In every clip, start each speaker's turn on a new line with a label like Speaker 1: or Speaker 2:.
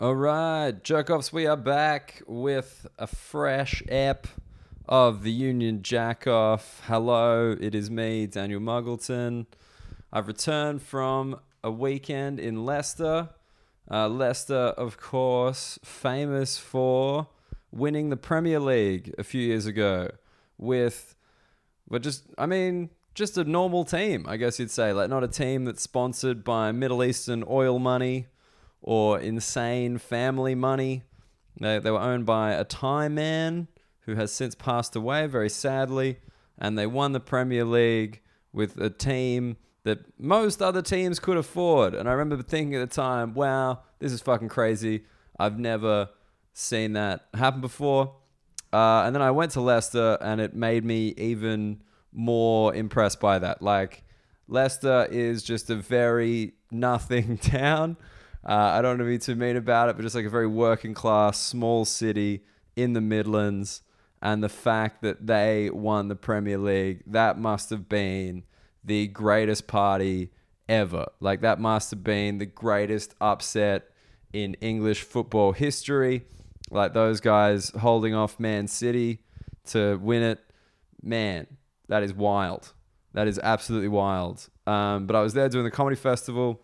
Speaker 1: All right, Jerkoffs, we are back with a fresh ep of the Union Jackoff. Hello, it is me, Daniel Muggleton. I've returned from a weekend in Leicester. Uh, Leicester, of course, famous for winning the Premier League a few years ago with, but just, I mean, just a normal team, I guess you'd say. Like, not a team that's sponsored by Middle Eastern oil money or insane family money. They, they were owned by a Thai man who has since passed away, very sadly, and they won the Premier League with a team that most other teams could afford. And I remember thinking at the time, wow, this is fucking crazy. I've never seen that happen before. Uh, and then I went to Leicester, and it made me even more impressed by that. Like, Leicester is just a very nothing town. Uh, I don't want to be too mean about it, but just like a very working class, small city in the Midlands. And the fact that they won the Premier League, that must have been the greatest party ever. Like, that must have been the greatest upset in English football history. Like, those guys holding off Man City to win it. Man, that is wild. That is absolutely wild. Um, but I was there doing the comedy festival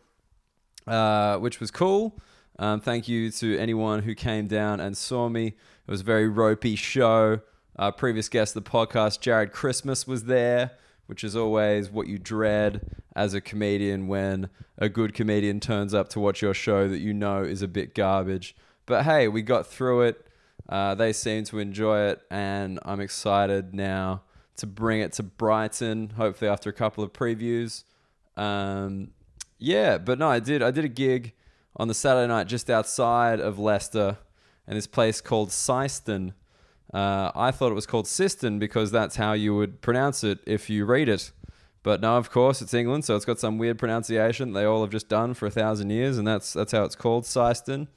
Speaker 1: uh, which was cool. Um, thank you to anyone who came down and saw me. It was a very ropey show. Our previous guest of the podcast, Jared Christmas, was there, which is always what you dread as a comedian when a good comedian turns up to watch your show that you know is a bit garbage. But hey, we got through it. Uh, they seem to enjoy it, and I'm excited now to bring it to Brighton, hopefully, after a couple of previews. Um, yeah, but no, I did. I did a gig on the Saturday night just outside of Leicester, in this place called Syston. Uh, I thought it was called Siston because that's how you would pronounce it if you read it. But no, of course, it's England, so it's got some weird pronunciation they all have just done for a thousand years, and that's that's how it's called Syston.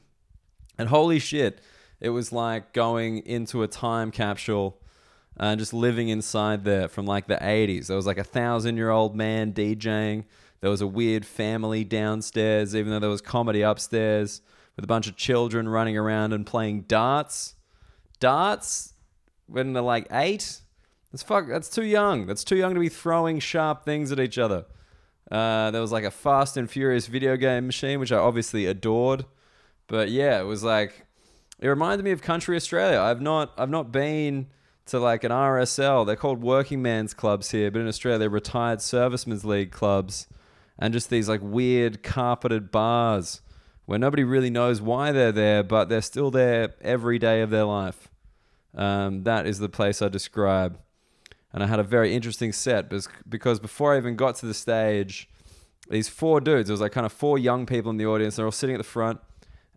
Speaker 1: And holy shit, it was like going into a time capsule and uh, just living inside there from like the 80s. There was like a thousand year old man DJing. There was a weird family downstairs, even though there was comedy upstairs, with a bunch of children running around and playing darts. Darts when they're like eight? That's fuck. That's too young. That's too young to be throwing sharp things at each other. Uh, there was like a Fast and Furious video game machine, which I obviously adored. But yeah, it was like it reminded me of country Australia. I've not I've not been to like an RSL. They're called working man's clubs here, but in Australia they're retired servicemen's league clubs and just these like weird carpeted bars where nobody really knows why they're there, but they're still there every day of their life. Um, that is the place I describe. And I had a very interesting set bes- because before I even got to the stage, these four dudes, it was like kind of four young people in the audience, they're all sitting at the front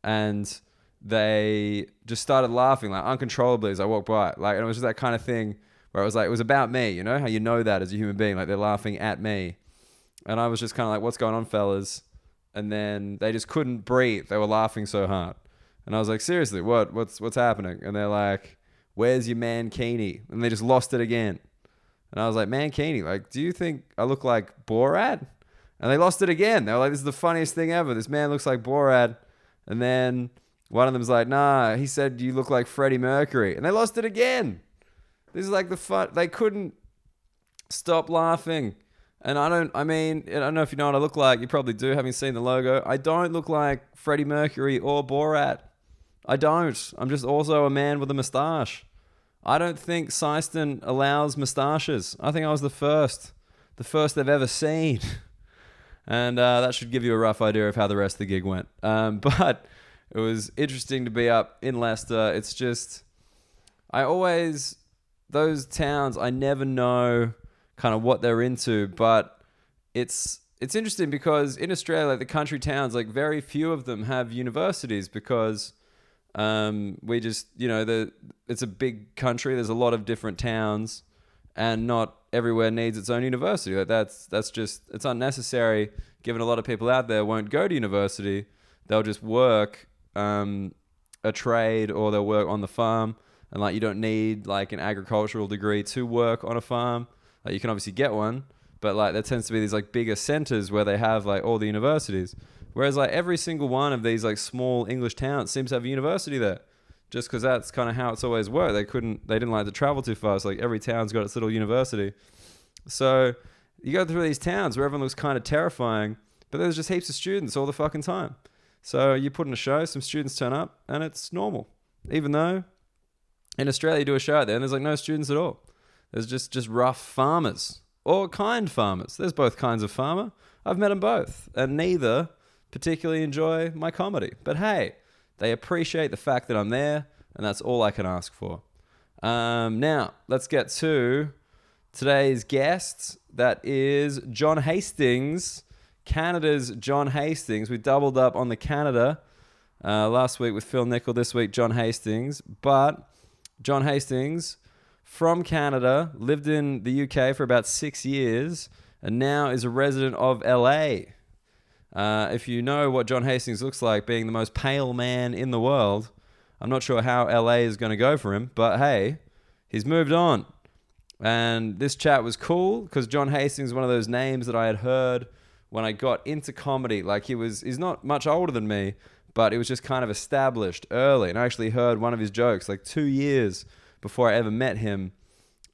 Speaker 1: and they just started laughing like uncontrollably as I walked by. Like, and it was just that kind of thing where it was like, it was about me, you know, how you know that as a human being, like they're laughing at me. And I was just kind of like, what's going on, fellas? And then they just couldn't breathe. They were laughing so hard. And I was like, seriously, what, what's, what's happening? And they're like, where's your mankini? And they just lost it again. And I was like, mankini, like, do you think I look like Borat? And they lost it again. They were like, this is the funniest thing ever. This man looks like Borat. And then one of them's like, nah, he said you look like Freddie Mercury. And they lost it again. This is like the fun. They couldn't stop laughing. And I don't, I mean, I don't know if you know what I look like. You probably do, having seen the logo. I don't look like Freddie Mercury or Borat. I don't. I'm just also a man with a mustache. I don't think Syston allows mustaches. I think I was the first, the first they've ever seen. And uh, that should give you a rough idea of how the rest of the gig went. Um, but it was interesting to be up in Leicester. It's just, I always, those towns, I never know kind of what they're into, but it's it's interesting because in Australia, like the country towns, like very few of them have universities because um, we just, you know, the it's a big country. There's a lot of different towns, and not everywhere needs its own university. Like that's that's just it's unnecessary. Given a lot of people out there won't go to university, they'll just work um, a trade or they'll work on the farm. And like you don't need like an agricultural degree to work on a farm. Like you can obviously get one, but like there tends to be these like bigger centers where they have like all the universities. Whereas like every single one of these like small English towns seems to have a university there, just because that's kind of how it's always worked. They couldn't, they didn't like to travel too far, so like every town's got its little university. So you go through these towns where everyone looks kind of terrifying, but there's just heaps of students all the fucking time. So you put in a show, some students turn up, and it's normal, even though in Australia you do a show out there and there's like no students at all. There's just just rough farmers or kind farmers. There's both kinds of farmer. I've met them both, and neither particularly enjoy my comedy. But hey, they appreciate the fact that I'm there, and that's all I can ask for. Um, now let's get to today's guest. That is John Hastings, Canada's John Hastings. We doubled up on the Canada uh, last week with Phil Nickel. This week, John Hastings, but. John Hastings from Canada, lived in the UK for about six years, and now is a resident of LA. Uh, if you know what John Hastings looks like, being the most pale man in the world, I'm not sure how LA is going to go for him, but hey, he's moved on. And this chat was cool because John Hastings is one of those names that I had heard when I got into comedy. Like he was, he's not much older than me, but it was just kind of established early. And I actually heard one of his jokes like two years before I ever met him.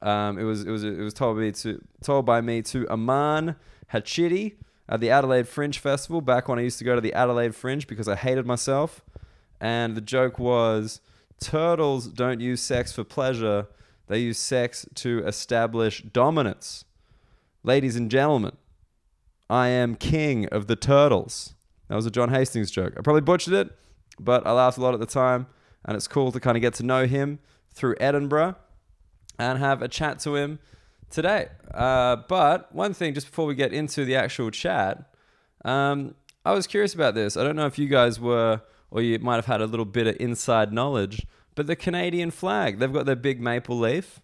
Speaker 1: Um, it was it was it was told me to told by me to Aman Hachidi at the Adelaide Fringe Festival back when I used to go to the Adelaide Fringe because I hated myself. And the joke was turtles don't use sex for pleasure; they use sex to establish dominance. Ladies and gentlemen, I am king of the turtles. That was a John Hastings joke. I probably butchered it, but I laughed a lot at the time, and it's cool to kind of get to know him through Edinburgh and have a chat to him today. Uh, but one thing, just before we get into the actual chat, um, I was curious about this. I don't know if you guys were, or you might have had a little bit of inside knowledge, but the Canadian flag, they've got their big maple leaf.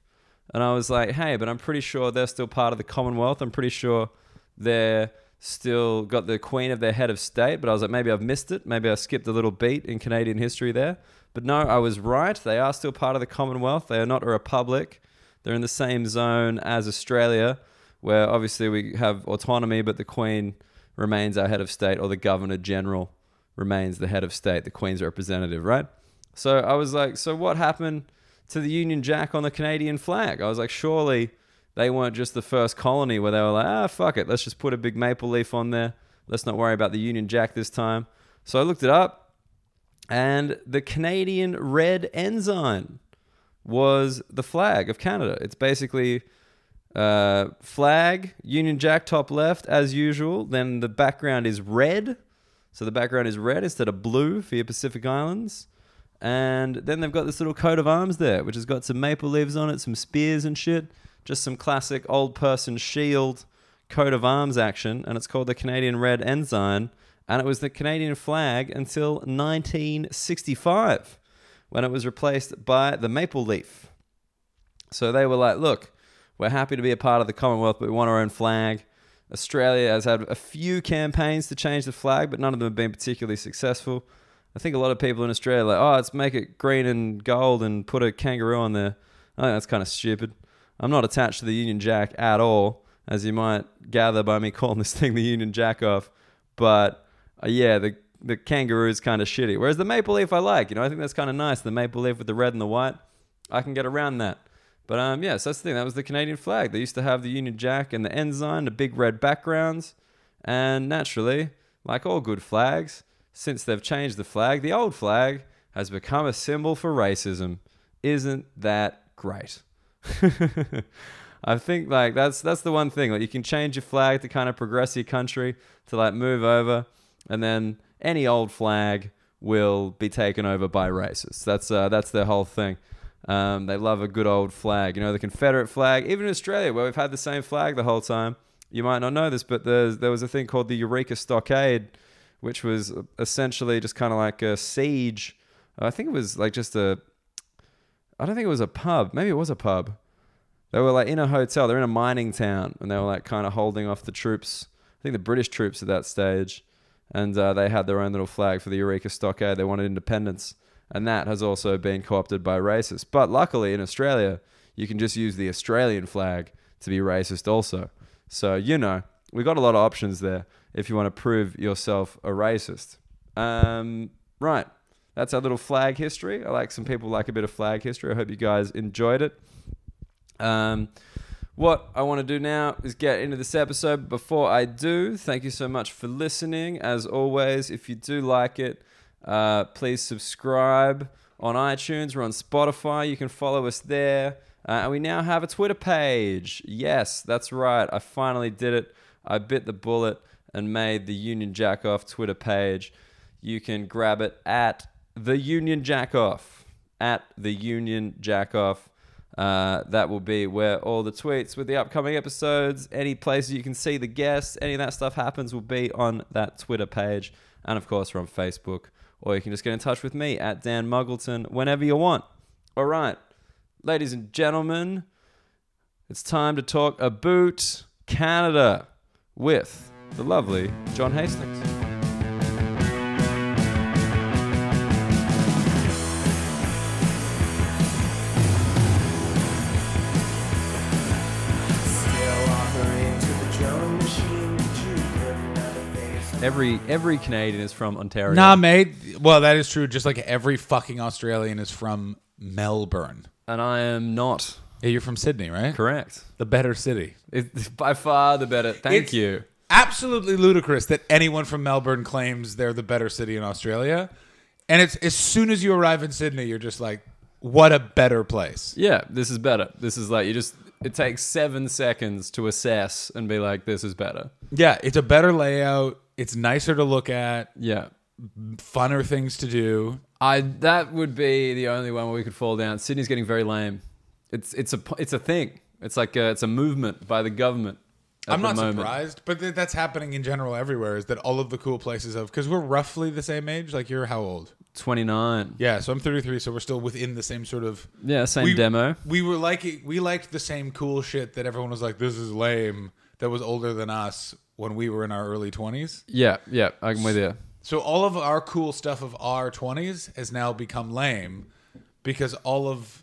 Speaker 1: And I was like, hey, but I'm pretty sure they're still part of the Commonwealth. I'm pretty sure they're still got the queen of their head of state. But I was like, maybe I've missed it. Maybe I skipped a little beat in Canadian history there. But no, I was right. They are still part of the Commonwealth. They are not a republic. They're in the same zone as Australia, where obviously we have autonomy, but the queen remains our head of state, or the governor general remains the head of state, the queen's representative, right? So I was like, so what happened to the Union Jack on the Canadian flag? I was like, surely they weren't just the first colony where they were like, ah, fuck it, let's just put a big maple leaf on there. Let's not worry about the Union Jack this time. So I looked it up, and the Canadian red ensign was the flag of Canada. It's basically uh, flag, Union Jack top left as usual. Then the background is red. So the background is red instead of blue for your Pacific Islands. And then they've got this little coat of arms there, which has got some maple leaves on it, some spears and shit. Just some classic old person shield coat of arms action. And it's called the Canadian Red Ensign. And it was the Canadian flag until 1965 when it was replaced by the maple leaf. So they were like, look, we're happy to be a part of the Commonwealth, but we want our own flag. Australia has had a few campaigns to change the flag, but none of them have been particularly successful. I think a lot of people in Australia are like, oh, let's make it green and gold and put a kangaroo on there. I think that's kind of stupid. I'm not attached to the Union Jack at all, as you might gather by me calling this thing the Union Jack off. But uh, yeah, the the kangaroo is kind of shitty. Whereas the maple leaf I like, you know, I think that's kind of nice. The maple leaf with the red and the white, I can get around that. But um, yeah, so that's the thing. That was the Canadian flag. They used to have the Union Jack and the ensign, the big red backgrounds, and naturally, like all good flags, since they've changed the flag, the old flag has become a symbol for racism. Isn't that great? I think like that's that's the one thing. Like you can change your flag to kind of progress your country to like move over, and then any old flag will be taken over by racists. That's uh, that's their whole thing. Um, they love a good old flag. You know the Confederate flag. Even in Australia, where we've had the same flag the whole time, you might not know this, but there's, there was a thing called the Eureka Stockade, which was essentially just kind of like a siege. I think it was like just a I don't think it was a pub. Maybe it was a pub. They were like in a hotel. They're in a mining town, and they were like kind of holding off the troops. I think the British troops at that stage, and uh, they had their own little flag for the Eureka Stockade. They wanted independence, and that has also been co-opted by racists. But luckily, in Australia, you can just use the Australian flag to be racist, also. So you know, we got a lot of options there. if you want to prove yourself a racist. Um, right. That's our little flag history. I like some people like a bit of flag history. I hope you guys enjoyed it. Um, what I want to do now is get into this episode. Before I do, thank you so much for listening. As always, if you do like it, uh, please subscribe on iTunes. We're on Spotify. You can follow us there. Uh, and we now have a Twitter page. Yes, that's right. I finally did it. I bit the bullet and made the Union Jack Off Twitter page. You can grab it at the Union Jack Off. At the Union Jack Off. Uh, that will be where all the tweets with the upcoming episodes, any places you can see the guests, any of that stuff happens will be on that Twitter page. And of course, we're on Facebook. Or you can just get in touch with me at Dan Muggleton whenever you want. All right, ladies and gentlemen, it's time to talk about Canada with the lovely John Hastings. Every every Canadian is from Ontario.
Speaker 2: Nah, mate. Well, that is true. Just like every fucking Australian is from Melbourne.
Speaker 1: and I am not
Speaker 2: Yeah, you're from Sydney, right?
Speaker 1: correct.
Speaker 2: The better city.
Speaker 1: It's by far the better. Thank
Speaker 2: It's
Speaker 1: you.
Speaker 2: Absolutely ludicrous that anyone from Melbourne claims they're the better city in Australia. And it's as soon as you arrive in Sydney, you're just like, what a better place.
Speaker 1: Yeah, this is better. This is like you just. It takes seven seconds to assess and be like, this is better.
Speaker 2: Yeah, it's a better layout. It's nicer to look at,
Speaker 1: Yeah.
Speaker 2: funner things to do.
Speaker 1: I that would be the only one where we could fall down. Sydney's getting very lame. It's it's a it's a thing. It's like a, it's a movement by the government. at
Speaker 2: I'm
Speaker 1: the
Speaker 2: not
Speaker 1: moment.
Speaker 2: surprised, but th- that's happening in general everywhere is that all of the cool places of, because we're roughly the same age. Like, you're how old?
Speaker 1: Twenty nine.
Speaker 2: Yeah, so I'm 33, so we're still within the same sort of
Speaker 1: Yeah, same
Speaker 2: we,
Speaker 1: demo.
Speaker 2: We were like we liked the same cool shit that everyone was like, "This is lame." That was older than us when we were in our early 20s.
Speaker 1: Yeah, yeah, I'm with you.
Speaker 2: So all of our cool stuff of our 20s has now become lame because all of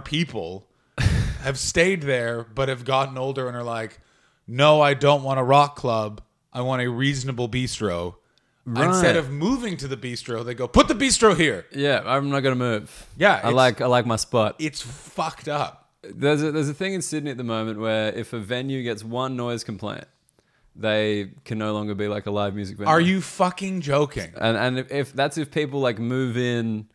Speaker 2: people have stayed there but have gotten older and are like, "No, I don't want a rock club. I want a reasonable bistro." Instead
Speaker 1: Right.
Speaker 2: of moving to the bistro, they go, "Put the bistro here."
Speaker 1: Yeah, I'm not gonna move.
Speaker 2: Yeah,
Speaker 1: I
Speaker 2: it's-
Speaker 1: like I like my spot.
Speaker 2: It's fucked up.
Speaker 1: There's a, there's a thing in Sydney at the moment where if a venue gets one noise complaint, they can no longer be like a live music venue.
Speaker 2: Are you fucking joking?
Speaker 1: And and if, if that's if people like move in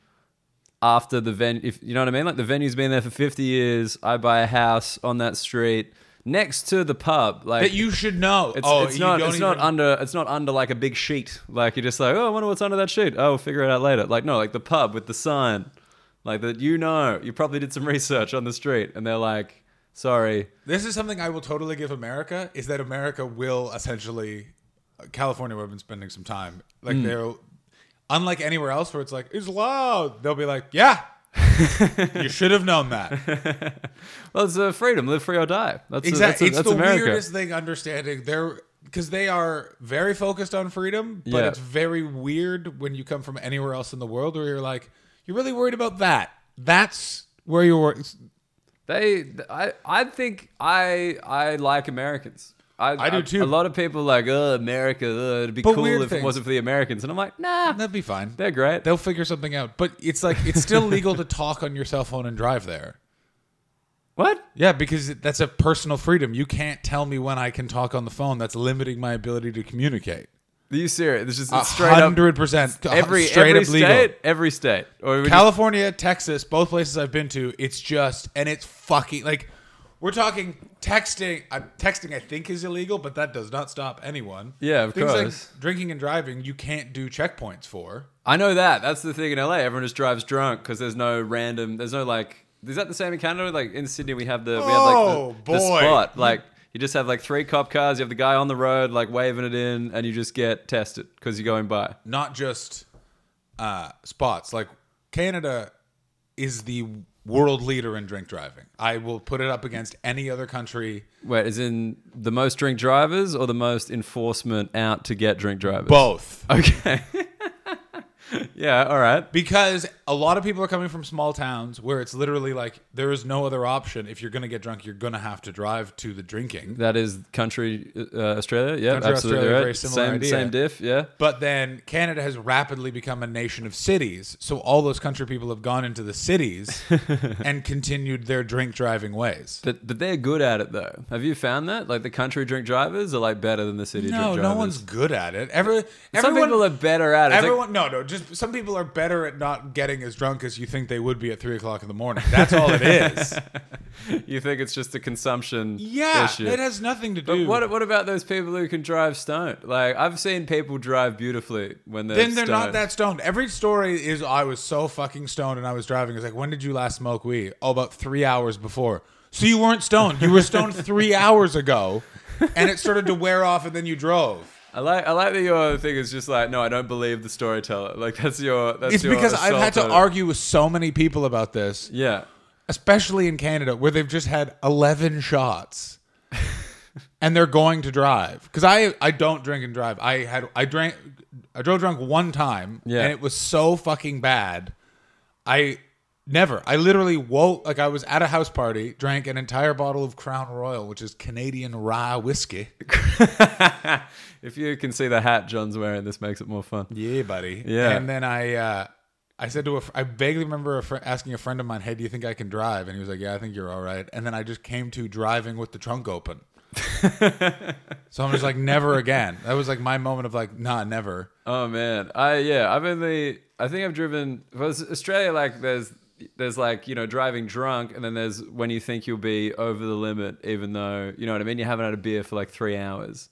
Speaker 1: after the venue, if you know what I mean, like the venue's been there for 50 years. I buy a house on that street next to the pub, like.
Speaker 2: that you should know.
Speaker 1: it's,
Speaker 2: oh,
Speaker 1: it's
Speaker 2: you
Speaker 1: not.
Speaker 2: don't
Speaker 1: It's
Speaker 2: even,
Speaker 1: not under. It's not under like a big sheet. Like you're just like, oh, I wonder what's under that sheet. Oh, we'll figure it out later. Like no, like the pub with the sign, like that. You know, you probably did some research on the street, and they're like, sorry,
Speaker 2: This is something I will totally give America. Is that America will essentially California? Where I've been spending some time. Like
Speaker 1: Mm.
Speaker 2: they're unlike anywhere else where it's like it's loud. They'll be like, yeah, you should have known that.
Speaker 1: Well, it's uh, freedom. Live free or die. That's
Speaker 2: Exactly.
Speaker 1: That's,
Speaker 2: it's
Speaker 1: that's
Speaker 2: the
Speaker 1: America.
Speaker 2: weirdest thing understanding they're because they are very focused on freedom, but
Speaker 1: Yeah.
Speaker 2: it's very weird when you come from anywhere else in the world where you're like, you're really worried about that. That's where you're. wor-
Speaker 1: They, I, I think I, I like Americans. I,
Speaker 2: I do too.
Speaker 1: A lot of people are like, oh, America. ugh, it'd be
Speaker 2: But
Speaker 1: cool
Speaker 2: weird
Speaker 1: if
Speaker 2: things.
Speaker 1: it wasn't for the Americans. And I'm like, nah,
Speaker 2: That'd be fine.
Speaker 1: they're great.
Speaker 2: They'll figure something out. But it's like it's still legal to talk on your cell phone and drive there.
Speaker 1: what?
Speaker 2: Yeah, because that's a personal freedom. You can't tell me when I can talk on the phone. That's limiting my ability to communicate.
Speaker 1: Are you serious? This is it's straight up.
Speaker 2: Hundred percent.
Speaker 1: Every
Speaker 2: straight
Speaker 1: every
Speaker 2: up legal.
Speaker 1: state, every state. Or would you-
Speaker 2: California, Texas, both places I've been to, it's just and it's fucking like we're talking texting. Uh, texting, I think, is illegal, but that does not stop anyone.
Speaker 1: Yeah, of
Speaker 2: Things
Speaker 1: course.
Speaker 2: like drinking and driving, you can't do checkpoints for.
Speaker 1: I know that. That's the thing in LA. Everyone just drives drunk because there's no random. There's no like. Is that the same in Canada? Like in Sydney, we have the we have
Speaker 2: Oh,
Speaker 1: like the, the
Speaker 2: boy.
Speaker 1: spot. Like you just have like three cop cars. You have the guy on the road like waving it in, and you just get tested because you're going by.
Speaker 2: not just uh, spots. Like Canada is the world leader in drink driving. I will put it up against any other country.
Speaker 1: Wait, is in the most drink drivers or the most enforcement out to get drink drivers?
Speaker 2: Both.
Speaker 1: Okay. Yeah, all right.
Speaker 2: because a lot of people are coming from small towns where it's literally like there is no other option. If you're going to get drunk, you're going to have to drive to the drinking.
Speaker 1: That is country uh, Australia. Yeah,
Speaker 2: Country
Speaker 1: absolutely
Speaker 2: Australia,
Speaker 1: right.
Speaker 2: very similar
Speaker 1: same
Speaker 2: idea.
Speaker 1: same diff. Yeah.
Speaker 2: But then Canada has rapidly become a nation of cities. So all those country people have gone into the cities and continued their drink driving ways.
Speaker 1: But but they're good at it though. Have you found that? Like the country drink drivers are like better than the city
Speaker 2: No,
Speaker 1: drink drivers.
Speaker 2: no one's good at it. Every,
Speaker 1: Some
Speaker 2: everyone,
Speaker 1: people are better at it. It's like-
Speaker 2: everyone, no, no, just some people are better at not getting as drunk as you think they would be at three o'clock in the morning. That's all it is.
Speaker 1: you think it's just a consumption
Speaker 2: yeah,
Speaker 1: issue.
Speaker 2: it has nothing to do.
Speaker 1: but what, what about those people who can drive stoned? Like I've seen people drive beautifully when they're
Speaker 2: then they're not
Speaker 1: stoned.
Speaker 2: that stoned. Every story is I was so fucking stoned and I was driving. It's like, when did you last smoke weed? Oh, about three hours before. So you weren't stoned. You were stoned three hours ago, and it started to wear off, and then you drove.
Speaker 1: I like I like that your thing is just like no, I don't believe the storyteller. Like that's your that's
Speaker 2: It's
Speaker 1: your
Speaker 2: because I've had to
Speaker 1: assault on it.
Speaker 2: argue with so many people about this,
Speaker 1: Yeah.
Speaker 2: especially in Canada, where they've just had eleven shots, and they're going to drive. Because I I don't drink and drive. I had I drank I drove drunk one time,
Speaker 1: Yeah.
Speaker 2: and it was so fucking bad. I never. I literally woke like I was at a house party, drank an entire bottle of Crown Royal, which is Canadian rye whiskey.
Speaker 1: if you can see the hat John's wearing, this makes it more fun.
Speaker 2: Yeah, buddy.
Speaker 1: Yeah.
Speaker 2: And then I uh, I said to a fr- I vaguely remember a fr- asking a friend of mine, "Hey, do you think I can drive?" And he was like, "Yeah, I think you're all right." And then I just came to driving with the trunk open. so I'm just like, never again. That was like my moment of like, nah, never.
Speaker 1: Oh man, I yeah, I've only I think I've driven. Was Australia like there's there's like you know driving drunk, and then there's when you think you'll be over the limit, even though you know what I mean. You haven't had a beer for like three hours,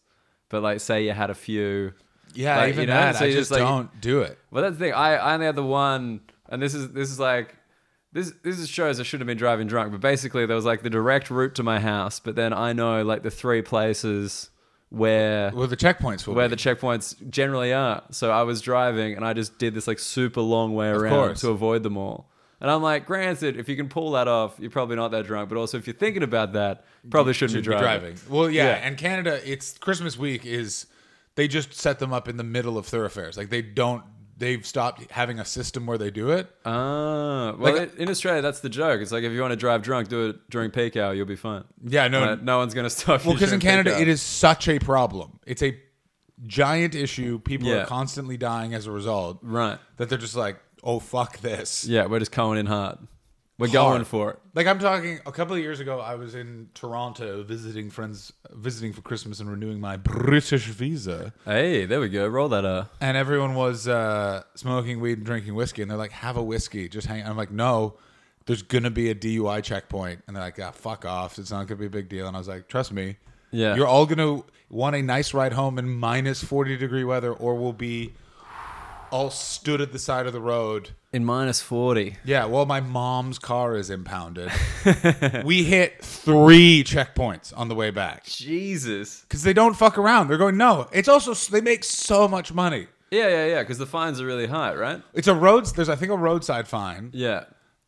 Speaker 1: but like say you had a few.
Speaker 2: Yeah,
Speaker 1: Like,
Speaker 2: even
Speaker 1: you know,
Speaker 2: that,
Speaker 1: so
Speaker 2: I
Speaker 1: you
Speaker 2: just
Speaker 1: just, like-
Speaker 2: don't do it.
Speaker 1: Well, that's the thing. I, I only had the one, and this is this is like this this is shows I should have been driving drunk. But basically, there was like the direct route to my house, but then I know like the three places where
Speaker 2: Well, the checkpoints will
Speaker 1: where
Speaker 2: be.
Speaker 1: the checkpoints generally are. So I was driving and I just did this like super long way around
Speaker 2: course.
Speaker 1: to avoid them all. And I'm like, granted, if you can pull that off, you're probably not that drunk. But also, if you're thinking about that, probably shouldn't
Speaker 2: should
Speaker 1: be driving.
Speaker 2: Well, yeah,
Speaker 1: Yeah.
Speaker 2: and Canada, it's Christmas week is they just set them up in the middle of thoroughfares. Like they don't they've stopped having a system where they do it.
Speaker 1: Ah, well,
Speaker 2: Like-
Speaker 1: in Australia, that's the joke. It's like if you want to drive drunk, do it during peak hour. You'll be fine.
Speaker 2: Yeah, no.
Speaker 1: Like, no one's gonna stop.
Speaker 2: Well, because in Canada it is such a problem. It's a giant issue. People
Speaker 1: Yeah.
Speaker 2: are constantly dying as a result.
Speaker 1: right.
Speaker 2: That they're just like, "Oh fuck this."
Speaker 1: Yeah, we're just going in hard. We're going
Speaker 2: Hard.
Speaker 1: for it.
Speaker 2: Like I'm talking a couple of years ago, I was in Toronto visiting friends, visiting for Christmas and renewing my British visa,
Speaker 1: Hey, there we go. Roll that uh, up.
Speaker 2: and everyone was uh, smoking weed and drinking whiskey, and they're like, "Have a whiskey, just hang." I'm like, "No." There's gonna be a DUI checkpoint, and they're like, "Ah, fuck off! It's not gonna be a big deal." And I was like, "Trust me,
Speaker 1: Yeah.
Speaker 2: You're all going to want a nice ride home in minus 40 degree weather, or we'll be all stood at the side of the road.
Speaker 1: in minus forty.
Speaker 2: Yeah, well, my mom's car is impounded. we hit three checkpoints on the way back
Speaker 1: Jesus.
Speaker 2: because they don't fuck around. They're going, no. It's also, they make so much money.
Speaker 1: Yeah, yeah, yeah. Because the fines are really high, right?
Speaker 2: It's a roads, there's, I think, a roadside fine,
Speaker 1: Yeah.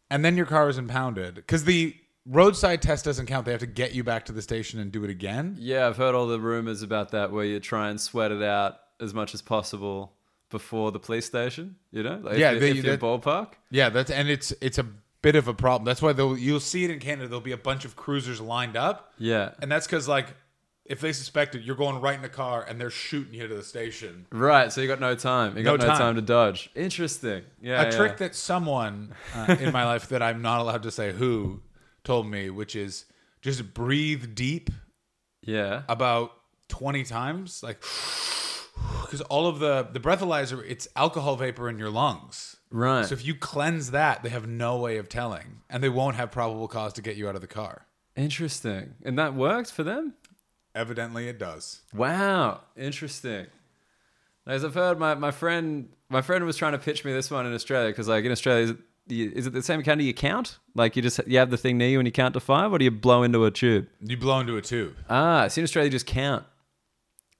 Speaker 2: and then your car is impounded because the roadside test doesn't count. They have to get you back to the station and do it again.
Speaker 1: Yeah, I've heard all the rumors about that where you try and sweat it out as much as possible before the police station, you know? Like
Speaker 2: Yeah,
Speaker 1: if,
Speaker 2: they-
Speaker 1: you if you're
Speaker 2: that-
Speaker 1: ballpark.
Speaker 2: Yeah, that's and it's it's a bit of a problem. That's why they'll you'll see it in Canada. There'll be a bunch of cruisers lined up,
Speaker 1: Yeah.
Speaker 2: and that's because like if they suspect it, you're going right in a car and they're shooting you to the station.
Speaker 1: Right, so you got no time. You got
Speaker 2: No
Speaker 1: no,
Speaker 2: time.
Speaker 1: time. to dodge. Interesting. Yeah.
Speaker 2: a trick that someone uh, in my life that I'm not allowed to say who told me, which is just breathe deep
Speaker 1: Yeah.
Speaker 2: about 20 times, like because all of the the breathalyzer, it's alcohol vapor in your lungs.
Speaker 1: Right.
Speaker 2: So if you cleanse that, they have no way of telling, and they won't have probable cause to get you out of the car.
Speaker 1: Interesting. And that worked for them?
Speaker 2: Evidently, it does.
Speaker 1: Wow, interesting. As I've heard, my, my friend my friend was trying to pitch me this one in Australia because like in Australia, is it, you- is it the same kind of you count? Like you just you have the thing near you and you count to five, or do you blow into a tube?
Speaker 2: You blow into a tube.
Speaker 1: Ah, see in Australia you just count.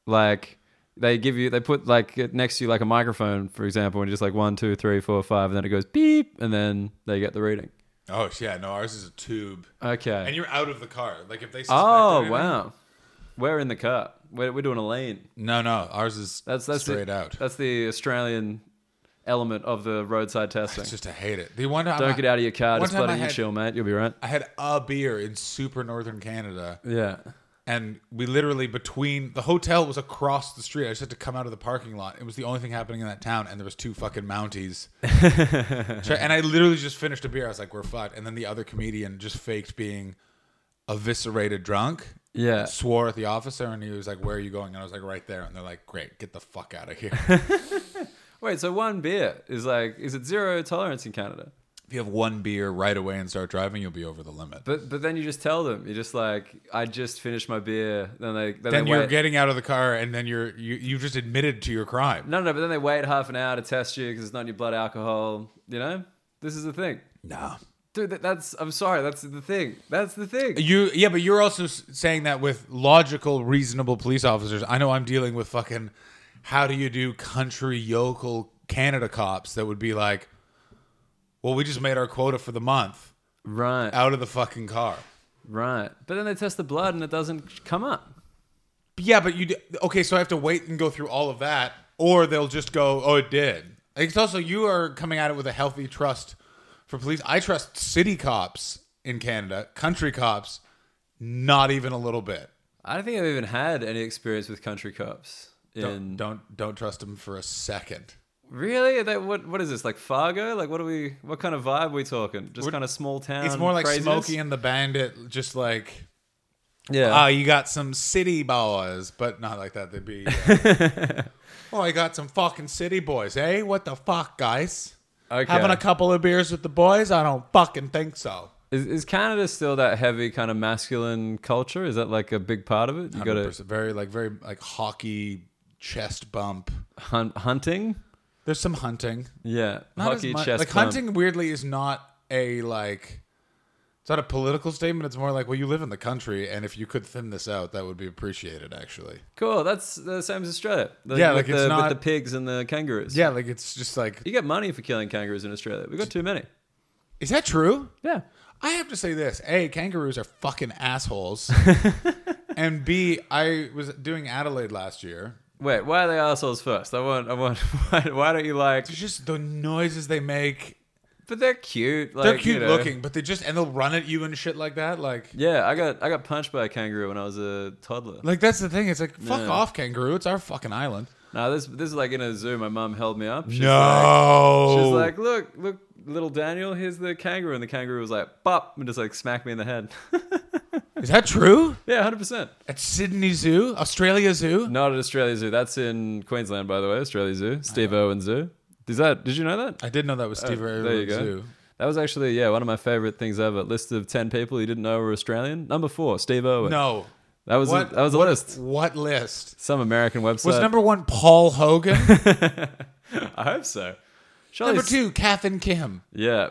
Speaker 1: Like they give you, they put like it next to you like a microphone, for example, and just like one, two, three, four, five, and then it goes beep, and then they get the reading.
Speaker 2: Oh yeah, no, ours is a tube, and
Speaker 1: Okay.
Speaker 2: you're out of the car. Like if they. Suspect
Speaker 1: Oh
Speaker 2: anything-
Speaker 1: wow, we're in the car. We're, we're doing a lane.
Speaker 2: No, no, ours is
Speaker 1: That's that's
Speaker 2: straight
Speaker 1: the,
Speaker 2: out.
Speaker 1: That's the Australian element of the roadside testing.
Speaker 2: It's just I hate it. The one time
Speaker 1: Don't
Speaker 2: I,
Speaker 1: get out of your car.
Speaker 2: one
Speaker 1: Just
Speaker 2: time
Speaker 1: let
Speaker 2: I
Speaker 1: it you
Speaker 2: had-
Speaker 1: chill, mate. You'll be right.
Speaker 2: I had a beer in super northern Canada,
Speaker 1: Yeah.
Speaker 2: and we literally between the hotel was across the street. I just had to come out of the parking lot. It was the only thing happening in that town, and there was two fucking Mounties. Try- and I literally just finished a beer. I was like, "We're fucked." And then the other comedian just faked being eviscerated drunk.
Speaker 1: Yeah.
Speaker 2: Swore at the officer, and he was like, "Where are you going?" And I was like, "Right there." And they're like, "Great, get the fuck out of here."
Speaker 1: Wait, so one beer is like, is it zero tolerance in Canada?
Speaker 2: if you have one beer right away and start driving, you'll be over the limit.
Speaker 1: But but then you just tell them. You're just like, I just finished my beer. Then they then,
Speaker 2: then
Speaker 1: they
Speaker 2: you're
Speaker 1: wait.
Speaker 2: getting out of the car, and then you're you you just admitted to your crime.
Speaker 1: no, no, but then they wait half an hour to test you because it's not in your blood alcohol. You know, this is the thing,
Speaker 2: No.
Speaker 1: dude. That, that's I'm sorry. That's the thing. That's the thing.
Speaker 2: You yeah, but you're also s- saying that with logical, reasonable police officers. I know I'm dealing with fucking how do you do country yokel Canada cops that would be like, well, we just made our quota for the month
Speaker 1: Right,
Speaker 2: out of the fucking car.
Speaker 1: right. But then they test the blood and it doesn't come up.
Speaker 2: But yeah, but you d- okay? So I have to wait and go through all of that, or they'll just go, oh, it did. Like, It's also you are coming at it with a healthy trust for police. I trust city cops in Canada, country cops, not even a little bit.
Speaker 1: I don't think I've even had any experience with country cops.
Speaker 2: Don't
Speaker 1: In
Speaker 2: don't don't trust them for a second.
Speaker 1: really, Are they, what what is this like Fargo? Like what are we? What kind of vibe we talking? Just kind of small town.
Speaker 2: It's more like
Speaker 1: craziness?
Speaker 2: Smokey and the Bandit, just like
Speaker 1: Yeah.
Speaker 2: oh, you got some city boys, but not like that. They'd be, uh, oh, I got some fucking city boys, eh? What the fuck, guys?
Speaker 1: Okay.
Speaker 2: Having a couple of beers with the boys? I don't fucking think so.
Speaker 1: Is, is Canada still that heavy kind of masculine culture? Is that like a big part of it? You got to
Speaker 2: 100%, very like very like hockey chest bump.
Speaker 1: hunt, hunting.
Speaker 2: There's some hunting.
Speaker 1: Yeah,
Speaker 2: Not as
Speaker 1: hockey,
Speaker 2: much-
Speaker 1: chess,
Speaker 2: like
Speaker 1: club.
Speaker 2: hunting weirdly is not a like it's not a political statement it's more like well you live in the country and if you could thin this out that would be appreciated actually
Speaker 1: Cool. That's the same as Australia. The-
Speaker 2: Yeah,
Speaker 1: with
Speaker 2: like, it's
Speaker 1: the,
Speaker 2: not-
Speaker 1: with the pigs and the kangaroos.
Speaker 2: yeah like it's just like
Speaker 1: you get money for killing kangaroos in Australia. We got too many.
Speaker 2: is that true
Speaker 1: Yeah,
Speaker 2: i have to say this a kangaroos are fucking assholes and b i was doing adelaide last year
Speaker 1: wait. Why are they assholes first? I want. I want. Why, why don't you like?
Speaker 2: it's just the noises they make
Speaker 1: But they're cute. Like,
Speaker 2: they're
Speaker 1: you
Speaker 2: cute
Speaker 1: know.
Speaker 2: looking but they just and they'll run at you and shit like that like
Speaker 1: Yeah, I got I got punched by a kangaroo when I was a toddler.
Speaker 2: like that's the thing it's like fuck
Speaker 1: Yeah.
Speaker 2: off kangaroo it's our fucking island
Speaker 1: No, this this is like in a zoo. My mum held me up. She's
Speaker 2: no
Speaker 1: She's like, look, look, little Daniel, here's the kangaroo. And the kangaroo was like, bop, and just like smacked me in the head.
Speaker 2: Is that true?
Speaker 1: yeah, 100%.
Speaker 2: At Sydney Zoo, Australia Zoo?
Speaker 1: Not at Australia Zoo. That's in Queensland, by the way, Australia Zoo, Steve Irwin Zoo. Is that, did you know that?
Speaker 2: Oh, I did know that was Steve Irwin
Speaker 1: Uh, there you go.
Speaker 2: Zoo.
Speaker 1: That was actually, yeah, one of my favorite things ever. List of 10 people you didn't know were Australian. Number four, Steve Irwin.
Speaker 2: No.
Speaker 1: That was,
Speaker 2: What-
Speaker 1: a, that was a
Speaker 2: what,
Speaker 1: list.
Speaker 2: What list?
Speaker 1: Some American website.
Speaker 2: Was number one Paul Hogan?
Speaker 1: I hope so. Surely
Speaker 2: number
Speaker 1: s-
Speaker 2: two, Kath and Kim.
Speaker 1: Yeah.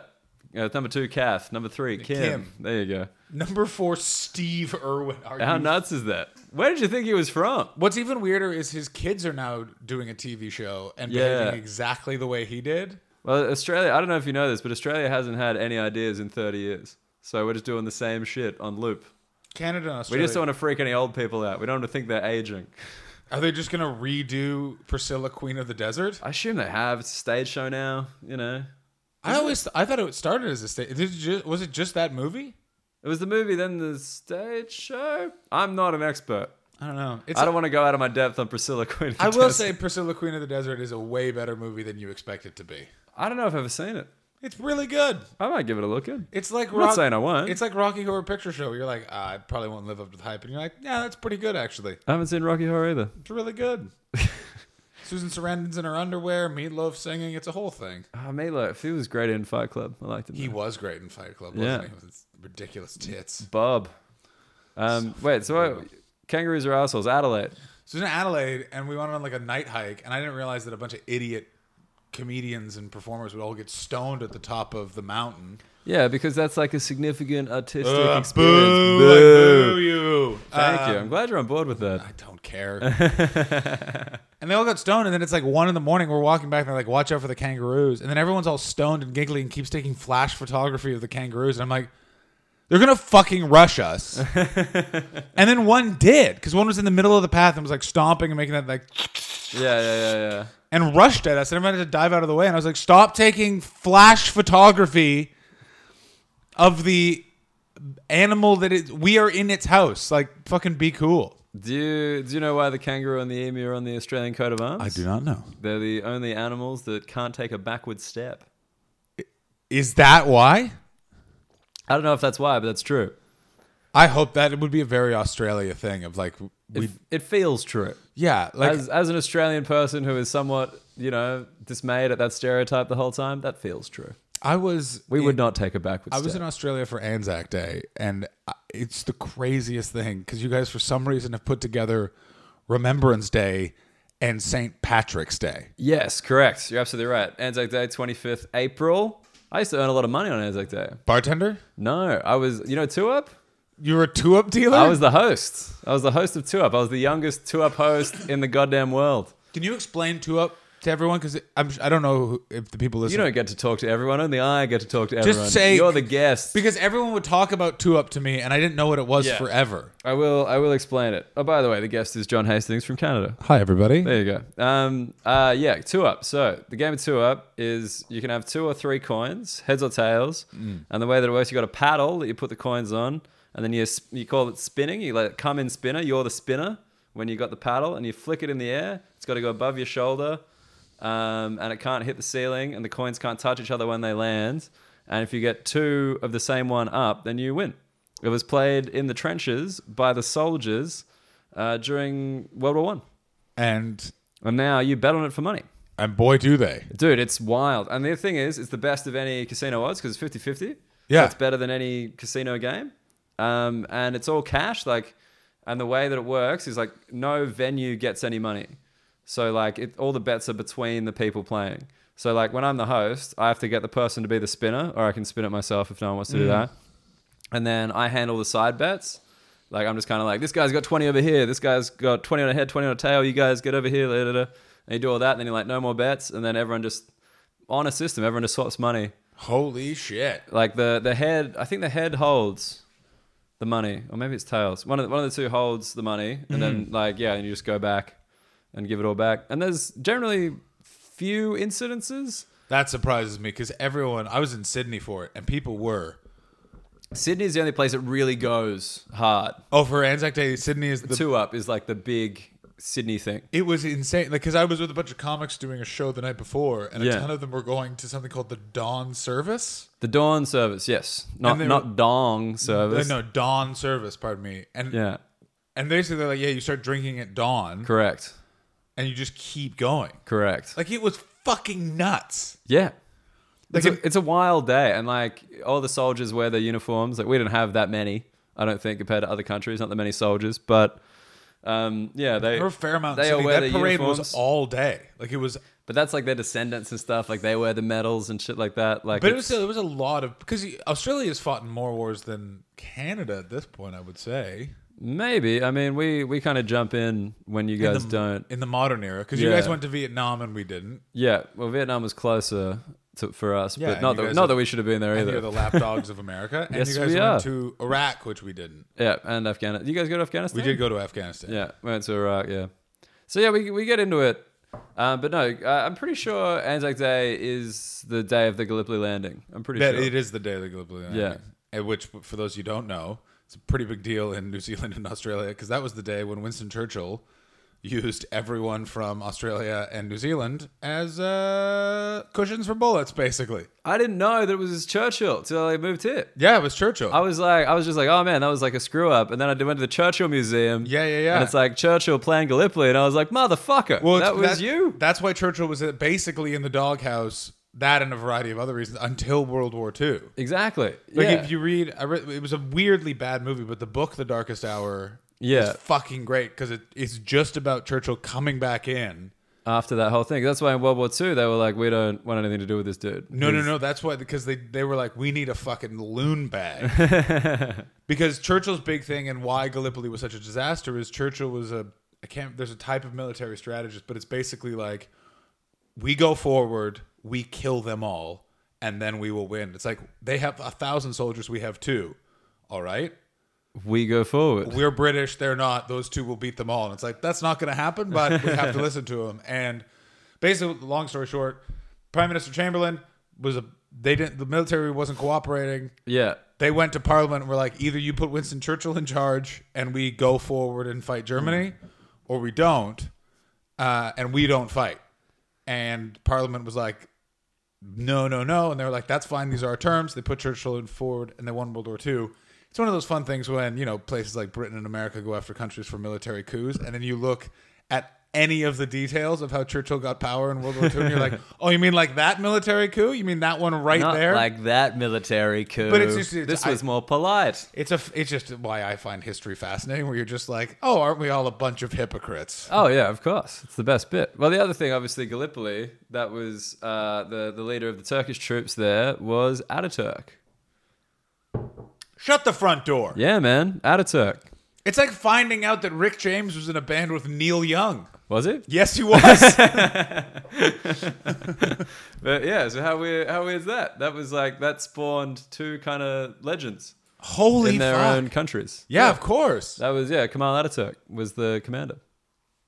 Speaker 1: Uh, number two, Kath. Number three, Kim.
Speaker 2: Kim.
Speaker 1: There you go.
Speaker 2: Number four, Steve Irwin. Are
Speaker 1: How
Speaker 2: you-
Speaker 1: nuts is that? Where did you think he was from?
Speaker 2: What's even weirder is his kids are now doing a TV show and
Speaker 1: Yeah.
Speaker 2: behaving exactly the way he did.
Speaker 1: Well, Australia, I don't know if you know this, but Australia hasn't had any ideas in 30 years. So we're just doing the same shit on loop.
Speaker 2: Canada and
Speaker 1: We
Speaker 2: Australia.
Speaker 1: just don't want to freak any old people out. We don't want to think they're aging.
Speaker 2: Are they just going to redo Priscilla, Queen of the Desert?
Speaker 1: I assume they have. It's a stage show now, you know.
Speaker 2: I always I thought it started as a state. Did it ju- was it just that movie?
Speaker 1: It was the movie, then the stage show. I'm not an expert.
Speaker 2: I don't know. It's
Speaker 1: I don't want to go out of my depth on Priscilla Queen. of the
Speaker 2: I will
Speaker 1: Desert.
Speaker 2: say Priscilla Queen of the Desert is a way better movie than you expect it to be.
Speaker 1: I don't know if I've ever seen it.
Speaker 2: It's really good.
Speaker 1: I might give it a look in.
Speaker 2: It's like
Speaker 1: I'm not saying I won't.
Speaker 2: It's like Rocky Horror Picture Show. You're like, ah, I probably won't live up to the hype, and you're like, yeah, that's pretty good actually.
Speaker 1: I haven't seen Rocky Horror either.
Speaker 2: It's really good. Susan Sarandon's in her underwear, Meatloaf singing. It's a whole thing.
Speaker 1: Ah, Meatloaf, he was great in Fight Club. I liked him.
Speaker 2: He
Speaker 1: there.
Speaker 2: was great in Fight Club,
Speaker 1: Yeah.
Speaker 2: wasn't he? With his ridiculous tits.
Speaker 1: Bob. Um, wait, so I, kangaroos are assholes. Adelaide.
Speaker 2: So it was in Adelaide, and we went on like a night hike, and I didn't realize that a bunch of idiot comedians and performers would all get stoned at the top of the mountain.
Speaker 1: Yeah, because that's like a significant artistic
Speaker 2: Ugh,
Speaker 1: experience.
Speaker 2: Uh, boo, I
Speaker 1: Boo.
Speaker 2: boo you.
Speaker 1: Thank
Speaker 2: Uh,
Speaker 1: you. I'm glad you're on board with that.
Speaker 2: I don't care. and they all got stoned, and then it's like one in the morning. We're walking back, and they're like, "Watch out for the kangaroos!" And then everyone's all stoned and giggly and keeps taking flash photography of the kangaroos. And I'm like, They're gonna fucking rush us. and then one did, because one was in the middle of the path and was like stomping and making that like
Speaker 1: Yeah, yeah, yeah, yeah.
Speaker 2: and rushed at us. And I had to dive out of the way. And I was like, stop taking flash photography of the animal that it, we are in its house. Like, fucking be cool.
Speaker 1: Do you do you know why the kangaroo and the emu are on the Australian coat of arms?
Speaker 2: not know.
Speaker 1: They're the only animals that can't take a backward step.
Speaker 2: Is that why?
Speaker 1: I don't know if that's why, but that's true.
Speaker 2: I hope that it would be a very Australia thing of like,
Speaker 1: It,
Speaker 2: we,
Speaker 1: it feels true.
Speaker 2: yeah, like
Speaker 1: as as an Australian person who is somewhat, you know, dismayed at that stereotype the whole time, that feels true.
Speaker 2: I was.
Speaker 1: We would not take a backward
Speaker 2: I was in
Speaker 1: step.
Speaker 2: Australia for Anzac Day, and I- it's the craziest thing because you guys, for some reason, have put together Remembrance Day and St. Patrick's Day.
Speaker 1: yes, correct. You're absolutely right. Anzac Day, 25th April. I used to earn a lot of money on Anzac Day.
Speaker 2: Bartender?
Speaker 1: No, I was, you know, Two Up.
Speaker 2: You were a two up dealer?
Speaker 1: I was the host. I was the host of Two Up. I was the youngest Two Up host in the goddamn world.
Speaker 2: Can you explain two up to everyone? Because I'm I don't know who- if the people
Speaker 1: You
Speaker 2: listen.
Speaker 1: don't get to talk to everyone. Only I get to talk to everyone.
Speaker 2: say-
Speaker 1: you're the guest.
Speaker 2: because everyone would talk about two up to me, and I didn't know what it was
Speaker 1: Yeah.
Speaker 2: forever.
Speaker 1: I will. I will explain it. Oh, by the way, the guest is John Hastings from Canada.
Speaker 2: Hi everybody.
Speaker 1: There you go. Um, uh, yeah, two up. So the game of two up is you can have two or three coins, heads or tails, and the way that it works, you got a paddle that you put the coins on, and then you s- you call it spinning. You let it come in spinner. You're the spinner when you got the paddle, and you flick it in the air. It's got to go above your shoulder, um, and it can't hit the ceiling, and the coins can't touch each other when they land. And if you get two of the same one up, then you win. It was played in the trenches by the soldiers uh, during World War One.
Speaker 2: And
Speaker 1: And now you bet on it for money.
Speaker 2: and boy do they.
Speaker 1: Dude, it's wild. And the thing is, it's the best of any casino odds because it's 50 50.
Speaker 2: Yeah.
Speaker 1: It's better than any casino game. Um, and it's all cash. Like, and the way that it works is like no venue gets any money. So, like, it, all the bets are between the people playing. So, like, when I'm the host, I have to get the person to be the spinner, or I can spin it myself if no one wants to do that. And then I handle the side bets. Like I'm just kind of like, this guy's got 20 over here. This guy's got 20 on a head, 20 on a tail. You guys get over here. Da, da, da. And you do all that. And then you're like, no more bets. And then everyone just, on a system, everyone just swaps money.
Speaker 2: Holy shit.
Speaker 1: Like the, the head, I think the head holds the money. Or maybe it's tails. One of the, one of the two holds the money. And then like, yeah, and you just go back and give it all back. And there's generally few incidences.
Speaker 2: That surprises me because everyone I was in Sydney for it and people were
Speaker 1: Sydney's the only place that really goes hard.
Speaker 2: Oh, for Anzac Day, Sydney is the
Speaker 1: Two up is like the big Sydney thing.
Speaker 2: It was insane because I was with a bunch of comics doing a show the night before, and
Speaker 1: Yeah.
Speaker 2: a ton of them were going to something called the Dawn Service.
Speaker 1: The Dawn service, yes. Not
Speaker 2: And they
Speaker 1: not Dong service.
Speaker 2: no, Dawn Service, pardon me. And
Speaker 1: Yeah,
Speaker 2: and basically they're like, yeah, you start drinking at dawn,
Speaker 1: correct.
Speaker 2: and you just keep going.
Speaker 1: Correct.
Speaker 2: Like it was fucking nuts.
Speaker 1: yeah. It's
Speaker 2: Like
Speaker 1: a, it's a wild day. And like all the soldiers wear their uniforms. Like we didn't have that many, I don't think, compared to other countries, not that many soldiers. But um, yeah, they.
Speaker 2: Or Fairmount
Speaker 1: They all
Speaker 2: City,
Speaker 1: wear
Speaker 2: that
Speaker 1: the
Speaker 2: parade
Speaker 1: uniforms.
Speaker 2: was all day. Like it was,
Speaker 1: But that's like their descendants and stuff. Like they wear the medals and shit like that. Like,
Speaker 2: but it
Speaker 1: it's-
Speaker 2: was still, it was a lot of because Australia's fought in more wars than Canada at this point. I would say
Speaker 1: maybe. I mean, we, we kind of jump in when you guys don't.
Speaker 2: in the modern era because you
Speaker 1: Yeah.
Speaker 2: guys went to Vietnam and we didn't.
Speaker 1: Yeah. Well, Vietnam was closer to, for us,
Speaker 2: Yeah,
Speaker 1: but
Speaker 2: and
Speaker 1: not
Speaker 2: you
Speaker 1: that,
Speaker 2: guys
Speaker 1: not
Speaker 2: are-
Speaker 1: that we should have been there
Speaker 2: And
Speaker 1: either.
Speaker 2: you're the lapdogs of America, and
Speaker 1: Yes,
Speaker 2: you guys
Speaker 1: we
Speaker 2: went
Speaker 1: are.
Speaker 2: to Iraq, which we didn't.
Speaker 1: yeah, and Afghanistan. You guys go to Afghanistan?
Speaker 2: We did go to Afghanistan.
Speaker 1: Yeah, we went to Iraq. Yeah, so yeah, we we get into it, um, but no, uh, I'm pretty sure Anzac Day is the day of the Gallipoli landing. I'm pretty
Speaker 2: That
Speaker 1: sure.
Speaker 2: it is the day of the Gallipoli landing.
Speaker 1: Yeah.
Speaker 2: At which, for those you don't know, it's a pretty big deal in New Zealand and Australia because that was the day when Winston Churchill used everyone from Australia and New Zealand as uh, cushions for bullets, basically.
Speaker 1: I didn't know that it was Churchill till I moved here.
Speaker 2: Yeah, it was Churchill.
Speaker 1: I was like, I was just like, oh man, that was like a screw up. And then I did- went to the Churchill Museum.
Speaker 2: Yeah, yeah, yeah.
Speaker 1: And it's like Churchill playing Gallipoli, and I was like, motherfucker,
Speaker 2: Well,
Speaker 1: that
Speaker 2: it's-
Speaker 1: was you.
Speaker 2: That's why Churchill was uh, basically in the doghouse. That and a variety of other reasons until World War II.
Speaker 1: Exactly.
Speaker 2: Like
Speaker 1: yeah.
Speaker 2: if you read, I read, it was a weirdly bad movie, but the book, The Darkest Hour,
Speaker 1: Yeah.
Speaker 2: is fucking great because it, it's just about Churchill coming back in.
Speaker 1: After that whole thing, that's why in World War II they were like, we don't want anything to do with this dude.
Speaker 2: No, no, no. That's why because they they were like, we need a fucking loon bag because Churchill's big thing and why Gallipoli was such a disaster is Churchill was a I can't. There's a type of military strategist, but it's basically like we go forward, we kill them all, and then we will win. It's like they have a thousand soldiers, we have two. All right.
Speaker 1: We go forward.
Speaker 2: We're British. They're not. Those two will beat them all. And it's like, that's not going to happen, but we have to listen to them. And basically, long story short, Prime Minister Chamberlain was a, they didn't, the military wasn't cooperating.
Speaker 1: yeah.
Speaker 2: They went to Parliament and were like, either you put Winston Churchill in charge and we go forward and fight Germany, or we don't, uh, and we don't fight. And Parliament was like, no, no, no. And they were like, that's fine. These are our terms. They put Churchill in forward and they won World War II. It's one of those fun things when, you know, places like Britain and America go after countries for military coups. And then you look at any of the details of how Churchill got power in World War II. And you're like, oh, you mean like that military coup? You mean that one right
Speaker 1: Not
Speaker 2: there?
Speaker 1: like that military coup.
Speaker 2: But it's just- it's-
Speaker 1: this
Speaker 2: I-
Speaker 1: was more polite.
Speaker 2: It's a. It's just why I find history fascinating. Where you're just like, oh, aren't we all a bunch of hypocrites?
Speaker 1: Oh yeah, of course. It's the best bit. Well, the other thing, obviously, Gallipoli. That was uh, the the leader of the Turkish troops. There was Ataturk.
Speaker 2: Shut the front door.
Speaker 1: Yeah, man, Ataturk.
Speaker 2: It's like finding out that Rick James was in a band with Neil Young.
Speaker 1: Was it?
Speaker 2: Yes, he was.
Speaker 1: But yeah. So how weird? How weird is that? That was like that spawned two kind of legends
Speaker 2: Holy
Speaker 1: in their
Speaker 2: fuck.
Speaker 1: own countries.
Speaker 2: yeah, of course.
Speaker 1: That was yeah. Kamal Ataturk was the commander.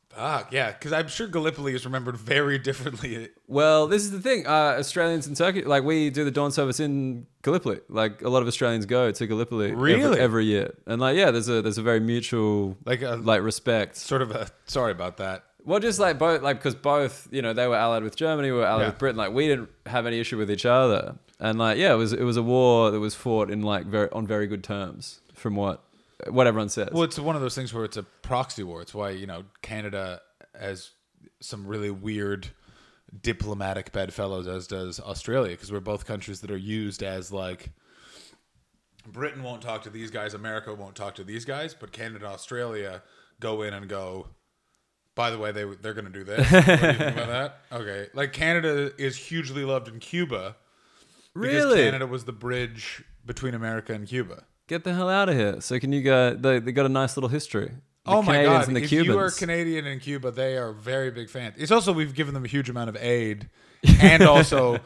Speaker 2: Fuck yeah, because I'm sure Gallipoli is remembered very differently.
Speaker 1: Well, this is the thing. Uh, Australians in Turkey, like we do the dawn service in Gallipoli. Like a lot of Australians go to Gallipoli every-
Speaker 2: Really?
Speaker 1: every, year, and like yeah, there's a there's a very mutual
Speaker 2: Like uh, a
Speaker 1: like respect.
Speaker 2: sort of a. Sorry about that.
Speaker 1: Well, just like both, like because both, you know, they were allied with Germany, we were allied
Speaker 2: Yeah.
Speaker 1: with Britain. Like we didn't have any issue with each other, and like yeah, it was it was a war that was fought in like very on very good terms, from what what everyone says.
Speaker 2: Well, it's one of those things where it's a proxy war. It's why you know Canada has some really weird diplomatic bedfellows, as does Australia, because we're both countries that are used as like Britain won't talk to these guys, America won't talk to these guys, but Canada and Australia go in and go. By the way, they they're going to do this. What do you think about that? Okay, like Canada is hugely loved in Cuba because
Speaker 1: really?
Speaker 2: Canada was the bridge between America and Cuba.
Speaker 1: Get the hell out of here! So can you go? They, they got a nice little history. The
Speaker 2: oh my
Speaker 1: Canadians
Speaker 2: god!
Speaker 1: And the
Speaker 2: if
Speaker 1: Cubans.
Speaker 2: you are Canadian in Cuba, they are very big fans. It's also we've given them a huge amount of aid, and also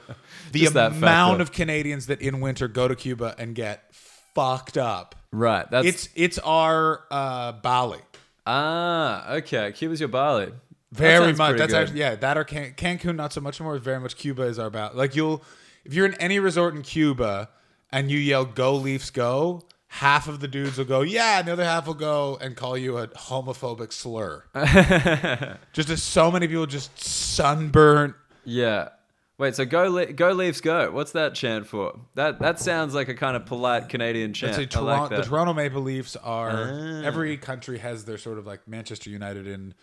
Speaker 2: the
Speaker 1: Just that fact
Speaker 2: amount
Speaker 1: that-
Speaker 2: of Canadians that in winter go to Cuba and get fucked up.
Speaker 1: right? That's
Speaker 2: It's it's our uh, Bali,
Speaker 1: ah okay. Cuba's your Bali. That
Speaker 2: very
Speaker 1: sounds
Speaker 2: much.
Speaker 1: pretty
Speaker 2: That's
Speaker 1: good.
Speaker 2: actually yeah. That or Can- Cancun, not so much more. Very much Cuba is our Bali. Like you'll if you're in any resort in Cuba and you yell "Go Leafs, go!" Half of the dudes will go, yeah, and the other half will go and call you a homophobic slur. Just as so many people just sunburnt.
Speaker 1: Yeah. Wait, so go Le- go Leafs go. What's that chant for? That that sounds like a kind of polite Canadian chant.
Speaker 2: So
Speaker 1: I
Speaker 2: Toron-
Speaker 1: like
Speaker 2: the
Speaker 1: that. Ah.
Speaker 2: Toronto Maple Leafs are every country has their sort of like Manchester United in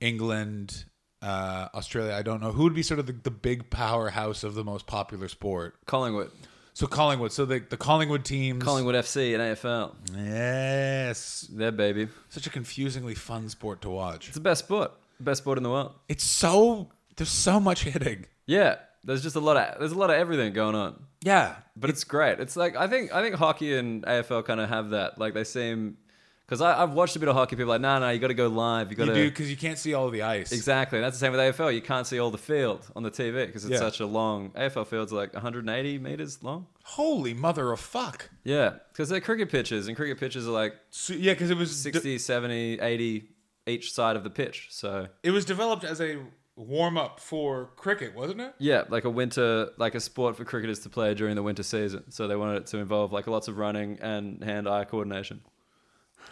Speaker 2: England, uh, Australia. I don't know who would be sort of the, the big powerhouse of the most popular sport.
Speaker 1: Collingwood,
Speaker 2: So Collingwood. So the the Collingwood teams.
Speaker 1: Collingwood FC and AFL.
Speaker 2: Yes,
Speaker 1: There, baby. It's
Speaker 2: such a confusingly fun sport to watch.
Speaker 1: the best sport. Best sport in the world.
Speaker 2: It's so there's so much hitting.
Speaker 1: Yeah. There's just a lot of there's a lot of everything going on.
Speaker 2: Yeah,
Speaker 1: But it's great. It's like I think I think hockey and AFL kind of have that. Like they seem because I've watched a bit of hockey. People are like, no, nah, no, you got to go live. You got
Speaker 2: you
Speaker 1: to
Speaker 2: do because you can't see all the ice.
Speaker 1: Exactly. And that's the same with AFL. You can't see all the field on the TV because it's
Speaker 2: Yeah.
Speaker 1: such a long. AFL field's like 180 meters long.
Speaker 2: Holy mother of fuck!
Speaker 1: Yeah. Because they're cricket pitches, and cricket pitches are like
Speaker 2: So, yeah, because it was
Speaker 1: 60, 70, 80 each side of the pitch. So,
Speaker 2: It was developed as a warm up for cricket, wasn't it?
Speaker 1: yeah, like a winter, like a sport for cricketers to play during the winter season. So they wanted it to involve like lots of running and hand eye coordination.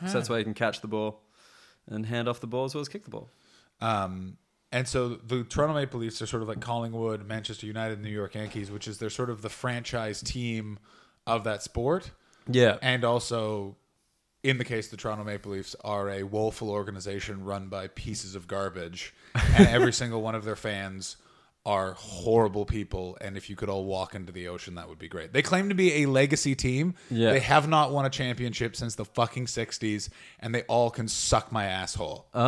Speaker 1: So that's why you can catch the ball and hand off the ball as well as kick the ball.
Speaker 2: Um, and so the Toronto Maple Leafs are sort of like Collingwood, Manchester United, New York Yankees, which is they're sort of the franchise team of that sport.
Speaker 1: Yeah.
Speaker 2: And also, in the case of the Toronto Maple Leafs, are a woeful organization run by pieces of garbage. And every single one of their fans are horrible people. And if you could all walk into the ocean, that would be great. They claim to be a legacy team.
Speaker 1: Yeah.
Speaker 2: They have not won a championship since the fucking 60s. And they all can suck my asshole.
Speaker 1: Oh,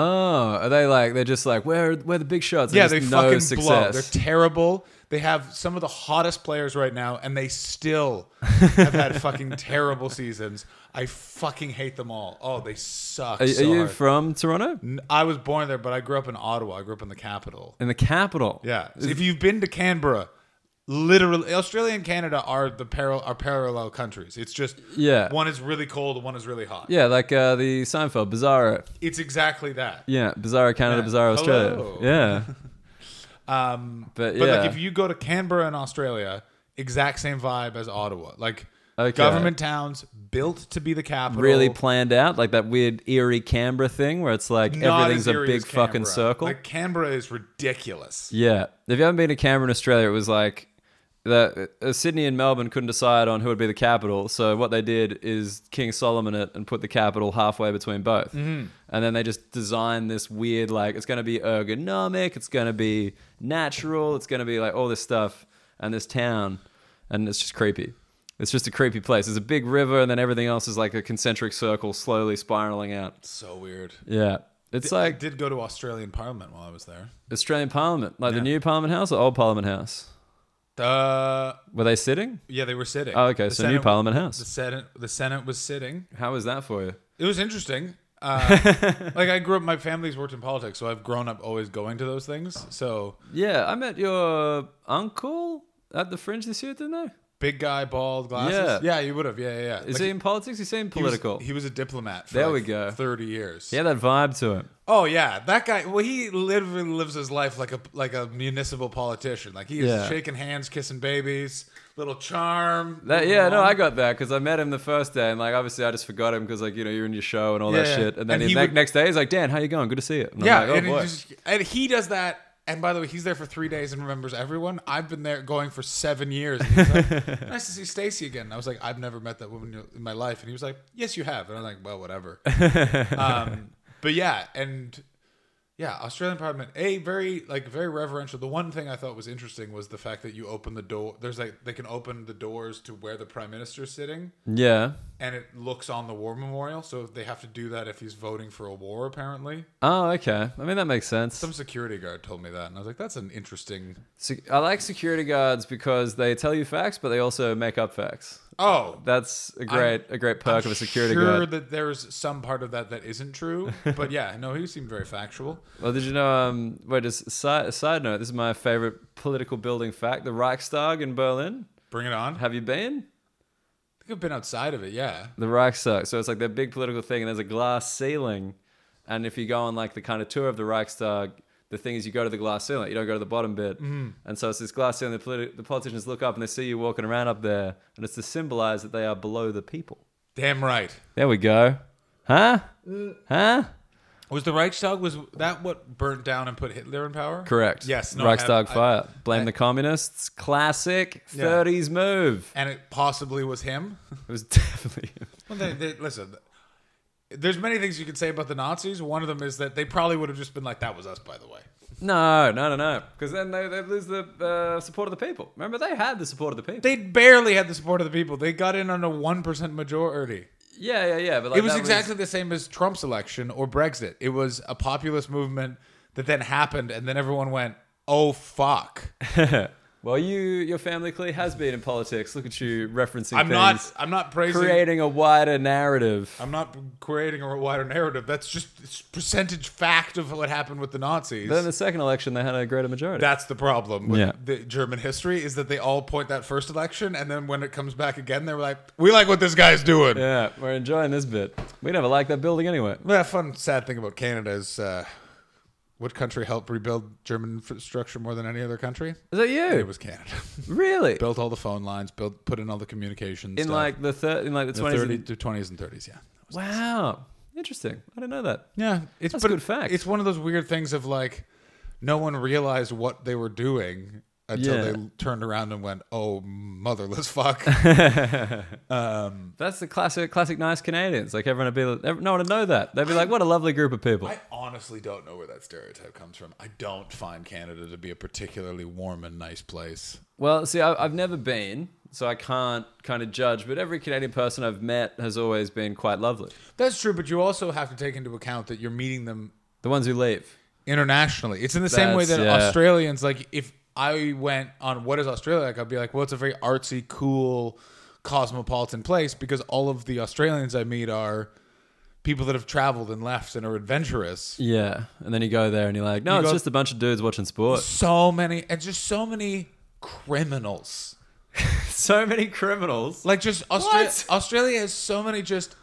Speaker 1: are they like, they're just like, where, where are the big shots? And
Speaker 2: yeah, they
Speaker 1: just no
Speaker 2: fucking
Speaker 1: success.
Speaker 2: blow. They're terrible. They have some of the hottest players right now, and they still have had fucking terrible seasons. I fucking hate them all. Oh, they suck.
Speaker 1: Are,
Speaker 2: so
Speaker 1: are you
Speaker 2: hard.
Speaker 1: from Toronto?
Speaker 2: N- I was born there, but I grew up in Ottawa. I grew up in the capital.
Speaker 1: In the capital?
Speaker 2: Yeah. So if you've been to Canberra, literally Australia and Canada are the parallel are parallel countries. It's just
Speaker 1: Yeah.
Speaker 2: one is really cold, one is really hot.
Speaker 1: Yeah, like uh, the Seinfeld Bizarro.
Speaker 2: It's exactly that.
Speaker 1: Yeah, Bizarro Canada,
Speaker 2: Yeah.
Speaker 1: Bizarro Australia.
Speaker 2: Hello.
Speaker 1: Yeah,
Speaker 2: Um,
Speaker 1: but yeah,
Speaker 2: but like if you go to Canberra in Australia, exact same vibe as Ottawa. Like
Speaker 1: Okay.
Speaker 2: government towns built to be the capital.
Speaker 1: really planned out, like that weird eerie Canberra thing where it's like
Speaker 2: not
Speaker 1: everything's
Speaker 2: as
Speaker 1: a
Speaker 2: eerie
Speaker 1: big
Speaker 2: as Canberra.
Speaker 1: fucking circle.
Speaker 2: Like Canberra is ridiculous.
Speaker 1: yeah, if you haven't been to Canberra in Australia, it was like the uh, Sydney and Melbourne couldn't decide on who would be the capital, so what they did is King Solomon it and put the capital halfway between both, and then they just designed this weird like it's going to be ergonomic, it's going to be natural, it's going to be like all this stuff, and this town, and it's just creepy. It's just a creepy place. There's a big river, and then everything else is like a concentric circle, slowly spiraling out.
Speaker 2: So weird.
Speaker 1: Yeah. It's
Speaker 2: I
Speaker 1: like
Speaker 2: did go to Australian Parliament while I was there.
Speaker 1: Australian Parliament, like the new Parliament House or old Parliament House?
Speaker 2: Uh,
Speaker 1: Were they sitting?
Speaker 2: yeah, they were sitting.
Speaker 1: Oh, okay.
Speaker 2: The
Speaker 1: so new
Speaker 2: Senate-
Speaker 1: Parliament
Speaker 2: The
Speaker 1: House.
Speaker 2: Senate, the Senate was sitting.
Speaker 1: How was that for you?
Speaker 2: It was interesting. Uh, like I grew up, my family's worked in politics, so I've grown up always going to those things. So
Speaker 1: Yeah, I met your uncle at the Fringe this year, didn't I?
Speaker 2: big guy, bald glasses. Yeah, you would have. Yeah, yeah. yeah.
Speaker 1: Is
Speaker 2: Like,
Speaker 1: he in politics? He seemed
Speaker 2: he was-
Speaker 1: political.
Speaker 2: He was, a diplomat. For
Speaker 1: There
Speaker 2: like
Speaker 1: we go.
Speaker 2: Thirty years.
Speaker 1: he had that vibe to him.
Speaker 2: Oh yeah, that guy. Well, he literally lives his life like a like a municipal politician. Like he is
Speaker 1: Yeah.
Speaker 2: shaking hands, kissing babies, little charm.
Speaker 1: That,
Speaker 2: little
Speaker 1: yeah, no,
Speaker 2: wrong.
Speaker 1: I got that because I met him the first day, and like obviously I just forgot him because like you know you're in your show and all that
Speaker 2: Yeah.
Speaker 1: shit, and then
Speaker 2: And
Speaker 1: he
Speaker 2: he
Speaker 1: ne-
Speaker 2: would-
Speaker 1: next day he's like, Dan, how you going? Good to see you. And I'm
Speaker 2: Yeah,
Speaker 1: like, oh,
Speaker 2: and, he
Speaker 1: boy.
Speaker 2: just, and he does that. And by the way, he's there for three days and remembers everyone. I've been there going for seven years. And he's like, nice to see Stacy again. And I was like, I've never met that woman in my life. And he was like, Yes, you have. And I'm like, Well, whatever. um, but yeah, and yeah, Australian Parliament. A very like very reverential. The one thing I thought was interesting was the fact that you open the door. There's like they can open the doors to where the prime minister's sitting,
Speaker 1: yeah.
Speaker 2: and it looks on the war memorial. So they have to do that if he's voting for a war, apparently.
Speaker 1: Oh, okay. I mean that makes sense.
Speaker 2: Some security guard told me that, and I was like, "That's an interesting."
Speaker 1: Sec- I like security guards because they tell you facts, but they also make up facts.
Speaker 2: Oh,
Speaker 1: That's a great a great perk of a security
Speaker 2: sure
Speaker 1: guard.
Speaker 2: that there's some part of that that isn't true, but yeah, no, he seemed very factual.
Speaker 1: Well, did you know? Um, wait, just side side note. This is my favorite political building fact: the Reichstag in Berlin.
Speaker 2: Bring it on. I
Speaker 1: Have you been?
Speaker 2: think I've been outside of it. Yeah,
Speaker 1: The Reichstag. So it's like their big political thing, and there's a glass ceiling. And if you go on like the kind of tour of the Reichstag, the thing is you go to the glass ceiling, you don't go to the bottom bit.
Speaker 2: Mm-hmm.
Speaker 1: And so it's this glass ceiling. The, politi- the politicians look up and they see you walking around up there, and it's to symbolize that they are below the people.
Speaker 2: damn right.
Speaker 1: There we go. Huh?
Speaker 2: Uh,
Speaker 1: Huh?
Speaker 2: Was the Reichstag was that what burnt down and put Hitler in power?
Speaker 1: Correct.
Speaker 2: Yes. No, I have-
Speaker 1: Reichstag
Speaker 2: I-
Speaker 1: fire. Blame the communists. Classic 30s move.
Speaker 2: and it possibly was him.
Speaker 1: It was definitely.
Speaker 2: Well, they, they, listen, there's many things you could say about the Nazis. One of them is that they probably would have just been like, "That was us," by the way.
Speaker 1: No, no, no, no. Because then they, they lose the uh, support of the people. Remember, they had the support of the people.
Speaker 2: They barely had the support of the people. They got in on a one percent majority.
Speaker 1: yeah, yeah, yeah. But like,
Speaker 2: it was
Speaker 1: that
Speaker 2: exactly the same as Trump's election or Brexit. It was a populist movement that then happened, and then everyone went, "Oh fuck!"
Speaker 1: well, you, your family clearly has been in politics. Look at you referencing
Speaker 2: I'm
Speaker 1: things,
Speaker 2: not. I'm not praising.
Speaker 1: creating a wider narrative.
Speaker 2: I'm not creating a wider narrative. That's just it's percentage fact of what happened with the Nazis.
Speaker 1: then the second election, they had a greater majority.
Speaker 2: That's the problem with
Speaker 1: Yeah.
Speaker 2: the German history is that they all point that first election, and then when it comes back again, they're like, "We like what this guy's doing."
Speaker 1: yeah, we're enjoying this bit. We never liked that building anyway.
Speaker 2: Well, that fun, sad thing about Canada is. Uh, what country helped rebuild German infrastructure more than any other country?
Speaker 1: Is that you?
Speaker 2: It was Canada.
Speaker 1: really?
Speaker 2: built all the phone lines, built put in all the communications
Speaker 1: In
Speaker 2: stuff.
Speaker 1: like the thir- in like the
Speaker 2: the
Speaker 1: twenties
Speaker 2: 30 to 20s and 30s, yeah.
Speaker 1: Wow. Interesting. I didn't know that.
Speaker 2: Yeah, it's
Speaker 1: That's
Speaker 2: but
Speaker 1: a good fact.
Speaker 2: It's one of those weird things of like no one realized what they were doing until
Speaker 1: Yeah.
Speaker 2: they turned around and went, "Oh, motherless fuck." um,
Speaker 1: That's the classic, classic nice Canadians. Like everyone would be, ev- no one would know that. They'd be like, what a lovely group of people.
Speaker 2: I honestly don't know where that stereotype comes from. I don't find Canada to be a particularly warm and nice place.
Speaker 1: well, see, I, I've never been, so I can't kind of judge. But every Canadian person I've met has always been quite lovely.
Speaker 2: That's true, but you also have to take into account that you're meeting them
Speaker 1: The ones who leave.
Speaker 2: internationally. It's in the same way
Speaker 1: That's-
Speaker 2: that
Speaker 1: yeah.
Speaker 2: Australians like if I went on what is Australia like, I'd be like, well, it's a very artsy, cool, cosmopolitan place because all of the Australians I meet are people that have traveled and left and are adventurous.
Speaker 1: Yeah, and then you go there and you're like, no,
Speaker 2: You
Speaker 1: it's
Speaker 2: go-
Speaker 1: just a bunch of dudes watching sport.
Speaker 2: So many and just so many criminals.
Speaker 1: so many criminals.
Speaker 2: Like just
Speaker 1: What?
Speaker 2: Austra- Australia has so many just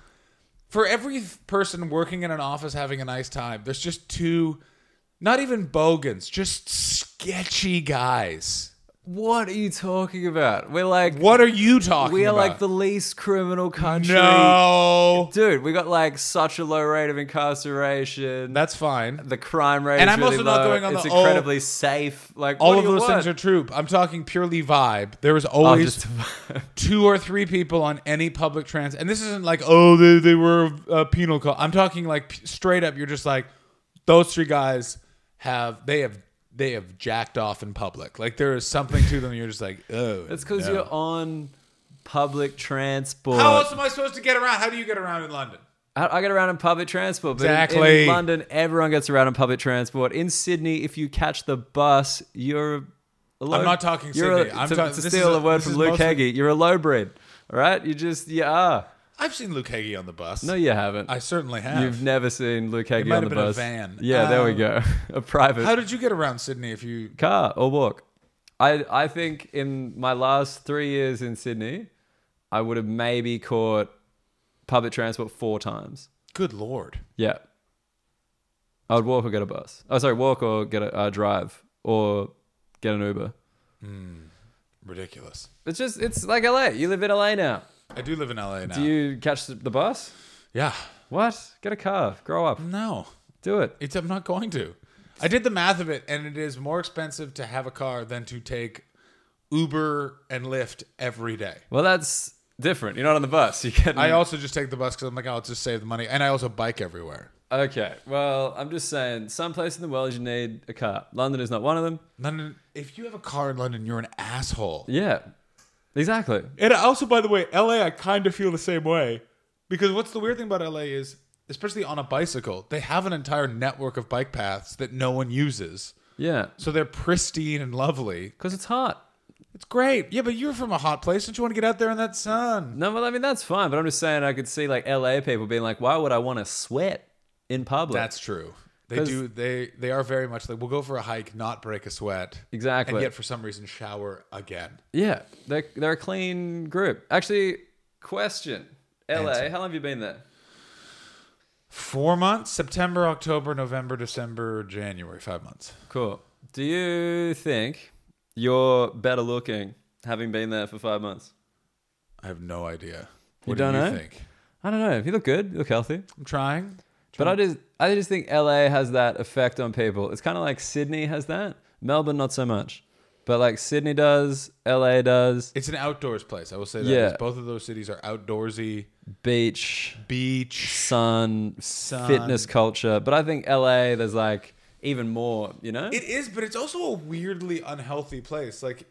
Speaker 2: for every th- person working in an office having a nice time. There's just two, not even bogans, just sketchy guys.
Speaker 1: What are you talking about? We're like
Speaker 2: What are you talking
Speaker 1: we are
Speaker 2: about?
Speaker 1: like the least criminal country.
Speaker 2: no.
Speaker 1: Dude, we got like such a low rate of incarceration.
Speaker 2: That's fine.
Speaker 1: the crime rate
Speaker 2: And
Speaker 1: is
Speaker 2: I'm
Speaker 1: really
Speaker 2: also not
Speaker 1: low.
Speaker 2: going on
Speaker 1: it's
Speaker 2: the, oh,
Speaker 1: incredibly safe. Like
Speaker 2: All
Speaker 1: what
Speaker 2: of
Speaker 1: do you
Speaker 2: those
Speaker 1: want?
Speaker 2: things are true. I'm talking purely vibe. There was
Speaker 1: I'll
Speaker 2: always
Speaker 1: just-
Speaker 2: two or three people on any public trans, and this isn't like oh they, they were a penal code. I'm talking like p- straight up. You're just like those three guys have they have they have jacked off in public. Like there is something to them. You're just like oh.
Speaker 1: It's because
Speaker 2: no.
Speaker 1: you're on public transport.
Speaker 2: How else am I supposed to get around? How do you get around in London?
Speaker 1: I, I get around in public transport. But in-
Speaker 2: Exactly.
Speaker 1: in London, everyone gets around in public transport. In Sydney, if you catch the bus, you're. A low,
Speaker 2: I'm not talking
Speaker 1: you're
Speaker 2: Sydney.
Speaker 1: A,
Speaker 2: I'm
Speaker 1: to,
Speaker 2: talking-
Speaker 1: to
Speaker 2: this
Speaker 1: steal
Speaker 2: is
Speaker 1: a,
Speaker 2: a-
Speaker 1: word
Speaker 2: this
Speaker 1: from
Speaker 2: is
Speaker 1: Luke
Speaker 2: mostly-
Speaker 1: Heggie, you're a lowbred. All right, you just you are.
Speaker 2: I've seen Luke Heggie on the bus.
Speaker 1: No, you haven't.
Speaker 2: I certainly have.
Speaker 1: You've never seen Luke Heggie
Speaker 2: might
Speaker 1: on the
Speaker 2: have been a
Speaker 1: bus.
Speaker 2: van.
Speaker 1: Yeah, there we
Speaker 2: Um,
Speaker 1: go. a private.
Speaker 2: How did you get around Sydney if you?
Speaker 1: car or walk. I I think in my last three years in Sydney, I would have maybe caught public transport four times.
Speaker 2: Good lord.
Speaker 1: Yeah, I would walk or get a bus. Oh, sorry, walk or get a uh, drive or get an Uber.
Speaker 2: Ridiculous.
Speaker 1: It's just it's like LA. You live in LA now.
Speaker 2: I do live in LA now.
Speaker 1: Do you catch the- the bus?
Speaker 2: yeah.
Speaker 1: What? Get a car. Grow up.
Speaker 2: No.
Speaker 1: Do it.
Speaker 2: It's I'm not going to. I did the math of it, and it is more expensive to have a car than to take Uber and Lyft every day.
Speaker 1: Well, that's different. You're not on the bus. You get.
Speaker 2: I also just take the bus because I'm like, oh, I'll just save the money, and I also bike everywhere.
Speaker 1: okay. Well, I'm just saying, someplace in the world you need a car. London is not one of them.
Speaker 2: London, if you have a car in London, you're an asshole.
Speaker 1: Yeah. Exactly.
Speaker 2: And also, by the way, LA, I kind of feel the same way because what's the weird thing about LA is, especially on a bicycle, they have an entire network of bike paths that no one uses,
Speaker 1: Yeah,
Speaker 2: so they're pristine and lovely.
Speaker 1: because it's hot.
Speaker 2: It's great. Yeah, but you're from a hot place, don't you want to get out there in that sun?
Speaker 1: No, well, I mean that's fine, but I'm just saying I could see like LA people being like, "Why would I want to sweat in public?"
Speaker 2: That's true. They
Speaker 1: 'Cause-
Speaker 2: do. They they are very much like we'll go for a hike, not break a sweat,
Speaker 1: exactly.
Speaker 2: and yet for some reason shower again.
Speaker 1: yeah, they're they're a clean group. Actually, question: LA,
Speaker 2: Answer.
Speaker 1: how long have you been there?
Speaker 2: Four months: September, October, November, December, January. Five months.
Speaker 1: Cool. Do you think you're better looking having been there for five months?
Speaker 2: I have no idea. What
Speaker 1: don't
Speaker 2: do you
Speaker 1: know?
Speaker 2: think?
Speaker 1: I don't know. You look good. You look healthy.
Speaker 2: I'm trying.
Speaker 1: But I just I just think LA has that effect on people. It's kind of like Sydney has that. Melbourne not so much, but like Sydney does, LA does.
Speaker 2: It's an outdoors place. I will say that.
Speaker 1: Yeah.
Speaker 2: because Both of those cities are outdoorsy,
Speaker 1: Beach,
Speaker 2: beach.
Speaker 1: sun,
Speaker 2: Sun.
Speaker 1: fitness culture. But I think LA, there's like even more, you know?
Speaker 2: It is, but it's also a weirdly unhealthy place. Like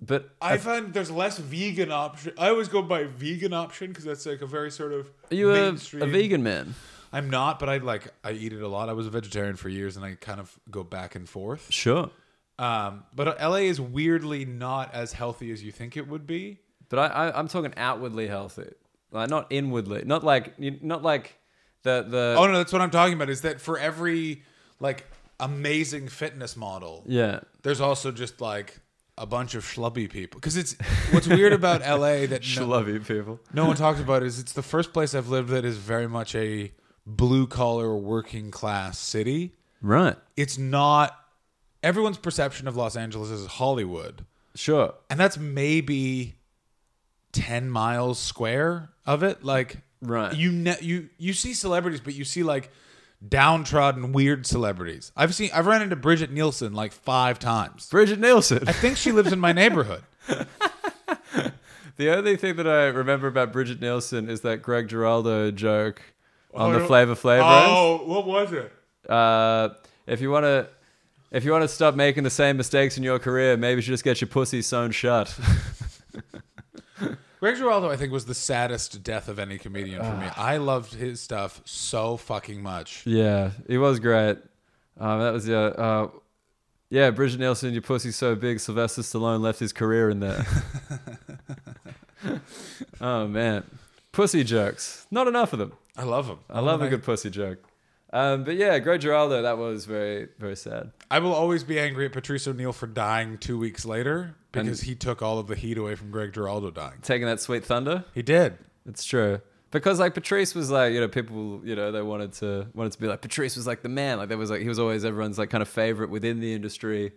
Speaker 1: but
Speaker 2: I find there's less vegan option. I always go by vegan option because that's like a very sort of
Speaker 1: are you a, a
Speaker 2: mainstream-
Speaker 1: vegan man?
Speaker 2: I'm not, but I like I eat it a lot. I was a vegetarian for years, and I kind of go back and forth.
Speaker 1: Sure.
Speaker 2: Um, but LA is weirdly not as healthy as you think it would be.
Speaker 1: But I, I, I'm talking outwardly healthy, like not inwardly, not like, you- not like the, the,
Speaker 2: Oh no, that's what I'm talking about. Is that for every like amazing fitness model,
Speaker 1: yeah.
Speaker 2: there's also just like a bunch of schlubby people. Because it's what's weird about LA that no,
Speaker 1: Schlubby people.
Speaker 2: no one talks about is it's the first place I've lived that is very much a blue collar working class city.
Speaker 1: Right.
Speaker 2: It's not everyone's perception of Los Angeles is Hollywood.
Speaker 1: Sure.
Speaker 2: and that's maybe 10 miles square of it like
Speaker 1: Right.
Speaker 2: you ne- you you see celebrities but you see like downtrodden weird celebrities i've seen i've run into bridget nielsen like five times
Speaker 1: Bridget Nielsen.
Speaker 2: i think she lives in my neighborhood
Speaker 1: The only thing that I remember about Bridget Nielsen is that Greg Giraldo joke on the
Speaker 2: Oh, no. Oh,
Speaker 1: Flavor Flav roast.
Speaker 2: what was it
Speaker 1: Uh, if you want to if you want to stop making the same mistakes in your career, maybe you should just get your pussy sewn shut.
Speaker 2: greg giraldo i think was the saddest death of any comedian for me i loved his stuff so fucking much
Speaker 1: yeah, it was great. Um, that was yeah. Uh, yeah, Bridget Nielsen, your pussy's so big. Sylvester Stallone left his career in there. oh man, pussy jokes. Not enough of them.
Speaker 2: i love him Oh,
Speaker 1: I love a good pussy joke. Um, but yeah, Gro Giraldo, that was very, very sad.
Speaker 2: I will always be angry at Patrice O'Neill for dying two weeks later because he took all of the heat away from Greg Giraldo dying.
Speaker 1: Taking that sweet thunder.
Speaker 2: He did.
Speaker 1: It's true. Because like Patrice was like, you know, people, you know, they wanted to wanted to be like Patrice was like the man. Like there was like he was always everyone's like kind of favorite within the industry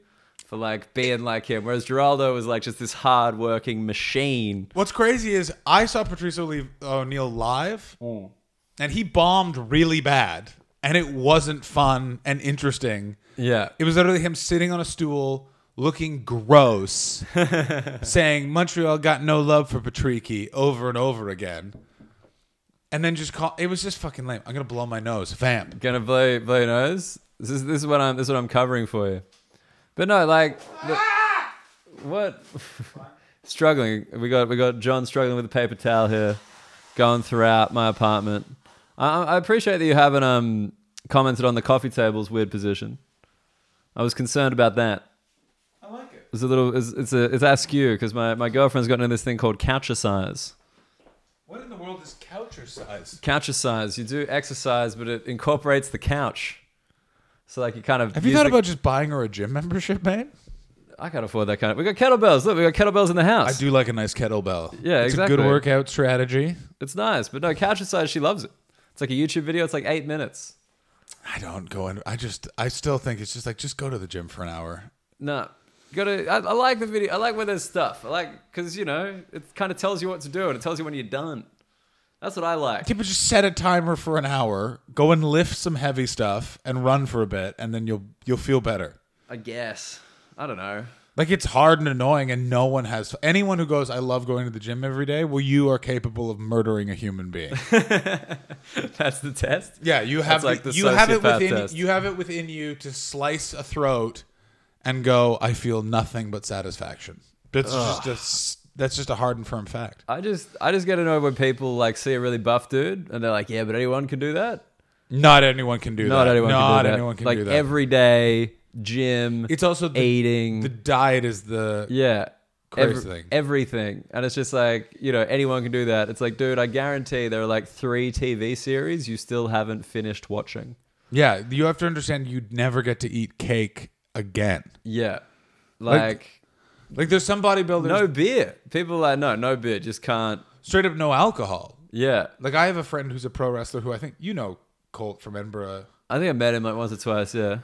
Speaker 1: for like being like him. Whereas Geraldo was like just this hard working machine.
Speaker 2: What's crazy is I saw Patrice O'Le- O'Neill live, and he bombed really bad, and it wasn't fun and interesting.
Speaker 1: Yeah.
Speaker 2: It was literally him sitting on a stool, looking gross, saying Montreal got no love for Patricky over and over again, and then just call. It was just fucking lame. I'm gonna blow my nose, vamp.
Speaker 1: Gonna blow blow your nose. This is this is what I'm this is what I'm covering for you. But no, like the- what struggling. We got we got John struggling with a paper towel here, going throughout my apartment. I, I appreciate that you haven't um commented on the coffee table's weird position. I was concerned about that.
Speaker 2: I like it.
Speaker 1: It's a little it's it's a it's askew because my, my girlfriend's gotten into this thing called couchercise.
Speaker 2: What in the world is couch size?
Speaker 1: Couchercise, you do exercise, but it incorporates the couch. So like you kind of
Speaker 2: Have you
Speaker 1: use
Speaker 2: thought
Speaker 1: the-
Speaker 2: about just buying her a gym membership, man?
Speaker 1: I can't afford that kind of. We got kettlebells. Look, we got kettlebells in the
Speaker 2: I
Speaker 1: house.
Speaker 2: do like a nice kettlebell.
Speaker 1: Yeah,
Speaker 2: it's a
Speaker 1: exactly.
Speaker 2: good workout strategy.
Speaker 1: It's nice, but no, couch aside, she loves it. It's like a YouTube video. It's like eight minutes.
Speaker 2: I don't go in. I just, I still think it's just like, just go to the gym for an hour.
Speaker 1: No, gotta. I, I like the video. I like where there's stuff. I like because you know it kind of tells you what to do and it tells you when you're done. That's what I like.
Speaker 2: Yeah, but just set a timer for an hour, go and lift some heavy stuff and run for a bit, and then you'll you'll feel better.
Speaker 1: I guess. I don't know.
Speaker 2: Like it's hard and annoying, and no one has anyone who goes, I love going to the gym every day. Well, you are capable of murdering a human being.
Speaker 1: That's the test.
Speaker 2: Yeah, you have
Speaker 1: That's like
Speaker 2: the-
Speaker 1: the
Speaker 2: you have it
Speaker 1: sociopath
Speaker 2: within
Speaker 1: test.
Speaker 2: you have it within you to slice a throat and go. I feel nothing but satisfaction. That's just a, s- that's just a hard and firm fact.
Speaker 1: I just, I just get annoyed when people like see a really buff dude and they're like, yeah, but anyone can do that.
Speaker 2: Not anyone can do that.
Speaker 1: Not anyone.
Speaker 2: Not
Speaker 1: can do that.
Speaker 2: anyone can
Speaker 1: like
Speaker 2: do that.
Speaker 1: everyday gym.
Speaker 2: it's also the,
Speaker 1: eating.
Speaker 2: the diet is the
Speaker 1: Yeah.
Speaker 2: Crazy thing.
Speaker 1: Everything. And it's just like, you know, anyone can do that. It's like, dude, I guarantee there are like three TV series you still haven't finished watching.
Speaker 2: yeah. You have to understand you'd never get to eat cake again.
Speaker 1: Yeah.
Speaker 2: Like,
Speaker 1: Like,
Speaker 2: Like there's some bodybuilders
Speaker 1: no beer. People are like, no, no beer. Just can't.
Speaker 2: straight up no alcohol.
Speaker 1: Yeah.
Speaker 2: Like I have a friend who's a pro wrestler who I think you know Colt from Edinburgh.
Speaker 1: I think I met him like once or twice. Yeah.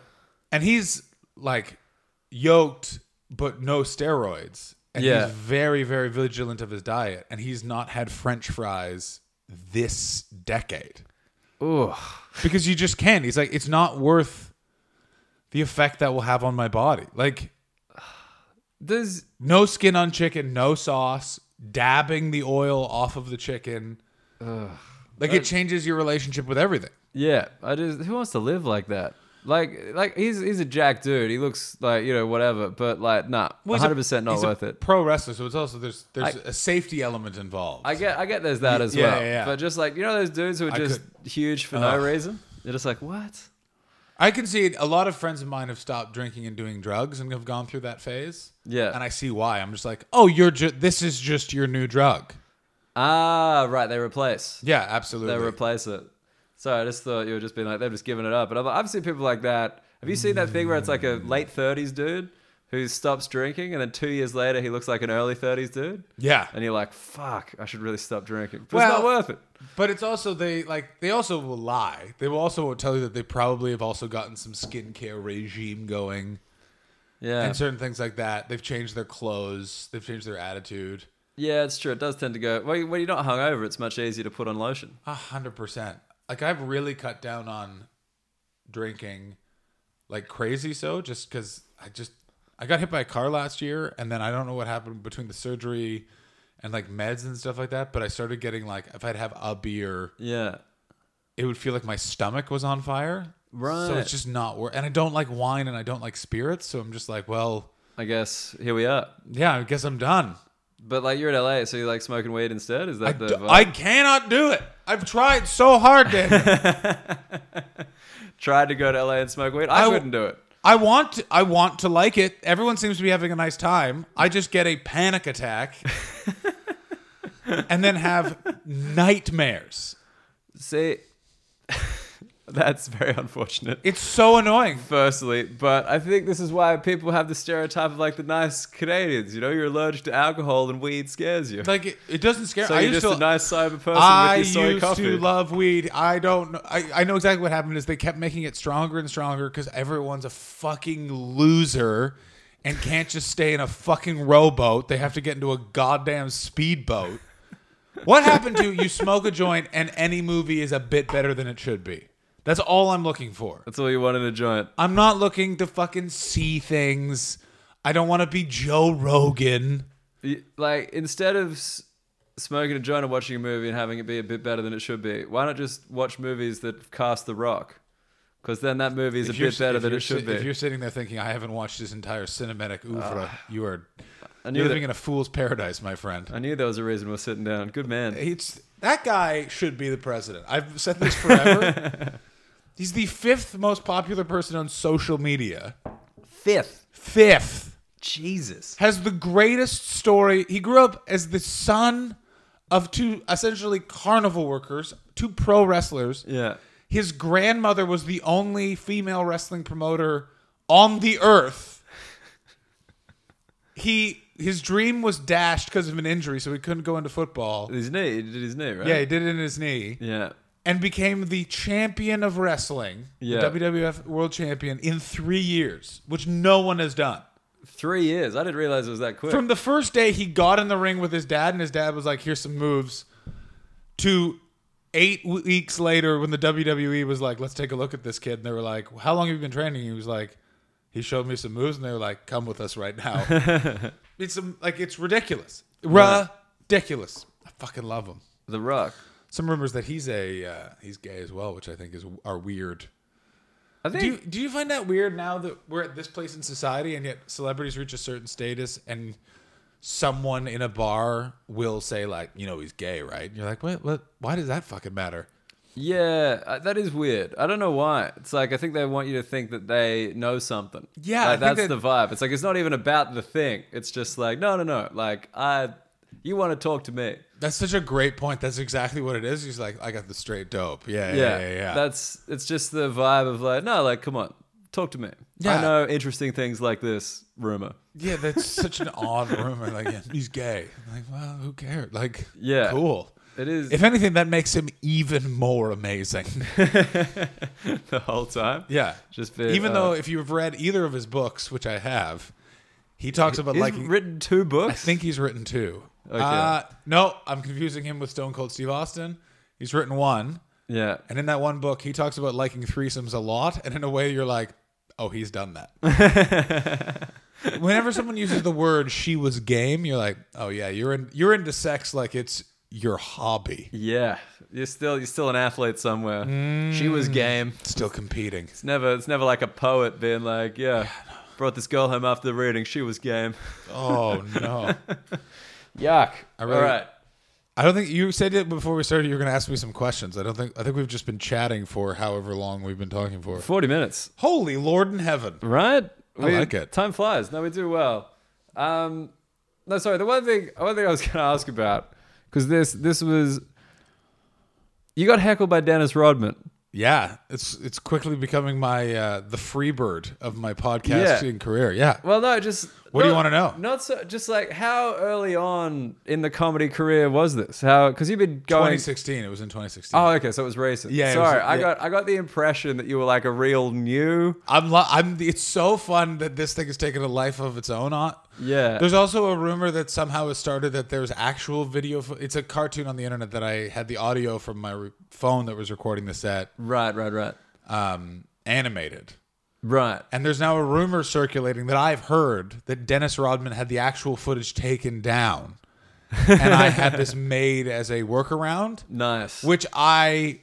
Speaker 2: and he's like yoked but no steroids and
Speaker 1: Yeah.
Speaker 2: he's very very vigilant of his diet and he's not had french fries this decade
Speaker 1: Ooh.
Speaker 2: because you just can't he's like it's not worth the effect that will have on my body like
Speaker 1: There's,
Speaker 2: no skin on chicken no sauce dabbing the oil off of the chicken like
Speaker 1: Uh,
Speaker 2: it changes your relationship with everything
Speaker 1: yeah. I just, who wants to live like that? Like, like he's he's a jack dude. He looks like you know whatever, but like nah, one hundred percent not
Speaker 2: He's a
Speaker 1: worth it.
Speaker 2: pro wrestler so it's also there's there's
Speaker 1: I-
Speaker 2: a safety element involved
Speaker 1: I get, I get. There's that as
Speaker 2: yeah,
Speaker 1: well.
Speaker 2: yeah, yeah.
Speaker 1: But just like you know, those dudes who are
Speaker 2: I
Speaker 1: just huge for
Speaker 2: Ugh.
Speaker 1: no reason. You're just like, what?
Speaker 2: I can see it. A lot of friends of mine have stopped drinking and doing drugs and have gone through that phase.
Speaker 1: Yeah.
Speaker 2: And I see why. I'm just like, oh, you're ju- this is just your new drug.
Speaker 1: Ah, right. They replace.
Speaker 2: Yeah, absolutely.
Speaker 1: They replace it. So I just thought you were just being like they've just given it up. But I've, I've seen people like that. Have you seen that thing where it's like a late thirties dude who stops drinking, and then two years later he looks like an early thirties dude,
Speaker 2: yeah.
Speaker 1: and you're like, fuck, I should really stop drinking. But
Speaker 2: Well-
Speaker 1: it's not worth it.
Speaker 2: But it's also they like they also will lie. They will also will tell you that they probably have also gotten some skincare regime going
Speaker 1: Yeah.
Speaker 2: and certain things like that. They've changed their clothes. They've changed their attitude.
Speaker 1: yeah, it's true. It does tend to go. Well, you- when you're not hungover, it's much easier to put on lotion.
Speaker 2: A hundred percent. Like I've really cut down on drinking like crazy so just because I just I got hit by a car last year and then I don't know what happened between the surgery and like meds and stuff like that, but I started getting like if I'd have a beer,
Speaker 1: Yeah.
Speaker 2: it would feel like my stomach was on fire. So
Speaker 1: Right.
Speaker 2: it's just not worth and I don't like wine and I don't like spirits, so I'm just like, well,
Speaker 1: I guess here we are.
Speaker 2: yeah, I guess I'm done.
Speaker 1: But like you're in LA, so you like smoking weed instead? Is that
Speaker 2: I,
Speaker 1: the
Speaker 2: d-
Speaker 1: vibe?
Speaker 2: I cannot do it. I've tried so hard, Daniel.
Speaker 1: tried to go to LA and smoke weed. I,
Speaker 2: I w-
Speaker 1: wouldn't do it.
Speaker 2: I want to, I want to like it. Everyone seems to be having a nice time. I just get a panic attack and then have nightmares.
Speaker 1: See, That's very unfortunate.
Speaker 2: It's so annoying.
Speaker 1: Firstly, but I think this is why people have the stereotype of like the nice Canadians. You know, you're allergic to alcohol and weed scares you.
Speaker 2: Like it, it doesn't scare.
Speaker 1: so
Speaker 2: I
Speaker 1: you're
Speaker 2: used
Speaker 1: just
Speaker 2: to.
Speaker 1: a nice cyber person
Speaker 2: I
Speaker 1: with your soy
Speaker 2: used
Speaker 1: coffee.
Speaker 2: to love weed. I don't. Know, I I know exactly what happened. Is they kept making it stronger and stronger because everyone's a fucking loser and can't just stay in a fucking rowboat. They have to get into a goddamn speedboat. What happened to you? Smoke a joint and any movie is a bit better than it should be. That's all I'm looking for.
Speaker 1: That's all you wanted a joint.
Speaker 2: I'm not looking to fucking see things. I don't want to be Joe Rogan.
Speaker 1: You- Like instead of s- smoking a joint and watching a movie and having it be a bit better than it should be, why not just watch movies that cast The Rock? Because then that movie is a
Speaker 2: you're-
Speaker 1: bit better
Speaker 2: if
Speaker 1: than
Speaker 2: you're
Speaker 1: it should
Speaker 2: sit-
Speaker 1: be. Uh,
Speaker 2: If you're sitting there thinking, I haven't watched this entire cinematic oeuvre, you are
Speaker 1: I
Speaker 2: you're
Speaker 1: knew
Speaker 2: living
Speaker 1: that-
Speaker 2: in a fool's paradise, my friend.
Speaker 1: I knew there was a reason we're sitting down. Good man.
Speaker 2: It's, that guy should be the president. I've said this forever. He's the fifth most popular person on social media.
Speaker 1: Fifth.
Speaker 2: Fifth.
Speaker 1: Jesus.
Speaker 2: Has the greatest story. He grew up as the son of two essentially carnival workers, two pro wrestlers.
Speaker 1: Yeah.
Speaker 2: His grandmother was the only female wrestling promoter on the earth. He his dream was dashed because of an injury, so he couldn't go into football.
Speaker 1: His knee. He did his knee, right?
Speaker 2: Yeah, he did it in his knee
Speaker 1: Yeah.
Speaker 2: and became the champion of wrestling, the
Speaker 1: Yeah.
Speaker 2: WWF World Champion in three years, which no one has done.
Speaker 1: Three years. I didn't realize it was that quick.
Speaker 2: From the first day he got in the ring with his dad, and his dad was like, "Here's some moves," to eight weeks later when the WWE was like, "Let's take a look at this kid," and they were like, "How long have you been training?" He was like, "He showed me some moves," and they were like, "Come with us right now." it's um, like it's ridiculous, ridiculous. I fucking love him.
Speaker 1: the Rock.
Speaker 2: Some rumors that he's a uh, he's gay as well, which I think is are weird.
Speaker 1: I think.
Speaker 2: Do you, do you find that weird now that we're at this place in society and yet celebrities reach a certain status and someone in a bar will say like, you know, he's gay, right? And you're like, what? What? Why does that fucking matter?
Speaker 1: yeah, uh, that is weird. I don't know why. It's like I think they want you to think that they know something.
Speaker 2: Yeah, I
Speaker 1: like,
Speaker 2: think
Speaker 1: that's
Speaker 2: that-
Speaker 1: the vibe. It's like it's not even about the thing. It's just like no, no, no. Like I, you want to talk to me?
Speaker 2: That's such a great point. That's exactly what it is. He's like, I got the straight dope. Yeah, yeah, yeah, yeah. yeah.
Speaker 1: That's it's just the vibe of like no, like come on, talk to me.
Speaker 2: Yeah.
Speaker 1: I know interesting things like this rumor.
Speaker 2: yeah, that's such an odd rumor. Like, yeah, he's gay. I'm like, well, who cares? Like,
Speaker 1: Yeah.
Speaker 2: cool.
Speaker 1: It is
Speaker 2: If anything, that makes him even more amazing.
Speaker 1: the whole time.
Speaker 2: Yeah.
Speaker 1: Just been,
Speaker 2: even
Speaker 1: uh,
Speaker 2: though if you've read either of his books, which I have, he talks about
Speaker 1: He's
Speaker 2: like
Speaker 1: written two
Speaker 2: I
Speaker 1: books.
Speaker 2: think he's written two. Uh, no, I'm confusing him with Stone Cold Steve Austin. He's written one,
Speaker 1: yeah.
Speaker 2: and in that one book, he talks about liking threesomes a lot, and in a way, you're like, oh, he's done that. Whenever someone uses the word "she was game," you're like, oh yeah, you're in, you're into sex like it's your hobby.
Speaker 1: Yeah, you're still you're still an athlete somewhere.
Speaker 2: Mm.
Speaker 1: She was game.
Speaker 2: Still competing.
Speaker 1: It's never it's never like a poet being like, yeah, brought this girl home after the reading. She was game.
Speaker 2: Oh no.
Speaker 1: Yuck.
Speaker 2: really-
Speaker 1: All right.
Speaker 2: I don't think you said it before we started. You were going to ask me some questions. I don't think. I think we've just been chatting for however long we've been talking for.
Speaker 1: Forty minutes.
Speaker 2: Holy Lord in heaven!
Speaker 1: Right? I
Speaker 2: like it.
Speaker 1: Time flies. No, we do well. Um, no, sorry. The one thing, one thing I was going to ask about, because this this was, you got heckled by Dennis Rodman.
Speaker 2: Yeah, it's it's quickly becoming my uh, the freebird of my podcasting career. Yeah,
Speaker 1: Well, no, just
Speaker 2: What do you
Speaker 1: not-
Speaker 2: wanna know?
Speaker 1: Not so, just like how early on in the comedy career was this? How because you've been going.
Speaker 2: 2016. It was in 2016.
Speaker 1: Oh, okay. So it was recent.
Speaker 2: Yeah, it was-
Speaker 1: Sorry, I
Speaker 2: yeah.
Speaker 1: got I got the impression that you were like a real new.
Speaker 2: I'm lo- I'm. It's so fun that this thing has taken a life of its own. On
Speaker 1: Yeah.
Speaker 2: There's also a rumor that somehow has started that there's actual video. Fo- it's a cartoon on the internet that I had the audio from my re- phone that was recording this at
Speaker 1: Right. Right. Right.
Speaker 2: um, animated.
Speaker 1: Right.
Speaker 2: And there's now a rumor circulating that I've heard that Dennis Rodman had the actual footage taken down. and I had this made as a workaround,
Speaker 1: Nice.
Speaker 2: which I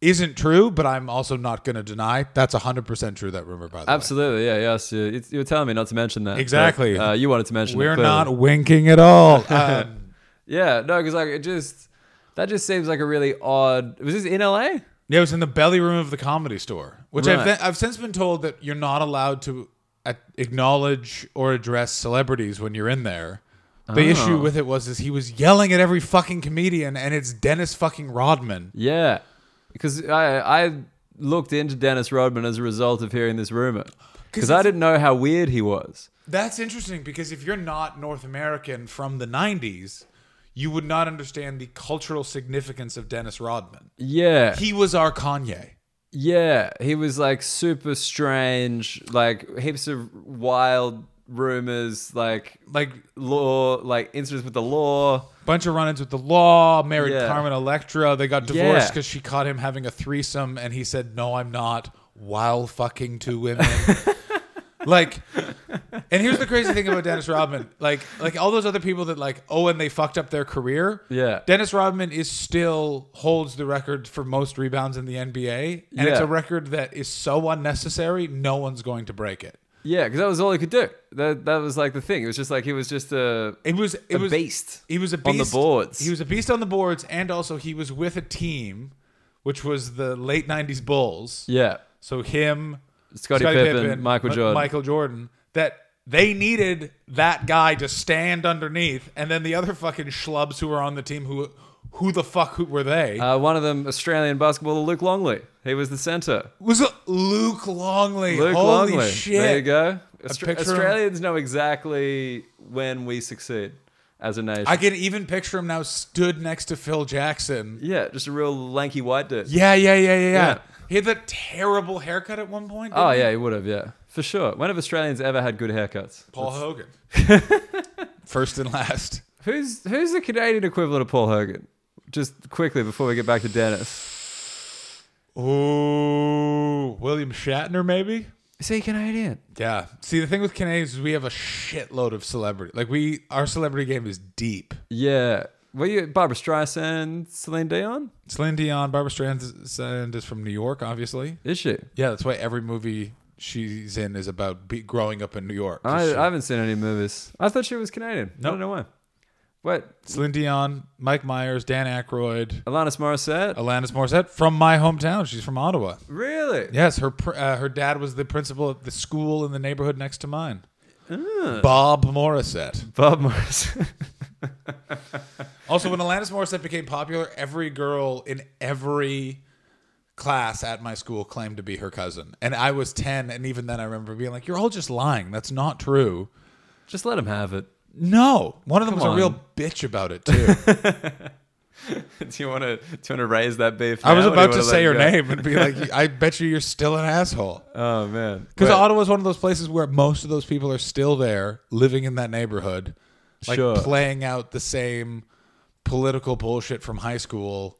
Speaker 2: isn't true, but I'm also not going to deny. That's 100% true, that rumor, by the
Speaker 1: Absolutely, yeah, yes. You, you- you were telling me not to mention that. but,
Speaker 2: Exactly.
Speaker 1: uh, you wanted to mention.
Speaker 2: way.
Speaker 1: it,
Speaker 2: We're
Speaker 1: clearly.
Speaker 2: not winking at all. Um,
Speaker 1: Yeah, no, because like it just that just seems like a really odd. Was this in LA?
Speaker 2: yeah, it was in the belly room of the comedy store, which I've,
Speaker 1: Right.
Speaker 2: th- I've since been told that you're not allowed to uh, acknowledge or address celebrities when you're in there. The issue with it was is he was yelling at every fucking comedian, and it's Dennis fucking Rodman.
Speaker 1: Yeah, because I I looked into Dennis Rodman as a result of hearing this rumor because I didn't know how weird he was.
Speaker 2: That's interesting because if you're not North American from the 90s, you would not understand the cultural significance of Dennis Rodman.
Speaker 1: Yeah,
Speaker 2: He was our Kanye.
Speaker 1: yeah, he was like super strange, like heaps of wild rumors, like
Speaker 2: Like
Speaker 1: law, like incidents with the law.
Speaker 2: bunch of run-ins with the law, married
Speaker 1: Yeah.
Speaker 2: Carmen Electra, they got divorced
Speaker 1: Yeah.
Speaker 2: because she caught him having a threesome and he said, "No, I'm not." While fucking two women. like and here's the crazy thing about Dennis Rodman. Like like all those other people that like, "Oh, and they fucked up their career."
Speaker 1: Yeah.
Speaker 2: Dennis Rodman is still holds the record for most rebounds in the NBA, and it's
Speaker 1: Yeah.
Speaker 2: a record that is so unnecessary, no one's going to break it.
Speaker 1: Yeah, because that was all he could do. That that was like the thing. It was just like he was just a
Speaker 2: It was it
Speaker 1: A
Speaker 2: was
Speaker 1: beast
Speaker 2: He was a beast
Speaker 1: on the boards.
Speaker 2: He was a beast on the boards, and also he was with a team, which was the late '90s Bulls.
Speaker 1: yeah.
Speaker 2: So him,
Speaker 1: Scottie Pippen, Michael
Speaker 2: Mi-
Speaker 1: Jordan.
Speaker 2: Michael Jordan. That they needed that guy to stand underneath, and then the other fucking schlubs who were on the team who. Who the fuck who were they?
Speaker 1: Uh, one of them, Australian basketballer Luke Longley. He was the center.
Speaker 2: was it Luke Longley?
Speaker 1: Luke
Speaker 2: Holy
Speaker 1: Longley.
Speaker 2: shit!
Speaker 1: There you go. Austra-
Speaker 2: picture him-
Speaker 1: Australians know exactly when we succeed as a nation.
Speaker 2: I can even picture him now stood next to Phil Jackson.
Speaker 1: yeah, just a real lanky white dude.
Speaker 2: Yeah, yeah, yeah, yeah, yeah.
Speaker 1: Yeah.
Speaker 2: He had that terrible haircut at one point.
Speaker 1: Oh
Speaker 2: didn't he?
Speaker 1: yeah, he would have. Yeah, for sure. When have Australians ever had good haircuts?
Speaker 2: Paul Hogan. First and last.
Speaker 1: Who's who's the Canadian equivalent of Paul Hogan? Just quickly before we get back to Dennis.
Speaker 2: Ooh, William Shatner, maybe?
Speaker 1: Is he Canadian?
Speaker 2: Yeah. See, the thing with Canadians is we have a shitload of celebrity. Like we, our celebrity game is deep.
Speaker 1: Yeah. Were you Barbara Streisand, Celine Dion?
Speaker 2: Celine Dion, Barbara Streisand is from New York, obviously.
Speaker 1: Is she?
Speaker 2: Yeah, that's why every movie she's in is about be- growing up in New York.
Speaker 1: I,
Speaker 2: She-
Speaker 1: I haven't seen any movies. I thought she was Canadian. I
Speaker 2: Nope.
Speaker 1: don't know why. Wait,
Speaker 2: Celine Dion, Mike Myers, Dan Aykroyd,
Speaker 1: Alanis Morissette?
Speaker 2: Alanis Morissette from my hometown. She's from Ottawa.
Speaker 1: Really?
Speaker 2: Yes, her pr- uh, her dad was the principal at the school in the neighborhood next to mine. Bob Morissette.
Speaker 1: Bob Morris.
Speaker 2: Also, when Alanis Morissette became popular, every girl in every class at my school claimed to be her cousin. And I was 10, and even then I remember being like, You're all just lying. That's not true.
Speaker 1: Just let him have it.
Speaker 2: No. One of them
Speaker 1: Come
Speaker 2: was a real
Speaker 1: on.
Speaker 2: bitch about it, too.
Speaker 1: do you want to do you want to raise that beef?
Speaker 2: I was
Speaker 1: now, or do you
Speaker 2: about
Speaker 1: wanna
Speaker 2: to
Speaker 1: let
Speaker 2: say
Speaker 1: it
Speaker 2: her
Speaker 1: go?
Speaker 2: name and be like, I bet you you're still an asshole.
Speaker 1: Oh man.
Speaker 2: Because
Speaker 1: Wait,
Speaker 2: Ottawa's one of those places where most of those people are still there, living in that neighborhood, like
Speaker 1: Sure.
Speaker 2: playing out the same political bullshit from high school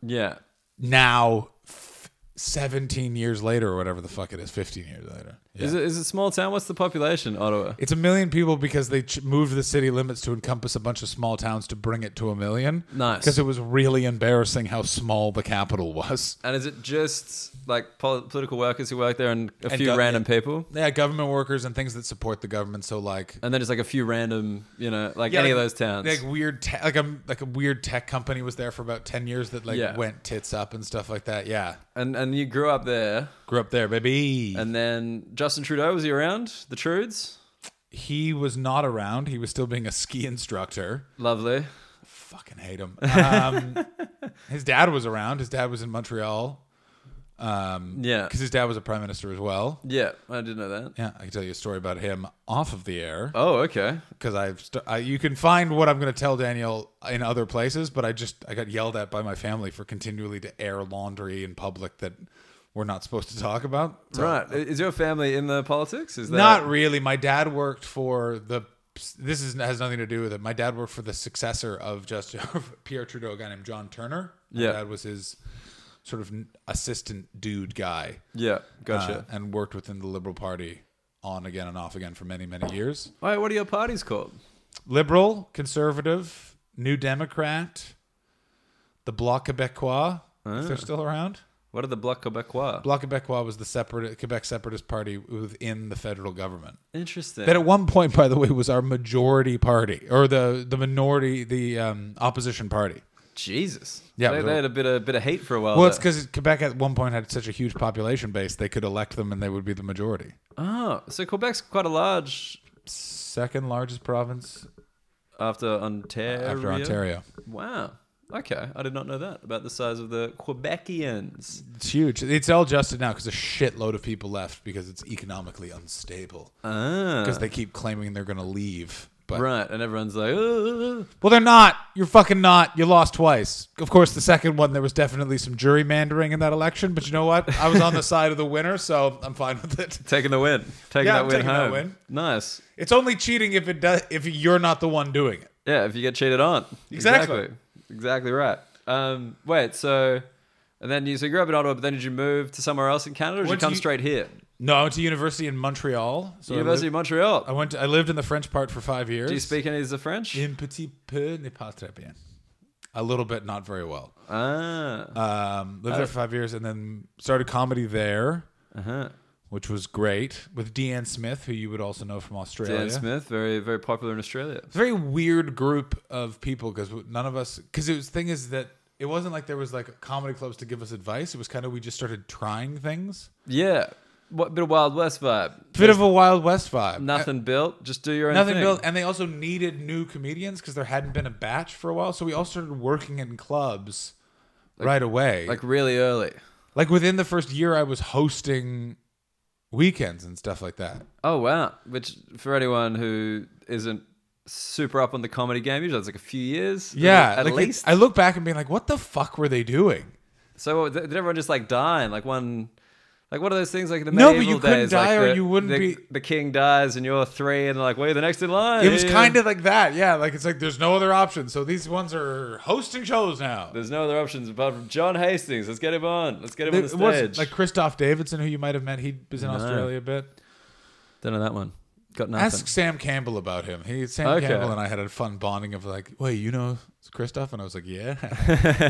Speaker 1: yeah.
Speaker 2: now, f- 17 years later, or whatever the fuck it is, 15 years later. Yeah.
Speaker 1: Is it is it small town? What's the population? Ottawa.
Speaker 2: It's a million people because they ch- moved the city limits to encompass a bunch of small towns to bring it to a million.
Speaker 1: Nice.
Speaker 2: Because it was really embarrassing how small the capital was.
Speaker 1: And is it just like pol- political workers who work there and a
Speaker 2: And
Speaker 1: few
Speaker 2: go-
Speaker 1: random people?
Speaker 2: Yeah, government workers and things that support the government. So, like,
Speaker 1: And then just like a few random, you know, like
Speaker 2: Yeah,
Speaker 1: any
Speaker 2: like-
Speaker 1: of those towns.
Speaker 2: Like weird, te- like a like a weird tech company was there for about ten years that like
Speaker 1: Yeah.
Speaker 2: went tits up and stuff like that. Yeah,
Speaker 1: and and you grew up there.
Speaker 2: grew up there, baby.
Speaker 1: And then Justin Trudeau was he around? The Trudes.
Speaker 2: he was not around. He was still being a ski instructor.
Speaker 1: Lovely.
Speaker 2: Fucking hate him. Um, his dad was around. His dad was in Montreal. Um,
Speaker 1: Yeah.
Speaker 2: because his dad was a prime minister as well.
Speaker 1: Yeah, I didn't know that.
Speaker 2: Yeah, I can tell you a story about him off of the air
Speaker 1: Oh, okay.
Speaker 2: because I've st- I, you can find what I'm going to tell Daniel in other places, but I just I got yelled at by my family for continually to air laundry in public that we're not supposed to talk about. So-
Speaker 1: Right. Is your family in the politics? Is that
Speaker 2: Not really. My dad worked for the. This is has nothing to do with it. My dad worked for the successor of just Pierre Trudeau, a guy named John Turner. My
Speaker 1: Yeah.
Speaker 2: dad was his sort of n- assistant dude guy.
Speaker 1: Yeah,
Speaker 2: uh,
Speaker 1: gotcha.
Speaker 2: and worked within the Liberal Party on again and off again for many many years.
Speaker 1: All right, what are your parties called?
Speaker 2: liberal, conservative, New Democrat, the Bloc Québécois, if they're still around.
Speaker 1: What are the Bloc Québécois?
Speaker 2: Bloc Québécois was the separate Quebec separatist party within the federal government.
Speaker 1: Interesting.
Speaker 2: That at one point, by the way, was our majority party or the the minority, the um, opposition party.
Speaker 1: Jesus.
Speaker 2: Yeah,
Speaker 1: they,
Speaker 2: but-
Speaker 1: they had a bit of bit of hate for a while.
Speaker 2: Well, it's
Speaker 1: there.
Speaker 2: because Quebec at one point had such a huge population base, they could elect them and they would be the majority.
Speaker 1: oh, so Quebec's quite a large
Speaker 2: Second largest province
Speaker 1: after Ontario.
Speaker 2: after Ontario.
Speaker 1: Wow. Okay, I did not know that about the size of the Quebecians.
Speaker 2: It's huge. It's all adjusted now because a shitload of people left because it's economically unstable.
Speaker 1: Ah,
Speaker 2: Because they keep claiming they're going to leave. But
Speaker 1: right, and everyone's like, "Ugh."
Speaker 2: Well, they're not. You're fucking not. You lost twice. Of course, the second one, there was definitely some gerrymandering in that election. But you know what? I was on the side of the winner, so I'm fine with it.
Speaker 1: taking the win, taking
Speaker 2: Yeah,
Speaker 1: that
Speaker 2: I'm
Speaker 1: win
Speaker 2: taking that
Speaker 1: home.
Speaker 2: win.
Speaker 1: Nice.
Speaker 2: It's only cheating if it does if you're not the one doing it.
Speaker 1: Yeah, if you get cheated on.
Speaker 2: Exactly.
Speaker 1: Exactly, Exactly right. Um, wait, so and then you so you grew up in Ottawa, but then did you move to somewhere else in Canada, or did you
Speaker 2: Went to
Speaker 1: come
Speaker 2: U-
Speaker 1: straight here?
Speaker 2: No, I went to university in Montreal. So I
Speaker 1: University
Speaker 2: lived-
Speaker 1: of Montreal.
Speaker 2: I, went. To, I lived in the French part for five years.
Speaker 1: Do you speak any of the French?
Speaker 2: Un petit peu, n'est pas très bien. A little bit, not very well.
Speaker 1: Ah,
Speaker 2: Um, lived there for five years, and then started comedy there,
Speaker 1: uh-huh.
Speaker 2: which was great with Deanne Smith, who you would also know from Australia.
Speaker 1: Dan Smith, very very popular in Australia.
Speaker 2: It's a very weird group of people because none of us because it was thing is that it wasn't like there was like comedy clubs to give us advice. It was kind of we just started trying things.
Speaker 1: Yeah, what bit of Wild West vibe?
Speaker 2: Bit of a Wild West vibe.
Speaker 1: Nothing built, just do your own
Speaker 2: Uh, nothing
Speaker 1: thing.
Speaker 2: built, and they also needed new comedians because there hadn't been a batch for a while. So we all started working in clubs right away.
Speaker 1: like really early.
Speaker 2: like within the first year, I was hosting weekends and stuff like that.
Speaker 1: Oh wow! Which for anyone who isn't super up on the comedy game, usually it's like a few years.
Speaker 2: Yeah,
Speaker 1: at
Speaker 2: like,
Speaker 1: least.
Speaker 2: I look back and being like, "What the fuck were they doing?"
Speaker 1: So what, did everyone just like die in like one, like one of those things like in the
Speaker 2: No, but
Speaker 1: medieval
Speaker 2: you couldn't
Speaker 1: days,
Speaker 2: die
Speaker 1: like
Speaker 2: or
Speaker 1: the,
Speaker 2: you wouldn't
Speaker 1: the,
Speaker 2: be-
Speaker 1: The king dies and you're three, and like we're the next in line.
Speaker 2: It was kind of like that, yeah. Like it's like there's no other option, so these ones are hosting shows now.
Speaker 1: There's no other options apart from John Hastings. Let's get him on. Let's get him on the
Speaker 2: It was-
Speaker 1: stage.
Speaker 2: like Christoph Davidson, who you might have met, he was in Australia a bit.
Speaker 1: Don't know that one. Got nothing.
Speaker 2: Ask Sam Campbell about him. He Sam
Speaker 1: Okay.
Speaker 2: Campbell and I had a fun bonding of like, wait, you know Christoph? And I was like, yeah.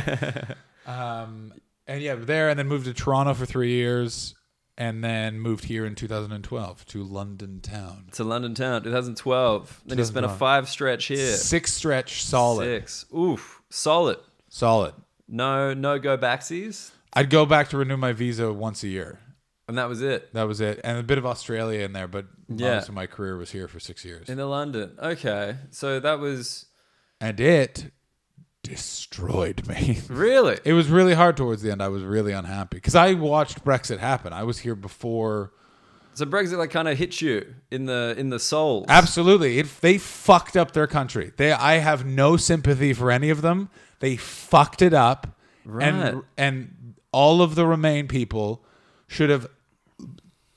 Speaker 2: um, and yeah, there and then moved to Toronto for three years, and then moved here in 2012 to London town.
Speaker 1: to London town, 2012. Then you spent a
Speaker 2: 2012.
Speaker 1: five stretch here.
Speaker 2: Six stretch, solid,
Speaker 1: Six. Oof. Solid.
Speaker 2: solid.
Speaker 1: No, no go backsies.
Speaker 2: I'd go back to renew my visa once a year.
Speaker 1: And that was it.
Speaker 2: That was it, and a bit of Australia in there, but
Speaker 1: Yeah.
Speaker 2: most of my career was here for six years.
Speaker 1: In the London. Okay. So that was
Speaker 2: and it destroyed me.
Speaker 1: really.
Speaker 2: it was really hard towards the end. I was really unhappy because I watched Brexit happen. I was here before.
Speaker 1: So Brexit like kind of hit you in the in the soul.
Speaker 2: Absolutely, it, they fucked up their country. They, I have no sympathy for any of them. They fucked it up,
Speaker 1: Right.
Speaker 2: and and all of the Remain people should have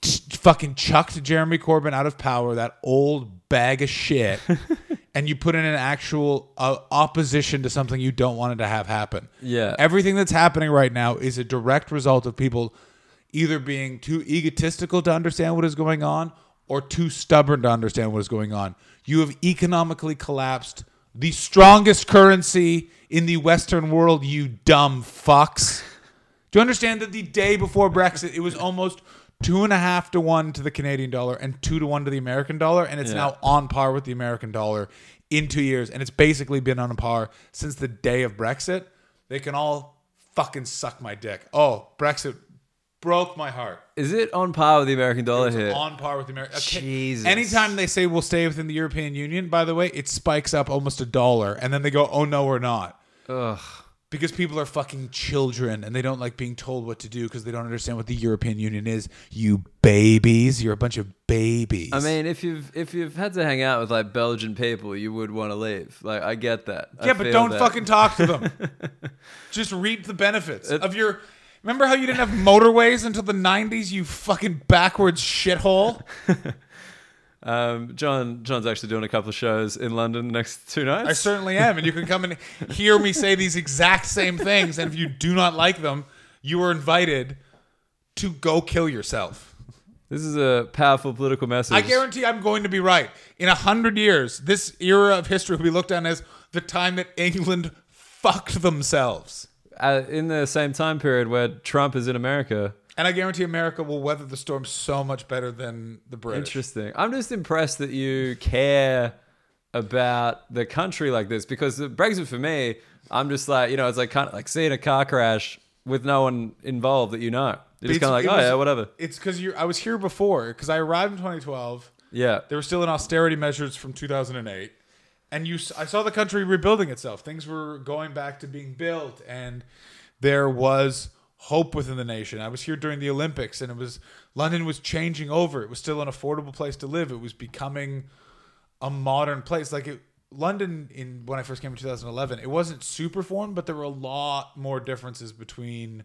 Speaker 2: t- fucking chucked Jeremy Corbyn out of power, that old bag of shit, and you put in an actual uh, opposition to something you don't want it to have happen.
Speaker 1: Yeah.
Speaker 2: Everything that's happening right now is a direct result of people either being too egotistical to understand what is going on or too stubborn to understand what is going on. You have economically collapsed the strongest currency in the Western world, you dumb fucks. Do you understand that the day before Brexit, it was almost two and a half to one to the Canadian dollar and two to one to the American dollar, and it's now on par with the American dollar in two years, and it's basically been on par since the day of Brexit. They can all fucking suck my dick. Oh, Brexit broke my heart.
Speaker 1: Is it on par with the American dollar here?
Speaker 2: On par with the American.
Speaker 1: Jesus.
Speaker 2: Anytime they say we'll stay within the European Union, by the way, it spikes up almost a dollar, and then they go, "Oh no, we're not."
Speaker 1: Ugh.
Speaker 2: because people are fucking children and they don't like being told what to do because they don't understand what the European Union is. You babies, you're a bunch of babies.
Speaker 1: I mean, if you've if you've had to hang out with like Belgian people, you would want to leave. Like I get that. I
Speaker 2: yeah, but
Speaker 1: feel
Speaker 2: don't
Speaker 1: that.
Speaker 2: fucking talk to them. Just reap the benefits of your. Remember how you didn't have motorways until the '90s? You fucking backwards shithole.
Speaker 1: Um, John John's actually doing a couple of shows in London the next two nights.
Speaker 2: I certainly am, and you can come and hear me say these exact same things. And if you do not like them, you are invited to go kill yourself.
Speaker 1: this is a powerful political message.
Speaker 2: I guarantee I'm going to be right. In a hundred years, this era of history will be looked on as the time that England fucked themselves.
Speaker 1: uh, in the same time period where Trump is in America.
Speaker 2: And I guarantee America will weather the storm so much better than the British.
Speaker 1: Interesting. I'm just impressed that you care about the country like this because the Brexit for me, I'm just like, you know, it's like kind of like seeing a car crash with no one involved that you know. You're just
Speaker 2: It's-
Speaker 1: kind of like,
Speaker 2: it
Speaker 1: oh
Speaker 2: was-
Speaker 1: yeah, whatever.
Speaker 2: It's because you. I was here before because I arrived in 2012.
Speaker 1: Yeah.
Speaker 2: They were still in austerity measures from 2008, and you s- I saw the country rebuilding itself. Things were going back to being built and there was hope within the nation. I was here during the Olympics and it was London was changing over. It was still an affordable place to live. It was becoming a modern place like it London in when I first came in 2011, it wasn't super foreign, but there were a lot more differences between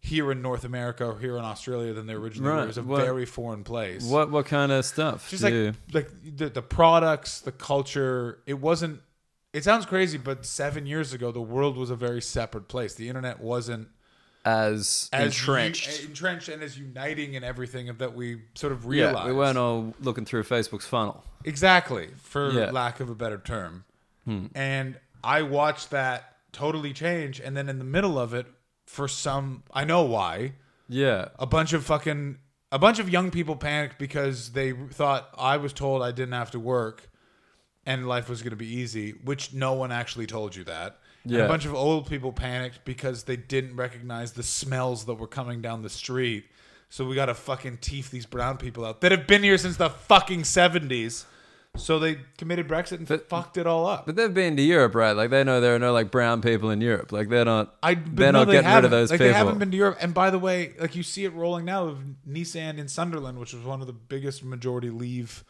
Speaker 2: here in North America or here in Australia than there originally were.
Speaker 1: Right.
Speaker 2: It was a
Speaker 1: Well,
Speaker 2: very foreign place.
Speaker 1: What what kind of stuff?
Speaker 2: Just
Speaker 1: do you-
Speaker 2: like like the, the products, the culture. It wasn't. It sounds crazy, but seven years ago, the world was a very separate place. The internet wasn't
Speaker 1: as,
Speaker 2: as
Speaker 1: entrenched.
Speaker 2: u- entrenched, and as uniting in everything of- that we sort of realized.
Speaker 1: yeah, we weren't all looking through Facebook's funnel.
Speaker 2: Exactly, for
Speaker 1: Yeah. Hmm.
Speaker 2: lack of a better term. And I watched that totally change, and then in the middle of it, for some, I know why,
Speaker 1: Yeah,
Speaker 2: a bunch of fucking, a bunch of young people panicked because they thought I was told I didn't have to work and life was going to be easy, which no one actually told you that. And
Speaker 1: Yeah.
Speaker 2: a bunch of old people panicked because they didn't recognize the smells that were coming down the street. So we got to fucking teeth these brown people out that have been here since the fucking 70s. So they committed Brexit and fucked it all up.
Speaker 1: but they've been to Europe, right? Like they know there are no like brown people in Europe. Like they're not.
Speaker 2: I, but
Speaker 1: they're
Speaker 2: no,
Speaker 1: not
Speaker 2: they
Speaker 1: getting rid
Speaker 2: haven't.
Speaker 1: of those
Speaker 2: like,
Speaker 1: people.
Speaker 2: They haven't been to Europe. And by the way, like you see it rolling now of Nissan in Sunderland, which was one of the biggest majority leave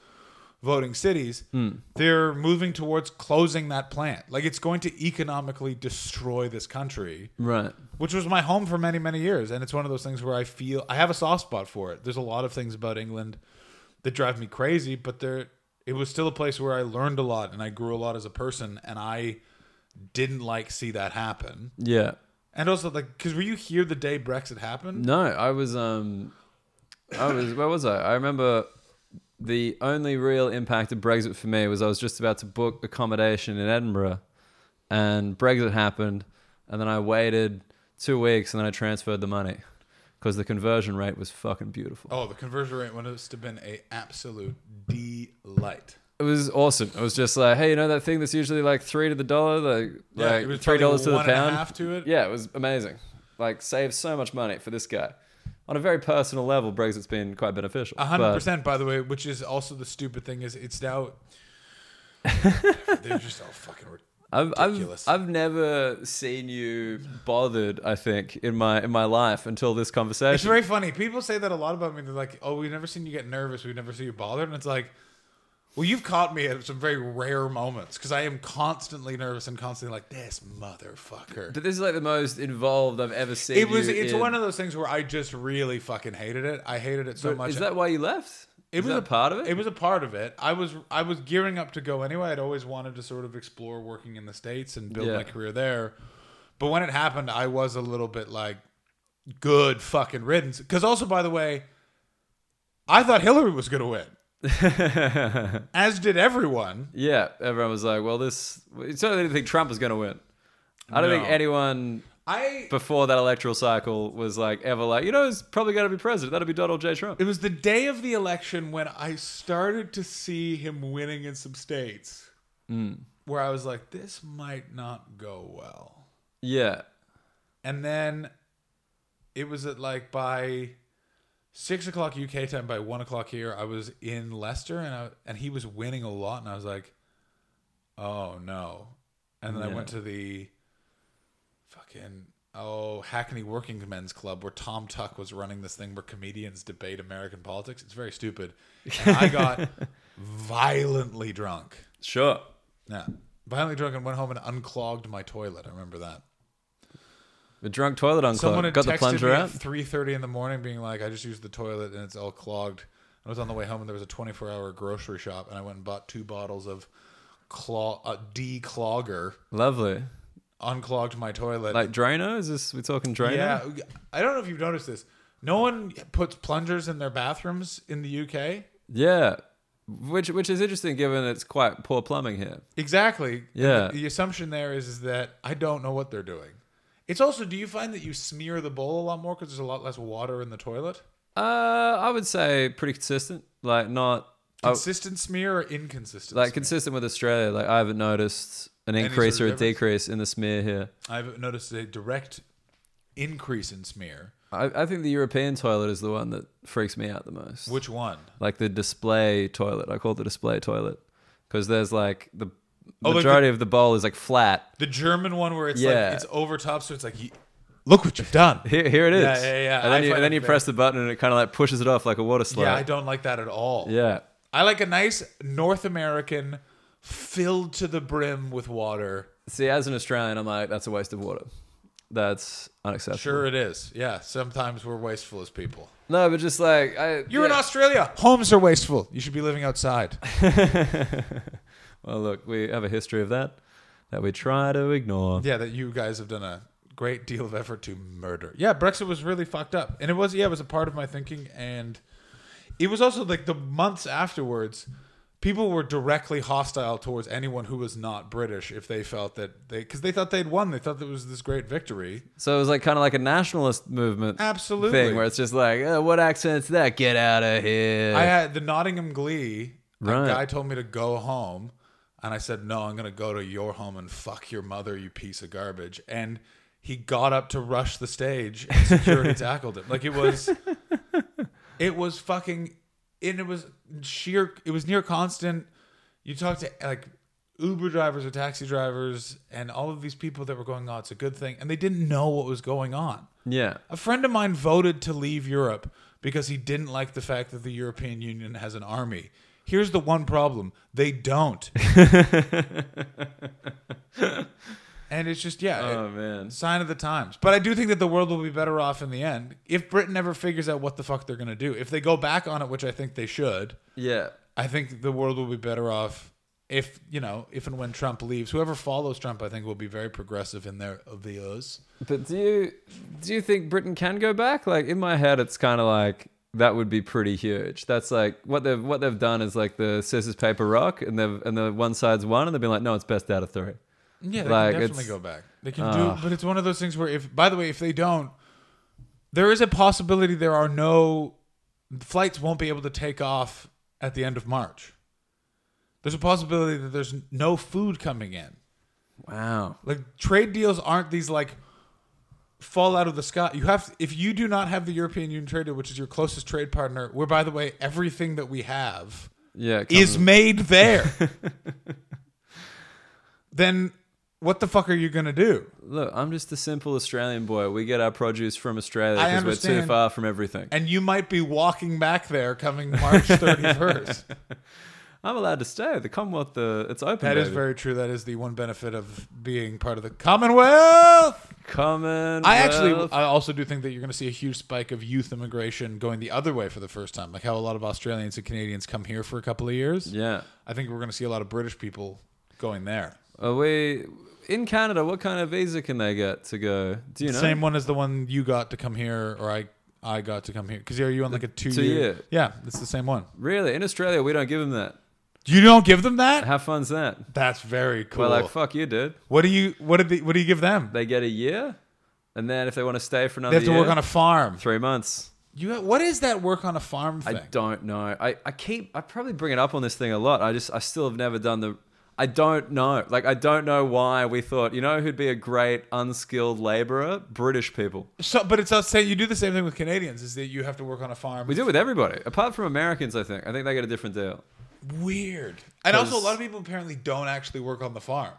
Speaker 2: voting cities.
Speaker 1: Hmm.
Speaker 2: They're moving towards closing that plant. Like it's going to economically destroy this country,
Speaker 1: right.
Speaker 2: which was my home for many, many years. And it's one of those things where I feel I have a soft spot for it. There's a lot of things about England that drive me crazy, but there it was still a place where I learned a lot and I grew a lot as a person, and I didn't like see that happen.
Speaker 1: Yeah.
Speaker 2: And also, like, because were you here the day Brexit happened?
Speaker 1: No, I was um, I was where was I? I remember the only real impact of Brexit for me was I was just about to book accommodation in Edinburgh, and Brexit happened, and then I waited two weeks, and then I transferred the money because the conversion rate was fucking beautiful.
Speaker 2: Oh, the conversion rate must have been a absolute delight.
Speaker 1: It was awesome. It was just like, hey, you know that thing that's usually like three to the dollar, like, like three dollars to the pound.
Speaker 2: half to it.
Speaker 1: Yeah, it was amazing. Like, saved so much money for this guy. On a very personal level, Brexit's been quite beneficial.
Speaker 2: A hundred
Speaker 1: but-
Speaker 2: percent. By the way, which is also the stupid thing is it's now. They're just all fucking. ri-
Speaker 1: I've, I've
Speaker 2: Ridiculous.
Speaker 1: I've never seen you bothered. I think in my in my life until this
Speaker 2: It's
Speaker 1: conversation.
Speaker 2: very funny. People say that a lot about me. They're like, "Oh, we've never seen you get nervous. We've never seen you bothered." And it's like, well, you've caught me at some very rare moments because I am constantly nervous and constantly like this motherfucker.
Speaker 1: But this is like the most involved I've ever seen.
Speaker 2: It was.
Speaker 1: you
Speaker 2: It's
Speaker 1: in-
Speaker 2: one of those things where I just really fucking hated it. I hated it so
Speaker 1: But
Speaker 2: much.
Speaker 1: Is that why you left? Is
Speaker 2: it
Speaker 1: that
Speaker 2: a
Speaker 1: part of it.
Speaker 2: It was a part of it. I was. I was gearing up to go anyway. I'd always wanted to sort of explore working in the states and build
Speaker 1: Yeah.
Speaker 2: my career there. But when it happened, I was a little bit like, "Good fucking riddance." Because also, by the way, I thought Hillary was going to win, as did everyone.
Speaker 1: yeah, everyone was like, "Well, this." We certainly didn't think Trump was going to win. I don't
Speaker 2: No.
Speaker 1: think anyone
Speaker 2: I.
Speaker 1: before that electoral cycle was like ever like you know who's probably going to be president. That'll be Donald J. Trump.
Speaker 2: It was the day of the election when I started to see him winning in some states where I was like, this might not go well.
Speaker 1: Yeah,
Speaker 2: And then it was at like by six o'clock UK time, by one o'clock here, I was in Leicester and I, and he was winning a lot. And I was like, oh no. And then I went to the fucking, oh, Hackney Working Men's Club where Tom Tuck was running this thing where comedians debate American politics. It's very stupid. And I got violently drunk.
Speaker 1: sure.
Speaker 2: Yeah. Violently drunk and went home and unclogged my toilet. I remember that.
Speaker 1: The drunk toilet on
Speaker 2: Someone had
Speaker 1: got the
Speaker 2: texted
Speaker 1: plunger
Speaker 2: me
Speaker 1: out.
Speaker 2: at three thirty in the morning, being like, "I just used the toilet and it's all clogged." I was on the way home, and there was a twenty four hour grocery shop, and I went and bought two bottles of claw uh, declogger,
Speaker 1: Lovely.
Speaker 2: unclogged my toilet.
Speaker 1: Like Drano? Is this we talking Drano?
Speaker 2: yeah, I don't know if you've noticed this. No one puts plungers in their bathrooms in the UK.
Speaker 1: Yeah, which which is interesting given it's quite poor plumbing here.
Speaker 2: Exactly.
Speaker 1: Yeah.
Speaker 2: The assumption there is, is that I don't know what they're doing. It's also, do you find that you smear the bowl a lot more because there's a lot less water in the toilet?
Speaker 1: Uh, I would say pretty consistent. Like not I,
Speaker 2: Consistent smear or inconsistent?
Speaker 1: Oh. like
Speaker 2: smear?
Speaker 1: consistent with Australia. Like I haven't noticed an
Speaker 2: sort
Speaker 1: increase
Speaker 2: of
Speaker 1: or a
Speaker 2: difference?
Speaker 1: decrease in the smear here.
Speaker 2: I've noticed a direct increase in smear.
Speaker 1: I, I think the European toilet is the one that freaks me out the most.
Speaker 2: Which one?
Speaker 1: like the display toilet. I call it the display toilet because there's like the
Speaker 2: Oh, like
Speaker 1: majority of the bowl is like flat.
Speaker 2: The German one where it's
Speaker 1: Yeah.
Speaker 2: like it's over top, so it's like, y- look what you've done.
Speaker 1: Here, here it is.
Speaker 2: Yeah, yeah, yeah.
Speaker 1: And
Speaker 2: I
Speaker 1: then, you,
Speaker 2: find
Speaker 1: and then
Speaker 2: it
Speaker 1: you
Speaker 2: very-
Speaker 1: press the button and it kind of like pushes it off like a water slide.
Speaker 2: Yeah, I don't like that at all.
Speaker 1: Yeah.
Speaker 2: I like a nice North American filled to the brim with water.
Speaker 1: See, as an Australian, I'm like, that's a waste of water. That's unacceptable.
Speaker 2: Sure, it is. Yeah, sometimes we're wasteful as people.
Speaker 1: No, but just like I,
Speaker 2: You're in
Speaker 1: yeah.
Speaker 2: Australia. Homes are wasteful. You should be living outside.
Speaker 1: Well, look, we have a history of that that we try to ignore.
Speaker 2: yeah, that you guys have done a great deal of effort to murder. Yeah, Brexit was really fucked up, and it was yeah, it was a part of my thinking, and it was also like the months afterwards, people were directly hostile towards anyone who was not British if they felt that they because they thought they'd won, they thought that it was this great victory.
Speaker 1: So it was like kind of like a nationalist movement
Speaker 2: Absolutely.
Speaker 1: thing where it's just like, "Uh, what accent's that? Get out of here.
Speaker 2: I had the Nottingham Glee.
Speaker 1: Right.
Speaker 2: A guy told me to go home, and I said, "No, I'm gonna go to your home and fuck your mother, you piece of garbage." And he got up to rush the stage, and security tackled him. Like it was, it was fucking, and it was sheer. It was near constant. You talk to like Uber drivers or taxi drivers, and all of these people that were going, "Oh, it's a good thing," and they didn't know what was going on.
Speaker 1: yeah.
Speaker 2: A friend of mine voted to leave Europe because he didn't like the fact that the European Union has an army. Here's the one problem they don't. and it's just, yeah,
Speaker 1: Oh
Speaker 2: it-
Speaker 1: man.
Speaker 2: sign of the times. But I do think that the world will be better off in the end if Britain ever figures out what the fuck they're going to do. If they go back on it, which I think they should,
Speaker 1: Yeah.
Speaker 2: I think the world will be better off. If you know, if and when Trump leaves, whoever follows Trump, I think will be very progressive in their views.
Speaker 1: But do you do you think Britain can go back? Like in my head, it's kind of like that would be pretty huge. That's like what they've what they've done is like the scissors paper rock, and they've and the one side's won, and they've been like, no, it's best out of three.
Speaker 2: Yeah, they
Speaker 1: Like,
Speaker 2: can definitely
Speaker 1: it's-
Speaker 2: go back. They can do, but it's one of those things where if, by the way, if they don't, there is a possibility there are no flights won't be able to take off at the end of March. There's a possibility that there's no food coming in.
Speaker 1: Wow.
Speaker 2: Like trade deals aren't these like fall out of the sky. You have if you do not have the European Union trade deal, which is your closest trade partner, where by the way everything that we have
Speaker 1: Yeah. it
Speaker 2: is
Speaker 1: comes-
Speaker 2: made there. then what the fuck are you gonna do?
Speaker 1: look, I'm just a simple Australian boy. We get our produce from Australia
Speaker 2: I
Speaker 1: because we're too
Speaker 2: understand.
Speaker 1: far from everything.
Speaker 2: and you might be walking back there coming March 31st.
Speaker 1: I'm allowed to stay. The Commonwealth, the it's open.
Speaker 2: that is
Speaker 1: baby.
Speaker 2: very true. That is the one benefit of being part of the Commonwealth.
Speaker 1: common.
Speaker 2: I actually, I also do think that you're going to see a huge spike of youth immigration going the other way for the first time, like how a lot of Australians and Canadians come here for a couple of years.
Speaker 1: yeah.
Speaker 2: I think we're going to see a lot of British people going there.
Speaker 1: Are we in Canada? What kind of visa can they get to go? Do you know?
Speaker 2: Same one as the one you got to come here, or I, I got to come here. Because are you on like a two,
Speaker 1: two-year.
Speaker 2: Yeah, it's the same one.
Speaker 1: Really, in Australia, we don't give them that.
Speaker 2: You don't give them that.
Speaker 1: How fun's that?
Speaker 2: That's very cool.
Speaker 1: We're like, fuck you, dude.
Speaker 2: what do you? What did? The, what do you give them?
Speaker 1: They get a year, and then if they want to stay for another
Speaker 2: They have to
Speaker 1: year,
Speaker 2: work on a farm.
Speaker 1: three months.
Speaker 2: You ha- what is that work on a farm thing?
Speaker 1: I don't know. I, I keep I probably bring it up on this thing a lot. I just I still have never done the. I don't know. Like I don't know why we thought you know who'd be a great unskilled laborer? British people.
Speaker 2: so, but it's us saying you do the same thing with Canadians is that you have to work on a farm.
Speaker 1: We do it with everybody, apart from Americans. I think I think they get a different deal.
Speaker 2: Weird. And also, a
Speaker 1: 'Cause-
Speaker 2: lot of people apparently don't actually work on the farm.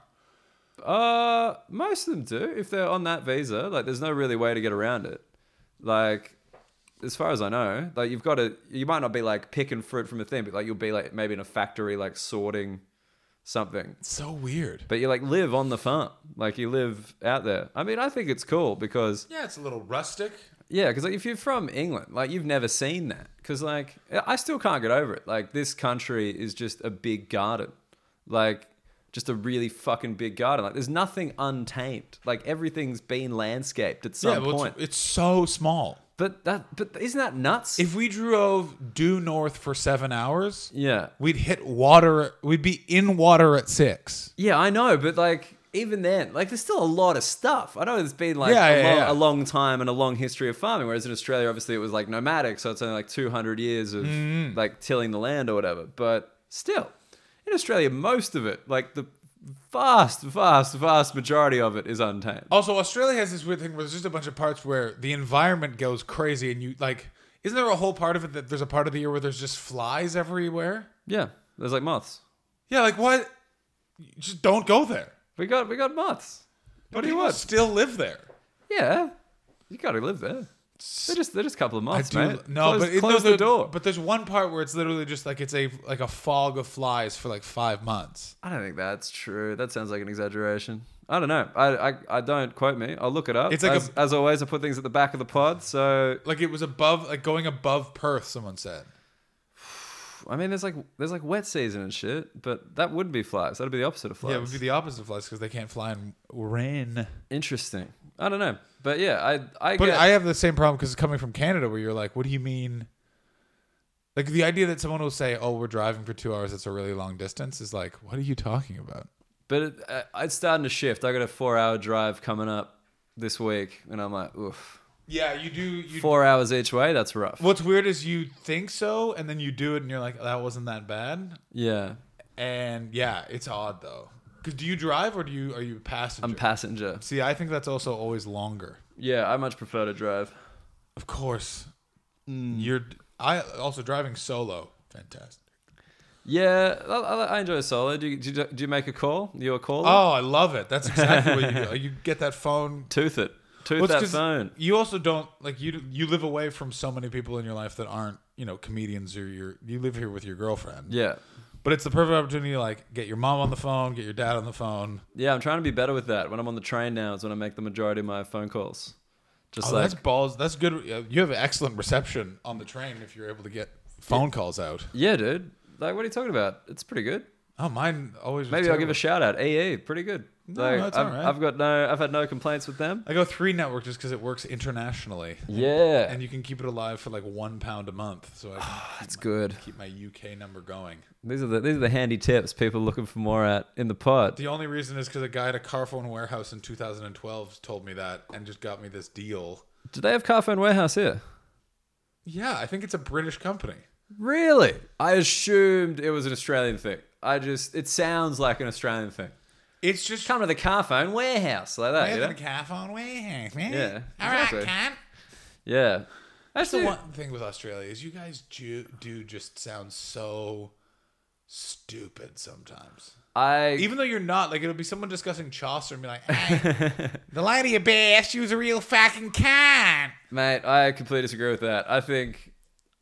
Speaker 1: Uh, most of them do if they're on that visa. Like, there's no really way to get around it. Like, as far as I know, like you've got to. You might not be like picking fruit from a thing, but like you'll be like maybe in a factory like sorting something.
Speaker 2: It's so weird.
Speaker 1: But you like live on the farm, like you live out there. I mean, I think it's cool because
Speaker 2: Yeah, it's a little rustic.
Speaker 1: yeah, because like if you're from England, like you've never seen that. Because like I still can't get over it. Like this country is just a big garden, like just a really fucking big garden. Like there's nothing untamed. Like everything's been landscaped at
Speaker 2: Yeah,
Speaker 1: some
Speaker 2: well,
Speaker 1: point.
Speaker 2: it's, it's so small.
Speaker 1: but that, but isn't that nuts?
Speaker 2: If we drove due north for seven hours,
Speaker 1: yeah,
Speaker 2: we'd hit water. We'd be in water at six.
Speaker 1: yeah, I know. But like even then, like there's still a lot of stuff. I know it's been like
Speaker 2: Yeah,
Speaker 1: a,
Speaker 2: yeah,
Speaker 1: long, a
Speaker 2: yeah.
Speaker 1: long time and a long history of farming. Whereas in Australia, obviously, it was like nomadic, so it's only like 200 years of
Speaker 2: Mm-hmm.
Speaker 1: like tilling the land or whatever. But still, in Australia, most of it, like the vast, vast, vast majority of it, is untamed.
Speaker 2: Also, Australia has this weird thing where there's just a bunch of parts where the environment goes crazy, and you like, isn't there a whole part of it that there's a part of the year where there's just flies everywhere?
Speaker 1: Yeah, there's like moths.
Speaker 2: Yeah, like what? Just don't go there.
Speaker 1: We got we got moths. What do you
Speaker 2: People
Speaker 1: want?
Speaker 2: Still live there.
Speaker 1: Yeah, you gotta live there. They're just they're just a couple of moths,
Speaker 2: I do-
Speaker 1: mate.
Speaker 2: No,
Speaker 1: close,
Speaker 2: but it-
Speaker 1: close
Speaker 2: no,
Speaker 1: the door.
Speaker 2: But there's one part where it's literally just like it's a like a fog of flies for like five months.
Speaker 1: I don't think that's true. That sounds like an exaggeration. I don't know. I, I, I don't quote me. I'll look it up.
Speaker 2: It's like
Speaker 1: as,
Speaker 2: a-
Speaker 1: as always, I put things at the back of the pod. So
Speaker 2: Like it was above, like going above Perth. Someone said.
Speaker 1: I mean, there's like there's like wet season and shit, but that would be flies. That'd be the opposite of flies.
Speaker 2: Yeah, it would be the opposite of flies because they can't fly in rain.
Speaker 1: Interesting. I don't know, but yeah, I I
Speaker 2: But
Speaker 1: get,
Speaker 2: I have the same problem because coming from Canada, where you're like, what do you mean? Like the idea that someone will say, "Oh, we're driving for two hours. It's a really long distance," is like, what are you talking about?
Speaker 1: but it, uh, it's starting to shift. I got a four hour drive coming up this week, and I'm like, oof,
Speaker 2: Yeah, you do. You
Speaker 1: four hours each way. That's rough.
Speaker 2: What's weird is you think so, and then you do it, and you're like, "That wasn't that bad."
Speaker 1: Yeah,
Speaker 2: And yeah, it's odd though. 'Cause do you drive or do you are you a passenger?
Speaker 1: I'm passenger.
Speaker 2: See, I think that's also always longer.
Speaker 1: Yeah, I much prefer to drive.
Speaker 2: Of course, you're. I also driving solo. Fantastic.
Speaker 1: Yeah, I, I, I enjoy solo. Do you, do you do you make a call? You a caller?
Speaker 2: Oh, I love it. That's exactly what you do. You get that phone.
Speaker 1: Tooth it. Tooth
Speaker 2: Well, it's
Speaker 1: that
Speaker 2: 'cause
Speaker 1: phone.
Speaker 2: You also don't like you. You live away from so many people in your life that aren't you know comedians or your. You live here with your girlfriend.
Speaker 1: Yeah.
Speaker 2: But it's the perfect opportunity to like get your mom on the phone, get your dad on the phone.
Speaker 1: Yeah, I'm trying to be better with that. When I'm on the train now is when I make the majority of my phone calls. Just
Speaker 2: Oh,
Speaker 1: like
Speaker 2: that's balls. That's good. uh, You have excellent reception on the train if you're able to get phone calls out.
Speaker 1: Yeah, dude. Like what are you talking about? It's pretty good.
Speaker 2: Oh, mine always. was
Speaker 1: Maybe I'll give
Speaker 2: terrible.
Speaker 1: a shout out. EE, pretty good.
Speaker 2: No,
Speaker 1: like,
Speaker 2: that's
Speaker 1: I've,
Speaker 2: alright.
Speaker 1: I've got no I've had no complaints with them.
Speaker 2: I go three network just because it works internationally,
Speaker 1: Yeah.
Speaker 2: and you can keep it alive for like one pound a month. So I can
Speaker 1: That's good.
Speaker 2: keep my UK number going.
Speaker 1: These are the these are the handy tips people looking for more at in the pod.
Speaker 2: The only reason is because a guy at a car phone warehouse in 2012 told me that and just got me this deal.
Speaker 1: Do they have Carphone Warehouse here?
Speaker 2: Yeah, I think it's a British company.
Speaker 1: Really? I assumed it was an Australian thing. I just it sounds like an Australian thing.
Speaker 2: It's just
Speaker 1: Come to the Carphone Warehouse like that.
Speaker 2: I
Speaker 1: you
Speaker 2: have
Speaker 1: know?
Speaker 2: a car phone warehouse, eh, man.
Speaker 1: Yeah,
Speaker 2: All right,
Speaker 1: exactly.
Speaker 2: cunt.
Speaker 1: Yeah.
Speaker 2: That's the
Speaker 1: Dude.
Speaker 2: one thing with Australia is you guys do, do just sound so stupid sometimes.
Speaker 1: I
Speaker 2: Even though you're not, like it'll be someone discussing Chaucer and be like, hey, "The lady of Bath, she was a real fucking cunt."
Speaker 1: mate, I completely disagree with that. I think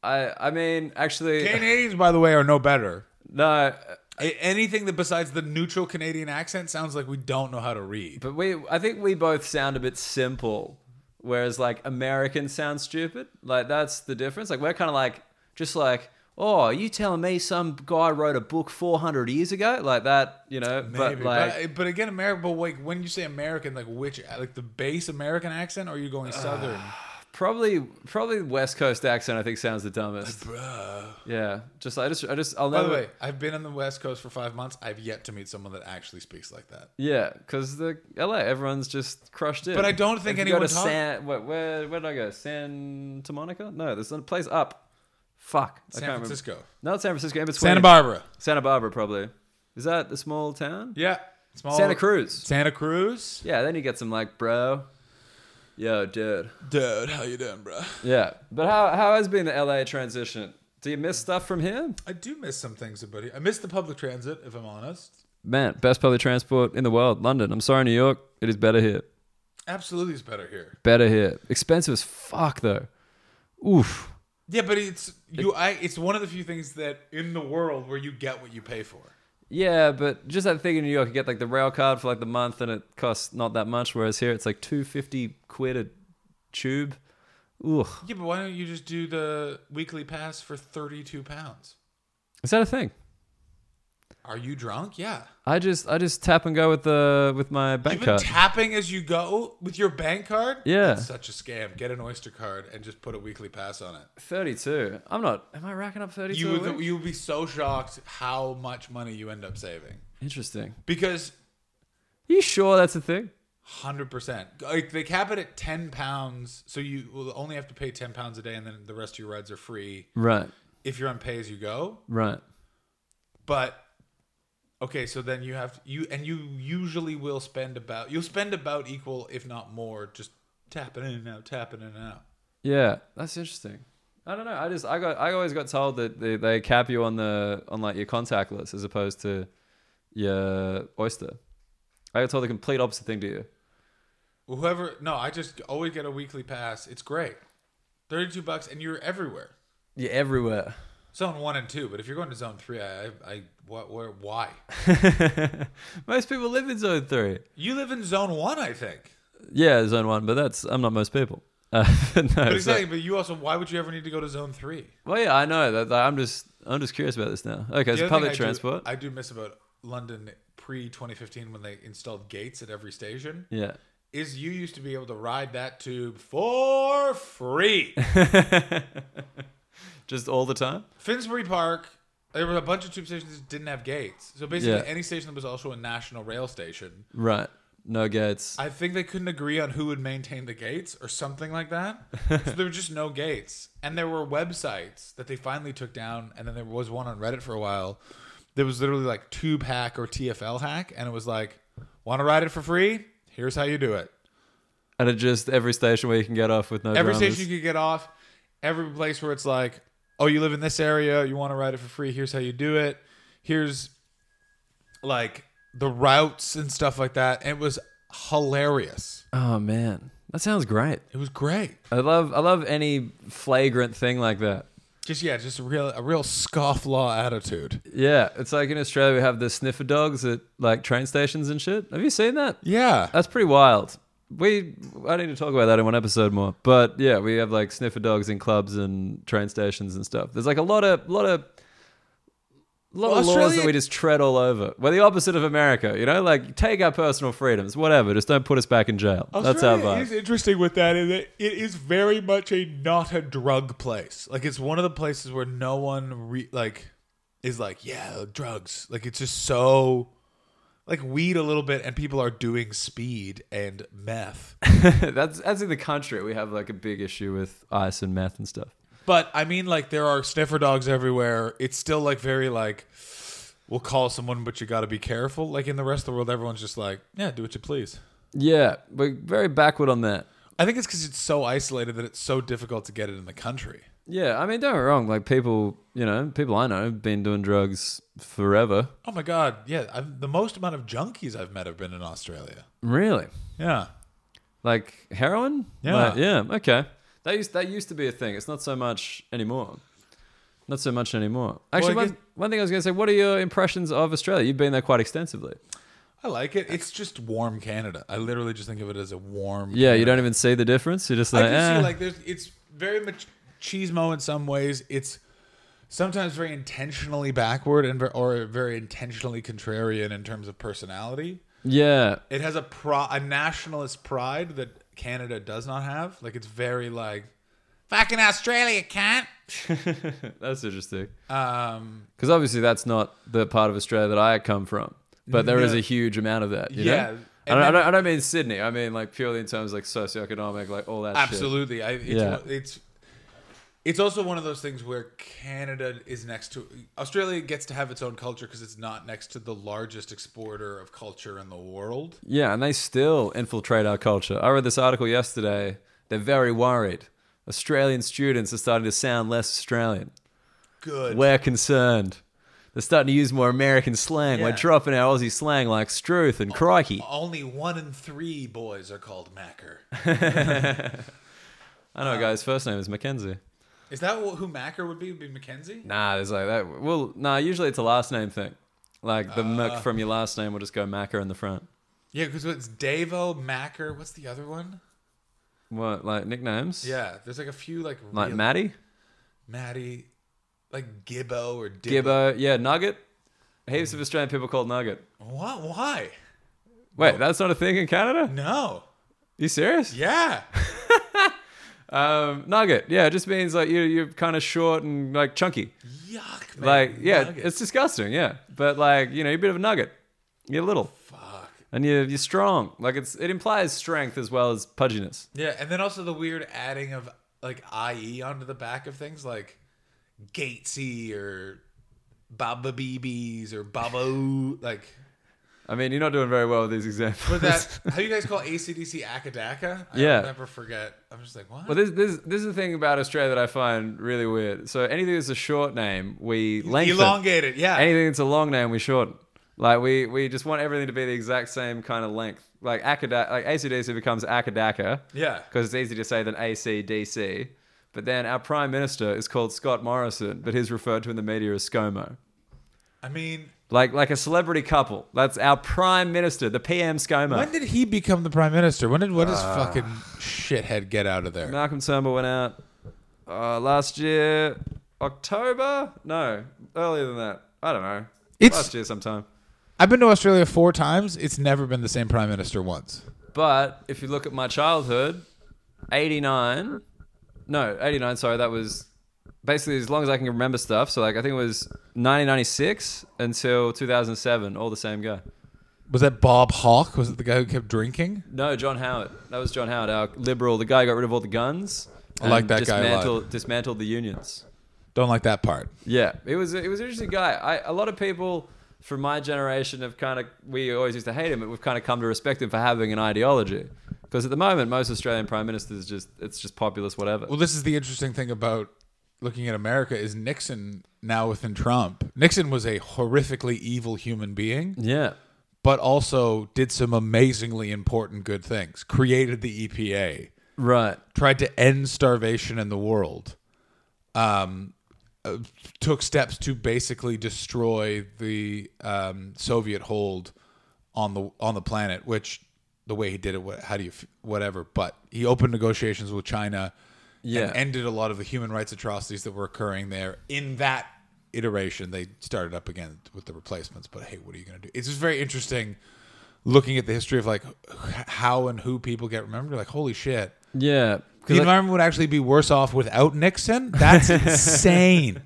Speaker 1: I I mean actually
Speaker 2: Canadians, by the way, are no better.
Speaker 1: no
Speaker 2: A- Anything that besides the neutral Canadian accent sounds like we don't know how to read.
Speaker 1: but we I think we both sound a bit simple whereas like Americans sound stupid. Like that's the difference. Like we're kind of like just like Oh, are you telling me some guy wrote a book 400 years ago? Like that, you know, but
Speaker 2: Maybe,
Speaker 1: like
Speaker 2: but, but again, America. But like when you say American, like which, like the base American accent, or are you going Southern?
Speaker 1: probably probably West Coast accent I think sounds the dumbest.
Speaker 2: Bruh.
Speaker 1: Yeah. Just I just I just I'll
Speaker 2: By
Speaker 1: never
Speaker 2: the way, I've been on the West Coast for five months. I've yet to meet someone that actually speaks like that.
Speaker 1: Yeah, because the LA, everyone's just crushed in.
Speaker 2: But I don't think
Speaker 1: If you
Speaker 2: anyone
Speaker 1: go to
Speaker 2: talk-
Speaker 1: San. Where, where where did I go? Santa Monica? No, there's a place up. Fuck, I
Speaker 2: San
Speaker 1: can't
Speaker 2: Francisco.
Speaker 1: Remember. Not San Francisco. In between.
Speaker 2: Santa Barbara.
Speaker 1: Santa Barbara, probably. Is that a small town?
Speaker 2: Yeah. Small
Speaker 1: Santa Cruz.
Speaker 2: Santa Cruz.
Speaker 1: Yeah, then you get some like, bro. Yo, dude.
Speaker 2: Dude, how you doing, bro?
Speaker 1: Yeah, but how how has been the LA transition? Do you miss stuff from here?
Speaker 2: I do miss some things about it. I miss the public transit, if I'm honest.
Speaker 1: Man, best public transport in the world, London. I'm sorry, New York. It is better here.
Speaker 2: Absolutely, it's better here.
Speaker 1: Better here. Expensive as fuck though. Oof.
Speaker 2: Yeah, but it's you. I. It's one of the few things that in the world where you get what you pay for.
Speaker 1: Yeah, but just that thing in New York, you get like the rail card for like the month, and it costs not that much. Whereas here, it's like two fifty quid a tube. Ugh,
Speaker 2: Yeah, but why don't you just do the weekly pass for thirty-two pounds?
Speaker 1: is that a thing?
Speaker 2: Are you drunk? Yeah.
Speaker 1: I just I just tap and go with the with my bank
Speaker 2: You've been
Speaker 1: card.
Speaker 2: tapping as you go with your bank card.
Speaker 1: Yeah.
Speaker 2: That's such a scam. Get an Oyster card and just put a weekly pass on it.
Speaker 1: thirty two. I'm not. Am I racking up thirty
Speaker 2: You
Speaker 1: two?
Speaker 2: would, you would be so shocked how much money you end up saving
Speaker 1: Interesting.
Speaker 2: because
Speaker 1: You sure that's a thing?
Speaker 2: hundred percent like they cap it at ten pounds, so you will only have to pay ten pounds a day, and then the rest of your rides are free
Speaker 1: Right.
Speaker 2: if you're on pay as you go.
Speaker 1: Right.
Speaker 2: But okay, so then you have you and you usually will spend about you'll spend about equal, if not more, just tapping in and out, tapping in and out.
Speaker 1: Yeah, that's interesting. I don't know. I just I got I always got told that they, they cap you on the on like your contact list as opposed to your oyster. I told the complete opposite thing to you.
Speaker 2: Whoever, no, I just always get a weekly pass. It's great. 32 bucks and you're everywhere.
Speaker 1: You're everywhere.
Speaker 2: Zone one and two, but if you're going to zone three, I, I, I what, where, why?
Speaker 1: Most people live in zone three.
Speaker 2: You live in zone one, I think.
Speaker 1: Yeah, zone one, but that's I'm not most people. Uh, no,
Speaker 2: But
Speaker 1: so-
Speaker 2: exactly, but you also, why would you ever need to go to zone three?
Speaker 1: well, yeah, I know that. that- I'm just I'm just curious about this now. Okay,
Speaker 2: The
Speaker 1: so
Speaker 2: other
Speaker 1: public
Speaker 2: thing I do-
Speaker 1: transport.
Speaker 2: I do miss about London pre 2015 when they installed gates at every station.
Speaker 1: yeah.
Speaker 2: Is you used to be able to ride that tube for free.
Speaker 1: Just all the time.
Speaker 2: Finsbury Park, there were a bunch of tube stations that didn't have gates. So basically,
Speaker 1: Yeah.
Speaker 2: any station that was also a national rail station.
Speaker 1: Right. No gates.
Speaker 2: I think they couldn't agree on who would maintain the gates or something like that. so there were just no gates. And there were websites that they finally took down. And then there was one on Reddit for a while. There was literally like Tube Hack or TFL Hack. And it was like, want to ride it for free? Here's how you do it.
Speaker 1: And it just every station where you can get off with no
Speaker 2: Every
Speaker 1: dramas.
Speaker 2: station you could get off, every place where it's like, oh, you live in this area, you want to ride it for free, here's how you do it. Here's like the routes and stuff like that. And it was hilarious.
Speaker 1: oh man, that sounds great.
Speaker 2: It was great.
Speaker 1: I love I love any flagrant thing like that.
Speaker 2: Just yeah, just a real a real scofflaw attitude.
Speaker 1: Yeah, it's like in Australia we have the sniffer dogs at like train stations and shit. Have you seen that?
Speaker 2: Yeah.
Speaker 1: That's pretty wild. We I need to talk about that in one episode more. But yeah, we have like sniffer dogs in clubs and train stations and stuff. There's like a lot of lot of lot of laws that
Speaker 2: Australia-
Speaker 1: we just tread all over. We're the opposite of America, you know? Like take our personal freedoms, whatever. Just don't put us back in jail. That's our
Speaker 2: Australia
Speaker 1: vibe.
Speaker 2: is interesting with that in that it is very much a not a drug place. Like it's one of the places where no one re- like is like, yeah, drugs. Like it's just so like weed a little bit and people are doing speed and meth.
Speaker 1: that's that's in the country. We have like a big issue with ice and meth and stuff.
Speaker 2: But I mean like there are sniffer dogs everywhere. It's still like very like we'll call someone but you got to be careful. Like in the rest of the world everyone's just like, yeah, do what you please.
Speaker 1: Yeah, we're very backward on that.
Speaker 2: I think it's because it's so isolated that it's so difficult to get it in the country.
Speaker 1: Yeah, I mean, don't get me wrong. Like people, you know, people I know have been doing drugs forever.
Speaker 2: Oh my god, yeah, I've, the most amount of junkies I've met have been in Australia.
Speaker 1: Really,
Speaker 2: Yeah,
Speaker 1: like heroin.
Speaker 2: Yeah.
Speaker 1: Like, yeah. Okay, that used that used to be a thing. It's not so much anymore. Not so much anymore. Actually,
Speaker 2: I
Speaker 1: one,
Speaker 2: guess-
Speaker 1: one thing I was going to say. What are your impressions of Australia? You've been there quite extensively.
Speaker 2: I like it. It's just warm Canada. I literally just think of it as a warm.
Speaker 1: Yeah, you
Speaker 2: Canada.
Speaker 1: don't even see the difference. You're just
Speaker 2: I
Speaker 1: like,
Speaker 2: do
Speaker 1: eh.
Speaker 2: see like there's. It's very much cheesemo in some ways. It's sometimes very intentionally backward and ver- or very intentionally contrarian in terms of personality.
Speaker 1: yeah,
Speaker 2: It has a pro a nationalist pride that Canada does not have. Like it's very like fucking Australia can't.
Speaker 1: that's interesting.
Speaker 2: Um,
Speaker 1: Because obviously, that's not the part of Australia that I come from. But there is
Speaker 2: No.
Speaker 1: a huge amount of that. You
Speaker 2: Yeah,
Speaker 1: Know? I,
Speaker 2: and
Speaker 1: don't, I,
Speaker 2: then-
Speaker 1: don't, I don't mean Sydney. I mean like purely in terms of like socioeconomic, like all that. shit.
Speaker 2: Absolutely. I, it's,
Speaker 1: Yeah.
Speaker 2: one- it's it's also one of those things where Canada is next to Australia gets to have its own culture because it's not next to the largest exporter of culture in the world.
Speaker 1: Yeah, and they still infiltrate our culture. I read this article yesterday. They're very worried. Australian students are starting to sound less Australian.
Speaker 2: Good.
Speaker 1: We're concerned. They're starting to use more American slang. We're
Speaker 2: Yeah.
Speaker 1: dropping our Aussie slang like struth and crikey.
Speaker 2: Only one in three boys are called Macker.
Speaker 1: I know, guys. First name is Mackenzie.
Speaker 2: Is that wh- who Macker would be? Would be Mackenzie?
Speaker 1: Nah, there's like that. Well, nah. Usually it's a last name thing. Like the Mac from your last name will just go Macker in the front.
Speaker 2: Yeah, because it's Davo Macker. What's the other one?
Speaker 1: What like nicknames?
Speaker 2: Yeah, there's like a few like
Speaker 1: Like
Speaker 2: real-
Speaker 1: Maddie,
Speaker 2: Maddie, like Gibbo or Dibbo.
Speaker 1: Gibbo. Yeah, Nugget. Heaps of Australian people called Nugget.
Speaker 2: What? Why?
Speaker 1: Wait, that's not a thing in Canada?
Speaker 2: No.
Speaker 1: You serious?
Speaker 2: Yeah.
Speaker 1: Um, nugget. Yeah, it just means like you you're kind of short and like chunky.
Speaker 2: Yuck. Man.
Speaker 1: Like yeah,
Speaker 2: Nuggets.
Speaker 1: it's disgusting. Yeah, but like you know, you're a bit of a nugget. You're little
Speaker 2: Fuck.
Speaker 1: and you're you're strong. Like it's it implies strength as well as pudginess.
Speaker 2: Yeah, and then also the weird adding of like IE onto the back of things like Gatesy or Baba BBs or Babo. Like,
Speaker 1: I mean, you're not doing very well with these examples.
Speaker 2: but that, how you guys call ACDC Akadaka? I
Speaker 1: Yeah.
Speaker 2: never forget. I'm just like, what?
Speaker 1: Well, this, this this is the thing about Australia that I find really weird. So anything that's a short name, we lengthen.
Speaker 2: Elongated, yeah.
Speaker 1: Anything that's a long name, we shorten. Like we we just want everything to be the exact same kind of length. Like acada- like ACDC becomes Akadaka.
Speaker 2: Yeah.
Speaker 1: Because it's easier to say than ACDC. But then our prime minister is called Scott Morrison, but he's referred to in the media as ScoMo.
Speaker 2: I mean,
Speaker 1: Like like a celebrity couple. That's our prime minister, the PM ScoMo.
Speaker 2: when did he become the prime minister? When did what
Speaker 1: Uh.
Speaker 2: does fucking shithead get out of there?
Speaker 1: Malcolm Turnbull went out uh, last year, October? No, earlier than that. I don't know.
Speaker 2: It's-
Speaker 1: last year sometime.
Speaker 2: I've been to Australia four times. It's never been the same prime minister once.
Speaker 1: But if you look at my childhood, 89, no, 89, sorry, that was basically as long as I can remember stuff. So, like, I think it was 1996 until 2007, all the same guy.
Speaker 2: Was that Bob Hawke? Was it the guy who kept drinking?
Speaker 1: No, John Howard. That was John Howard, our liberal, the guy who got rid of all the guns.
Speaker 2: I like
Speaker 1: and
Speaker 2: that guy a lot.
Speaker 1: dismantled- Dismantled the unions.
Speaker 2: Don't like that part.
Speaker 1: Yeah, it was it was an interesting guy. I, a lot of people from my generation have kind of we always used to hate him, but we've kind of come to respect him for having an ideology. Because at the moment, most Australian prime ministers just it's just populist whatever.
Speaker 2: Well, this is the interesting thing about looking at America is Nixon now within Trump. Nixon was a horrifically evil human being,
Speaker 1: Yeah,
Speaker 2: but also did some amazingly important good things. Created the E EPA,
Speaker 1: right.
Speaker 2: tried to end starvation in the world. Um uh, took steps to basically destroy the um, Soviet hold on the on the planet, which the way he did it, what, how do you f- whatever? But he opened negotiations with China,
Speaker 1: Yeah.
Speaker 2: and ended a lot of the human rights atrocities that were occurring there. In that iteration, they started up again with the replacements. But hey, what are you going to do? It's just very interesting looking at the history of like h- how and who people get remembered. Like holy shit.
Speaker 1: Yeah,
Speaker 2: The
Speaker 1: 'Cause like-
Speaker 2: environment would actually be worse off without Nixon. That's insane.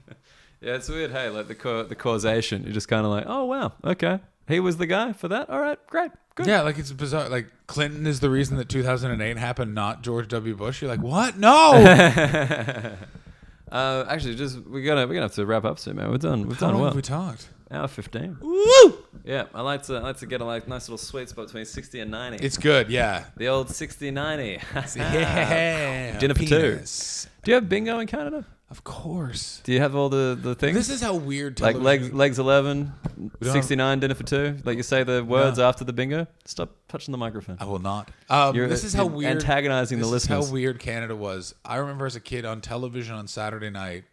Speaker 1: yeah. It's weird. Hey, like the co- the causation. You're just kind of like, oh wow, okay. He was the guy for that. All right, great, good.
Speaker 2: Yeah, like it's bizarre. Like Clinton is the reason that 2008 happened, not George W. Bush. You're like, what? No.
Speaker 1: Uh, actually, just we're gonna we're gonna have to wrap up soon, man. We're done. We've
Speaker 2: How
Speaker 1: done
Speaker 2: long
Speaker 1: well.
Speaker 2: have we talked?
Speaker 1: Hour fifteen.
Speaker 2: Woo!
Speaker 1: Yeah, I like to I like to get a like nice little sweet spot between sixty and ninety.
Speaker 2: It's good. Yeah.
Speaker 1: The old 60 90.
Speaker 2: Yeah.
Speaker 1: Dinner for two.
Speaker 2: Penis.
Speaker 1: Do you have bingo in Canada?
Speaker 2: Of course.
Speaker 1: Do you have all the, the things?
Speaker 2: This is how weird.
Speaker 1: like legs,
Speaker 2: television-
Speaker 1: legs 11,
Speaker 2: don't-
Speaker 1: 69, dinner for two. Like you say the words after the bingo. Stop touching the microphone.
Speaker 2: I will not. Um,
Speaker 1: You're-
Speaker 2: this is how
Speaker 1: you're
Speaker 2: weird.
Speaker 1: antagonizing the
Speaker 2: this is
Speaker 1: listeners.
Speaker 2: How weird Canada was. I remember as a kid on television on Saturday night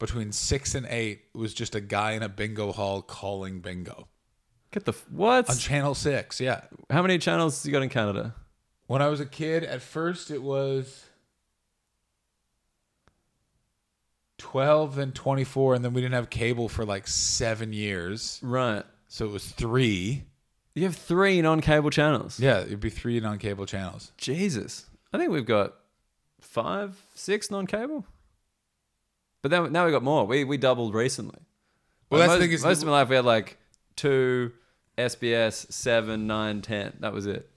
Speaker 2: between six and eight it was just a guy in a bingo hall calling bingo
Speaker 1: Get the. f- What?
Speaker 2: on Channel Six. Yeah.
Speaker 1: How many channels you got in Canada?
Speaker 2: When I was a kid, at first it was 12, then 24, and then we didn't have cable for like seven years.
Speaker 1: Right.
Speaker 2: So it was three.
Speaker 1: You have three non cable channels.
Speaker 2: Yeah, it'd be three non cable channels.
Speaker 1: Jesus. I think we've got five, six non cable. But then, now we've got more. We, we doubled recently.
Speaker 2: Well,
Speaker 1: Like,
Speaker 2: that's the
Speaker 1: most,
Speaker 2: thing is-
Speaker 1: most of my life we had like two SBS, seven, nine, ten. That was it.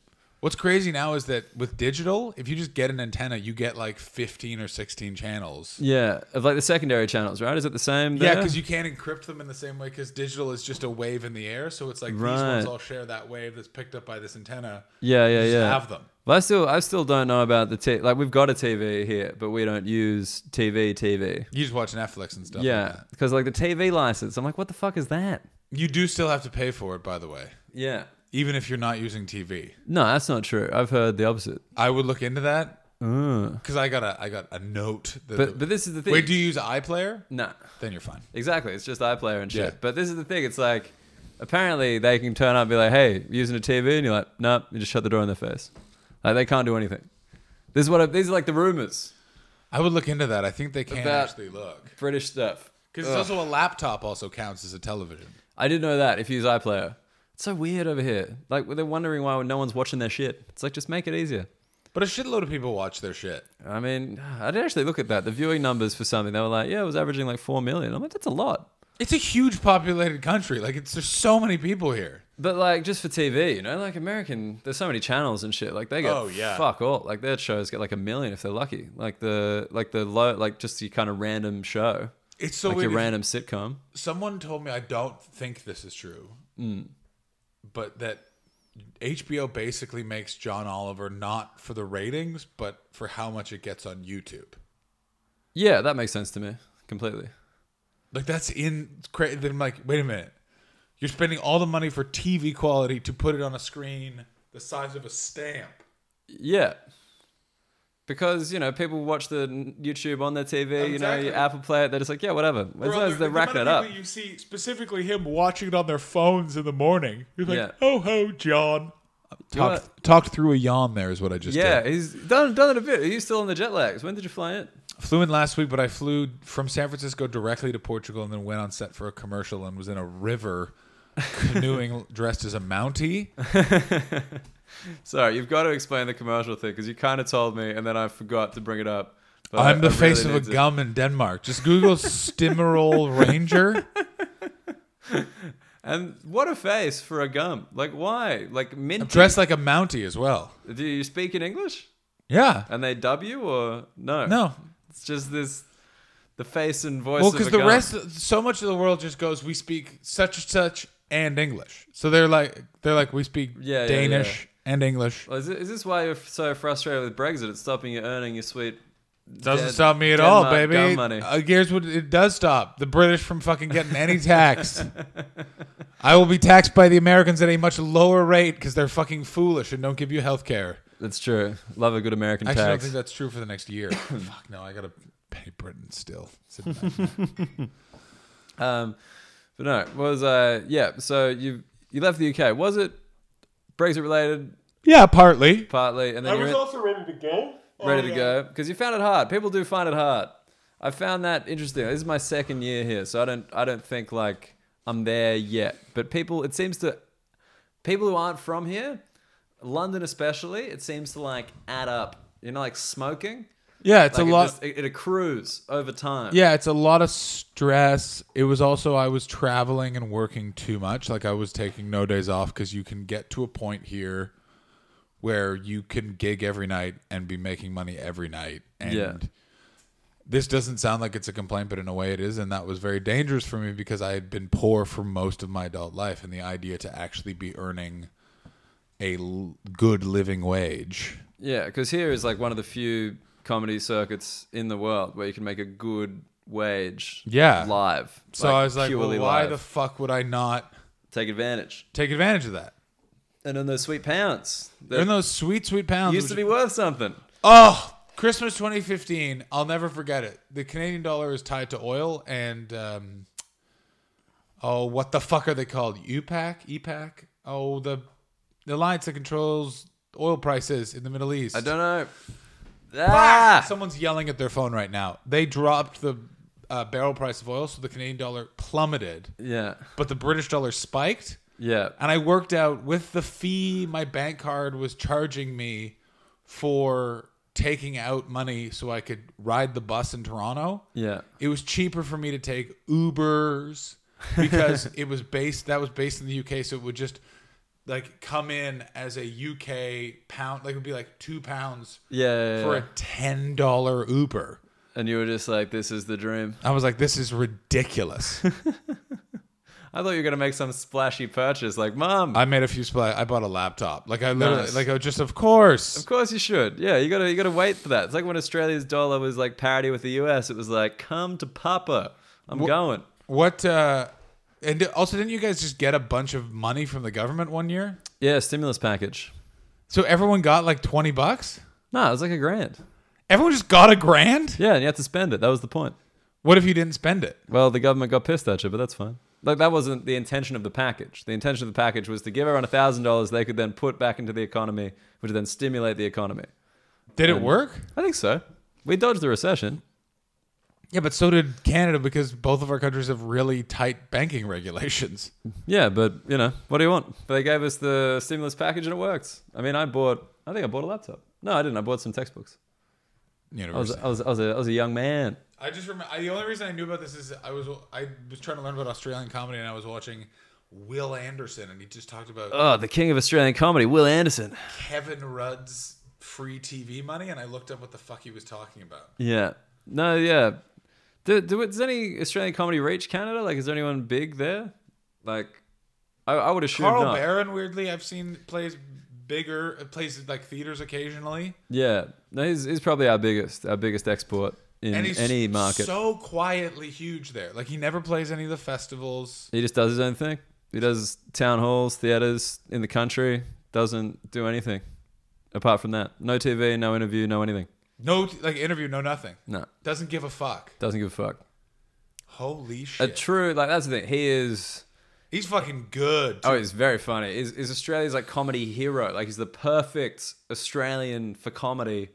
Speaker 2: What's crazy now is that with digital, if you just get an antenna, you get like 15 or 16 channels.
Speaker 1: Yeah, of like the secondary channels, right? Is it the same?
Speaker 2: Yeah,
Speaker 1: there?
Speaker 2: because you can't encrypt them in the same way because digital is just a wave in the air. So it's like these
Speaker 1: Right.
Speaker 2: ones all share that wave that's picked up by this antenna.
Speaker 1: yeah, yeah,
Speaker 2: just
Speaker 1: yeah.
Speaker 2: have them.
Speaker 1: But I still, I still don't know about the t- like we've got a TV here, but we don't use TV TV.
Speaker 2: You just watch Netflix and stuff. like
Speaker 1: Yeah,
Speaker 2: that.
Speaker 1: because like the TV license, I'm like, what the fuck is that?
Speaker 2: You do still have to pay for it, by the way.
Speaker 1: Yeah,
Speaker 2: even if you're not using TV.
Speaker 1: no, that's not true. I've heard the opposite.
Speaker 2: I would look into that because I got a I got a note. That
Speaker 1: Mm. But but this is the thing.
Speaker 2: wait, do you use iPlayer?
Speaker 1: no,
Speaker 2: Then you're fine.
Speaker 1: exactly. It's just iPlayer and shit.
Speaker 2: Yeah.
Speaker 1: But this is the thing. It's like apparently they can turn up and be like, hey, using a TV, and you're like, no, you just shut the door in their face. Like they can't do anything. This is what I, these are like the rumors,
Speaker 2: I would look into that. I think they can
Speaker 1: that-
Speaker 2: actually look
Speaker 1: British stuff.
Speaker 2: because it's also a laptop. Also counts as a television.
Speaker 1: I didn't know that if you use iPlayer. It's so weird over here. Like they're wondering why no one's watching their shit. It's like just make it easier.
Speaker 2: But a shitload of people watch their shit.
Speaker 1: I mean, I did actually look at that. The viewing numbers for something, they were like, yeah, it was averaging like 4 million. I'm like, that's a lot.
Speaker 2: It's a huge populated country. Like it's there's so many people here.
Speaker 1: But like just for TV, you know, like American, there's so many channels and shit. Like they get
Speaker 2: Oh, yeah.
Speaker 1: fuck all. Like their shows get like a million if they're lucky. Like the like the low like just your kind of random show,
Speaker 2: It's so
Speaker 1: like
Speaker 2: weird.
Speaker 1: your
Speaker 2: if-
Speaker 1: random sitcom.
Speaker 2: Someone told me I don't think this is true,
Speaker 1: Mm.
Speaker 2: but that HBO basically makes John Oliver not for the ratings, but for how much it gets on YouTube.
Speaker 1: Yeah, that makes sense to me completely.
Speaker 2: Like that's in crazy. Then I'm like, wait a minute. You're spending all the money for TV quality to put it on a screen the size of a stamp.
Speaker 1: Yeah. Because you know people watch the n- YouTube on their TV, you know,
Speaker 2: Exactly.
Speaker 1: your Apple Play it. They're just like, yeah, whatever. As
Speaker 2: Bro,
Speaker 1: long as
Speaker 2: the-
Speaker 1: they're
Speaker 2: the
Speaker 1: racking it
Speaker 2: amount
Speaker 1: up.
Speaker 2: of people You see specifically him watching it on their phones in the morning. You're like,
Speaker 1: Yeah.
Speaker 2: oh ho, John.
Speaker 1: wanna-
Speaker 2: Talked, talked through a yawn there is what I just
Speaker 1: Yeah,
Speaker 2: did.
Speaker 1: he's done done it a bit. Are you still on the jet lags? When did you fly it?
Speaker 2: Flew in last week, but I flew from San Francisco directly to Portugal and then went on set for a commercial and was in a river canoeing dressed as a Mountie.
Speaker 1: Sorry, you've got to explain the commercial thing because you kind of told me, and then I forgot to bring it up. But I-
Speaker 2: I'm the
Speaker 1: I
Speaker 2: face
Speaker 1: really
Speaker 2: of
Speaker 1: need
Speaker 2: a
Speaker 1: to-
Speaker 2: gum in Denmark. Just Google Stimmerol Ranger.
Speaker 1: And what a face for a gum! Like why? Like mint.
Speaker 2: Dressed like a Mountie as well.
Speaker 1: Do you speak in English?
Speaker 2: Yeah.
Speaker 1: And they dub you or no?
Speaker 2: No.
Speaker 1: It's just this, the face and voice.
Speaker 2: Well,
Speaker 1: of
Speaker 2: because
Speaker 1: a
Speaker 2: the
Speaker 1: gum.
Speaker 2: rest, so much of the world just goes, we speak such and such and English. So they're like, they're like, we speak
Speaker 1: Yeah, yeah,
Speaker 2: Danish and English.
Speaker 1: Well, Is, it, is this why you're so frustrated with Brexit? It's stopping you earning your sweet.
Speaker 2: Doesn't
Speaker 1: Dead-
Speaker 2: stop me at all,
Speaker 1: Denmark
Speaker 2: baby.
Speaker 1: gum money.
Speaker 2: Uh, here's what it does stop: the British from fucking getting any tax. I will be taxed by the Americans at a much lower rate because they're fucking foolish and don't give you health care.
Speaker 1: That's true. Love a good American
Speaker 2: Actually, I don't
Speaker 1: tax.
Speaker 2: think that's true for the next year. Fuck no, I gotta pay Britain still. It's a nightmare.
Speaker 1: Um, but no, what was uh yeah. So you you left the UK. Was it Brexit related
Speaker 2: yeah, partly.
Speaker 1: partly, and then you're in-
Speaker 3: also ready to go. Oh,
Speaker 1: ready to go because you found it hard. People do find it hard. I found that interesting. This is my second year here, so I don't I don't think like I'm there yet. But people, it seems to people who aren't from here, London especially, it seems to like add up. You know, like smoking.
Speaker 2: Yeah, it's
Speaker 1: Like
Speaker 2: a
Speaker 1: it
Speaker 2: lot.
Speaker 1: just- it, it accrues over time.
Speaker 2: Yeah, it's a lot of stress. It was also I was traveling and working too much. Like I was taking no days off because you can get to a point here where you can gig every night and be making money every night. And
Speaker 1: Yeah.
Speaker 2: this doesn't sound like it's a complaint, but in a way it is, and that was very dangerous for me because I had been poor for most of my adult life, and the idea to actually be earning a l- good living wage.
Speaker 1: Yeah, because here is like one of the few comedy circuits in the world where you can make a good wage.
Speaker 2: Yeah.
Speaker 1: live.
Speaker 2: So I was like, well,
Speaker 1: purely
Speaker 2: why
Speaker 1: live.
Speaker 2: the fuck would I not
Speaker 1: take advantage?
Speaker 2: take advantage of that?
Speaker 1: And then those sweet pounds that
Speaker 2: Earn those sweet, sweet pounds.
Speaker 1: used
Speaker 2: which-
Speaker 1: to be worth something.
Speaker 2: Oh, Christmas 2015. I'll never forget it. The Canadian dollar is tied to oil and um, oh, what the fuck are they called? UPAC, EPAC. Oh, the the alliance that controls oil prices in the Middle East.
Speaker 1: I don't know. Ah!
Speaker 2: Someone's yelling at their phone right now. They dropped the uh, barrel price of oil, so the Canadian dollar plummeted,
Speaker 1: Yeah,
Speaker 2: but the British dollar spiked.
Speaker 1: yeah.
Speaker 2: And I worked out with the fee my bank card was charging me for taking out money so I could ride the bus in Toronto.
Speaker 1: Yeah.
Speaker 2: It was cheaper for me to take Ubers because it was based that was based in the UK so it would just like come in as a UK pound like it would be like 2 pounds
Speaker 1: Yeah, yeah,
Speaker 2: for
Speaker 1: yeah.
Speaker 2: a $10 Uber.
Speaker 1: and you were just like, "This is the dream."
Speaker 2: I was like this is ridiculous.
Speaker 1: I thought you were gonna make some splashy purchase, like, "Mom,
Speaker 2: I made a few supply. I bought a laptop. Like I literally
Speaker 1: Nice.
Speaker 2: like I was just of course.
Speaker 1: Of course you should. Yeah, you gotta you gotta wait for that. It's like when Australia's dollar was like parity with the US. It was like, come to Papa, I'm going.
Speaker 2: What uh and also didn't you guys just get a bunch of money from the government one year?
Speaker 1: Yeah, stimulus package.
Speaker 2: So everyone got like 20 bucks?
Speaker 1: No, it was like a grand.
Speaker 2: Everyone just got a grand?
Speaker 1: Yeah, and you had to spend it. That was the point.
Speaker 2: What if you didn't spend it?
Speaker 1: Well, the government got pissed at you, but that's fine. Like that wasn't the intention of the package. The intention of the package was to give everyone thousand dollars they could then put back into the economy, which would then stimulate the economy.
Speaker 2: Did it work?
Speaker 1: I think so. We dodged the recession.
Speaker 2: Yeah, but so did Canada because both of our countries have really tight banking regulations.
Speaker 1: Yeah, but you know, what do you want? They gave us the stimulus package and it worked. I mean, I bought. I think I bought a laptop. No, I didn't. I bought some textbooks. I was,
Speaker 2: University.
Speaker 1: I was, I was, a, I was a young man.
Speaker 2: I just remember I, the only reason I knew about this is I was I was trying to learn about Australian comedy and I was watching Will Anderson and he just talked about
Speaker 1: Oh, the king of Australian comedy, Will Anderson.
Speaker 2: Kevin Rudd's free TV money and I looked up what the fuck he was talking about.
Speaker 1: Yeah. No, yeah. Do, do, does any Australian comedy reach Canada? Like, is there anyone big there? Like, I, I would assume
Speaker 2: Carl
Speaker 1: not.
Speaker 2: Barron, weirdly, I've seen plays bigger, plays like theaters occasionally,
Speaker 1: Yeah. No, he's, he's probably our biggest, our biggest export in
Speaker 2: and he's
Speaker 1: any market.
Speaker 2: so quietly huge there. Like he never plays any of the festivals.
Speaker 1: he just does his own thing. He does town halls, theaters in the country. Doesn't do anything apart from that. No TV, no interview, no anything.
Speaker 2: No, t- like interview, no nothing.
Speaker 1: No,
Speaker 2: Doesn't give a fuck.
Speaker 1: doesn't give a fuck.
Speaker 2: Holy
Speaker 1: A
Speaker 2: shit.
Speaker 1: true like that's the thing. He is.
Speaker 2: he's fucking good.
Speaker 1: Oh, he's very funny. He's, he's Australia's like comedy hero. Like he's the perfect Australian for comedy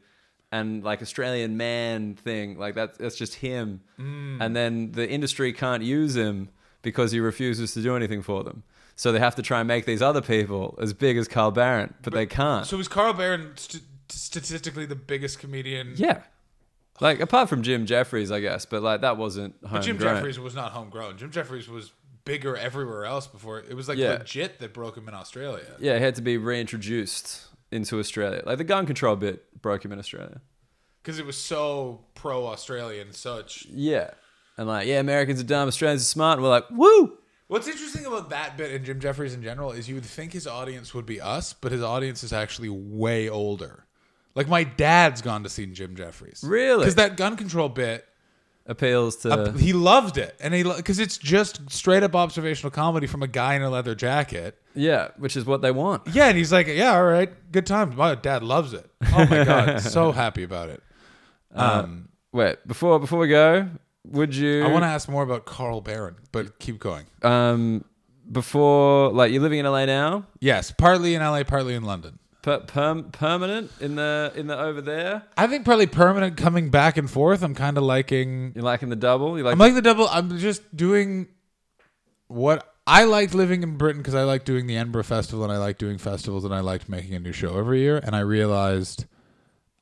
Speaker 1: and like Australian man thing. Like that, that's just him.
Speaker 2: Mm.
Speaker 1: And then the industry can't use him because he refuses to do anything for them. So they have to try and make these other people as big as Carl Barron, but, they can't.
Speaker 2: So is Carl Barron st- statistically the biggest comedian?
Speaker 1: yeah. Like apart from Jim Jeffries, I guess, but like that wasn't homegrown.
Speaker 2: Jim Jeffries was not homegrown. Jim Jeffries was bigger everywhere else before. It was like
Speaker 1: Yeah.
Speaker 2: legit that broke him in Australia.
Speaker 1: Yeah, he had to be reintroduced into Australia. Like the gun control bit broke him in Australia.
Speaker 2: Because it was so pro Australian, such.
Speaker 1: Yeah. And like, yeah, Americans are dumb, Australians are smart. And we're like, woo!
Speaker 2: What's interesting about that bit and Jim Jeffries in general is you would think his audience would be us, but his audience is actually way older. Like my dad's gone to see Jim Jeffries.
Speaker 1: Really?
Speaker 2: Because that gun control bit,
Speaker 1: Appeals to.
Speaker 2: uh, he loved it, and he because it's just straight up observational comedy from a guy in a leather jacket.
Speaker 1: yeah, which is what they want.
Speaker 2: Yeah, and he's like, yeah, all right, good times. My dad loves it. Oh my god, so happy about it. Um,
Speaker 1: Wait, before before we go, would you.
Speaker 2: I want to ask more about Carl Barron, but keep going.
Speaker 1: to. Um, before, like, you're living in LA now,
Speaker 2: Yes, partly in LA, partly in London.
Speaker 1: per- perm- permanent in the in the over there.
Speaker 2: I think probably permanent coming back and forth. I'm kind of liking.
Speaker 1: You're liking the double. You like,
Speaker 2: I'm like the double. I'm just doing what I liked living in Britain because I liked doing the Edinburgh Festival and I liked doing festivals and I liked making a new show every year. And I realized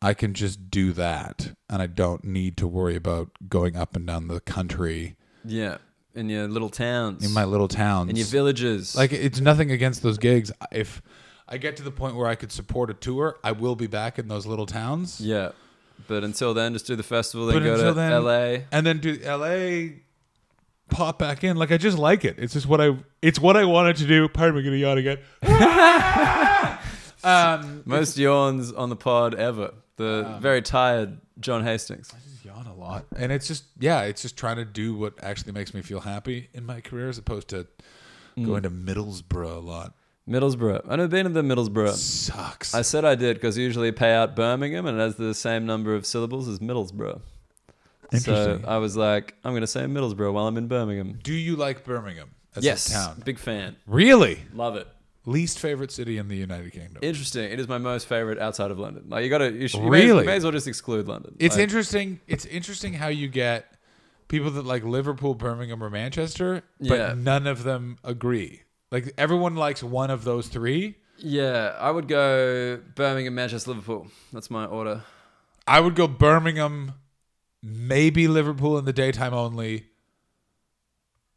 Speaker 2: I can just do that and I don't need to worry about going up and down the country
Speaker 1: yeah, in your little towns,
Speaker 2: in my little towns.
Speaker 1: in your villages.
Speaker 2: like it's nothing against those gigs. If I get to the point where I could support a tour, I will be back in those little towns.
Speaker 1: yeah. But until then, just do the festival, then
Speaker 2: But
Speaker 1: go to
Speaker 2: until then-
Speaker 1: LA.
Speaker 2: and then do LA pop back in. Like I just like it. It's just what I it's what I wanted to do. Pardon me, I'm gonna yawn again. um,
Speaker 1: Most yawns on the pod ever. The very tired John Hastings.
Speaker 2: I just yawn a lot, and it's just yeah, it's just trying to do what actually makes me feel happy in my career, as opposed to
Speaker 1: Mm.
Speaker 2: going to Middlesbrough a lot.
Speaker 1: Middlesbrough. I've never been to the Middlesbrough.
Speaker 2: Sucks.
Speaker 1: I said I did because usually pay out Birmingham and it has the same number of syllables as Middlesbrough. So
Speaker 2: Interesting.
Speaker 1: I was like, I'm going to say Middlesbrough while I'm in Birmingham.
Speaker 2: do you like Birmingham as
Speaker 1: yes.
Speaker 2: a town?
Speaker 1: Big fan.
Speaker 2: Really?
Speaker 1: Love it.
Speaker 2: Least favorite city in the United Kingdom.
Speaker 1: Interesting. It is my most favorite outside of London. Like you got to you should you May,
Speaker 2: Really?
Speaker 1: you may as well just exclude London.
Speaker 2: It's
Speaker 1: like,
Speaker 2: interesting. It's interesting how you get people that like Liverpool, Birmingham, or Manchester, but
Speaker 1: Yeah.
Speaker 2: none of them agree. Like everyone likes one of those three.
Speaker 1: Yeah, I would go Birmingham, Manchester, Liverpool. That's my order.
Speaker 2: I would go Birmingham, maybe Liverpool in the daytime only,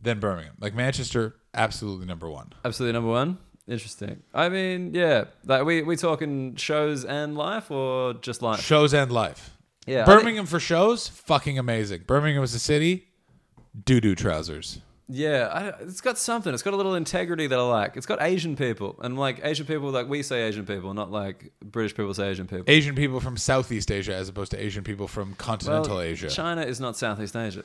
Speaker 2: then Birmingham. Like Manchester, absolutely number one.
Speaker 1: Absolutely number 1. Interesting. I mean, yeah, like we we talking shows and life or just life?
Speaker 2: Shows and life.
Speaker 1: Yeah. I think-
Speaker 2: Birmingham for shows, fucking amazing. Birmingham is a city, doo doo trousers.
Speaker 1: Yeah, I, it's got something. It's got a little integrity that I like. It's got Asian people, and like Asian people, like we say Asian people, not like British people say Asian people.
Speaker 2: Asian people from Southeast Asia as opposed to Asian people from
Speaker 1: Well,
Speaker 2: continental Asia.
Speaker 1: China is not Southeast Asia.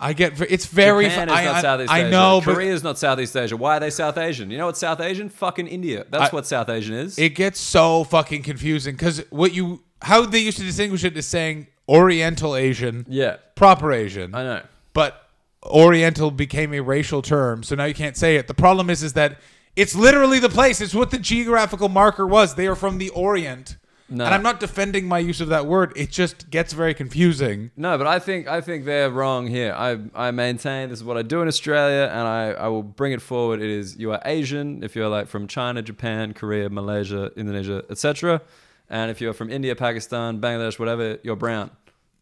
Speaker 2: I get ve- it's very.
Speaker 1: Japan
Speaker 2: fu-
Speaker 1: is
Speaker 2: I,
Speaker 1: not
Speaker 2: I-
Speaker 1: Southeast
Speaker 2: I
Speaker 1: Asia.
Speaker 2: know,
Speaker 1: Korea is not Southeast Asia. Why are they South Asian? You know what South Asian? Fucking India. That's
Speaker 2: I-
Speaker 1: what South Asian is.
Speaker 2: but it gets so fucking confusing because what you how they used to distinguish it is saying Oriental Asian,
Speaker 1: yeah,
Speaker 2: proper Asian,
Speaker 1: I know.
Speaker 2: but Oriental became a racial term, so now you can't say it. The problem is, is that it's literally the place. It's what the geographical marker was. They are from the Orient,
Speaker 1: No.
Speaker 2: and I'm not defending my use of that word. It just gets very confusing.
Speaker 1: No, but I think I think they're wrong here. I, I maintain this is what I do in Australia, and I, I will bring it forward. It is you are Asian if you're like from China, Japan, Korea, Malaysia, Indonesia, etc. And if you're from India, Pakistan, Bangladesh, whatever, you're brown.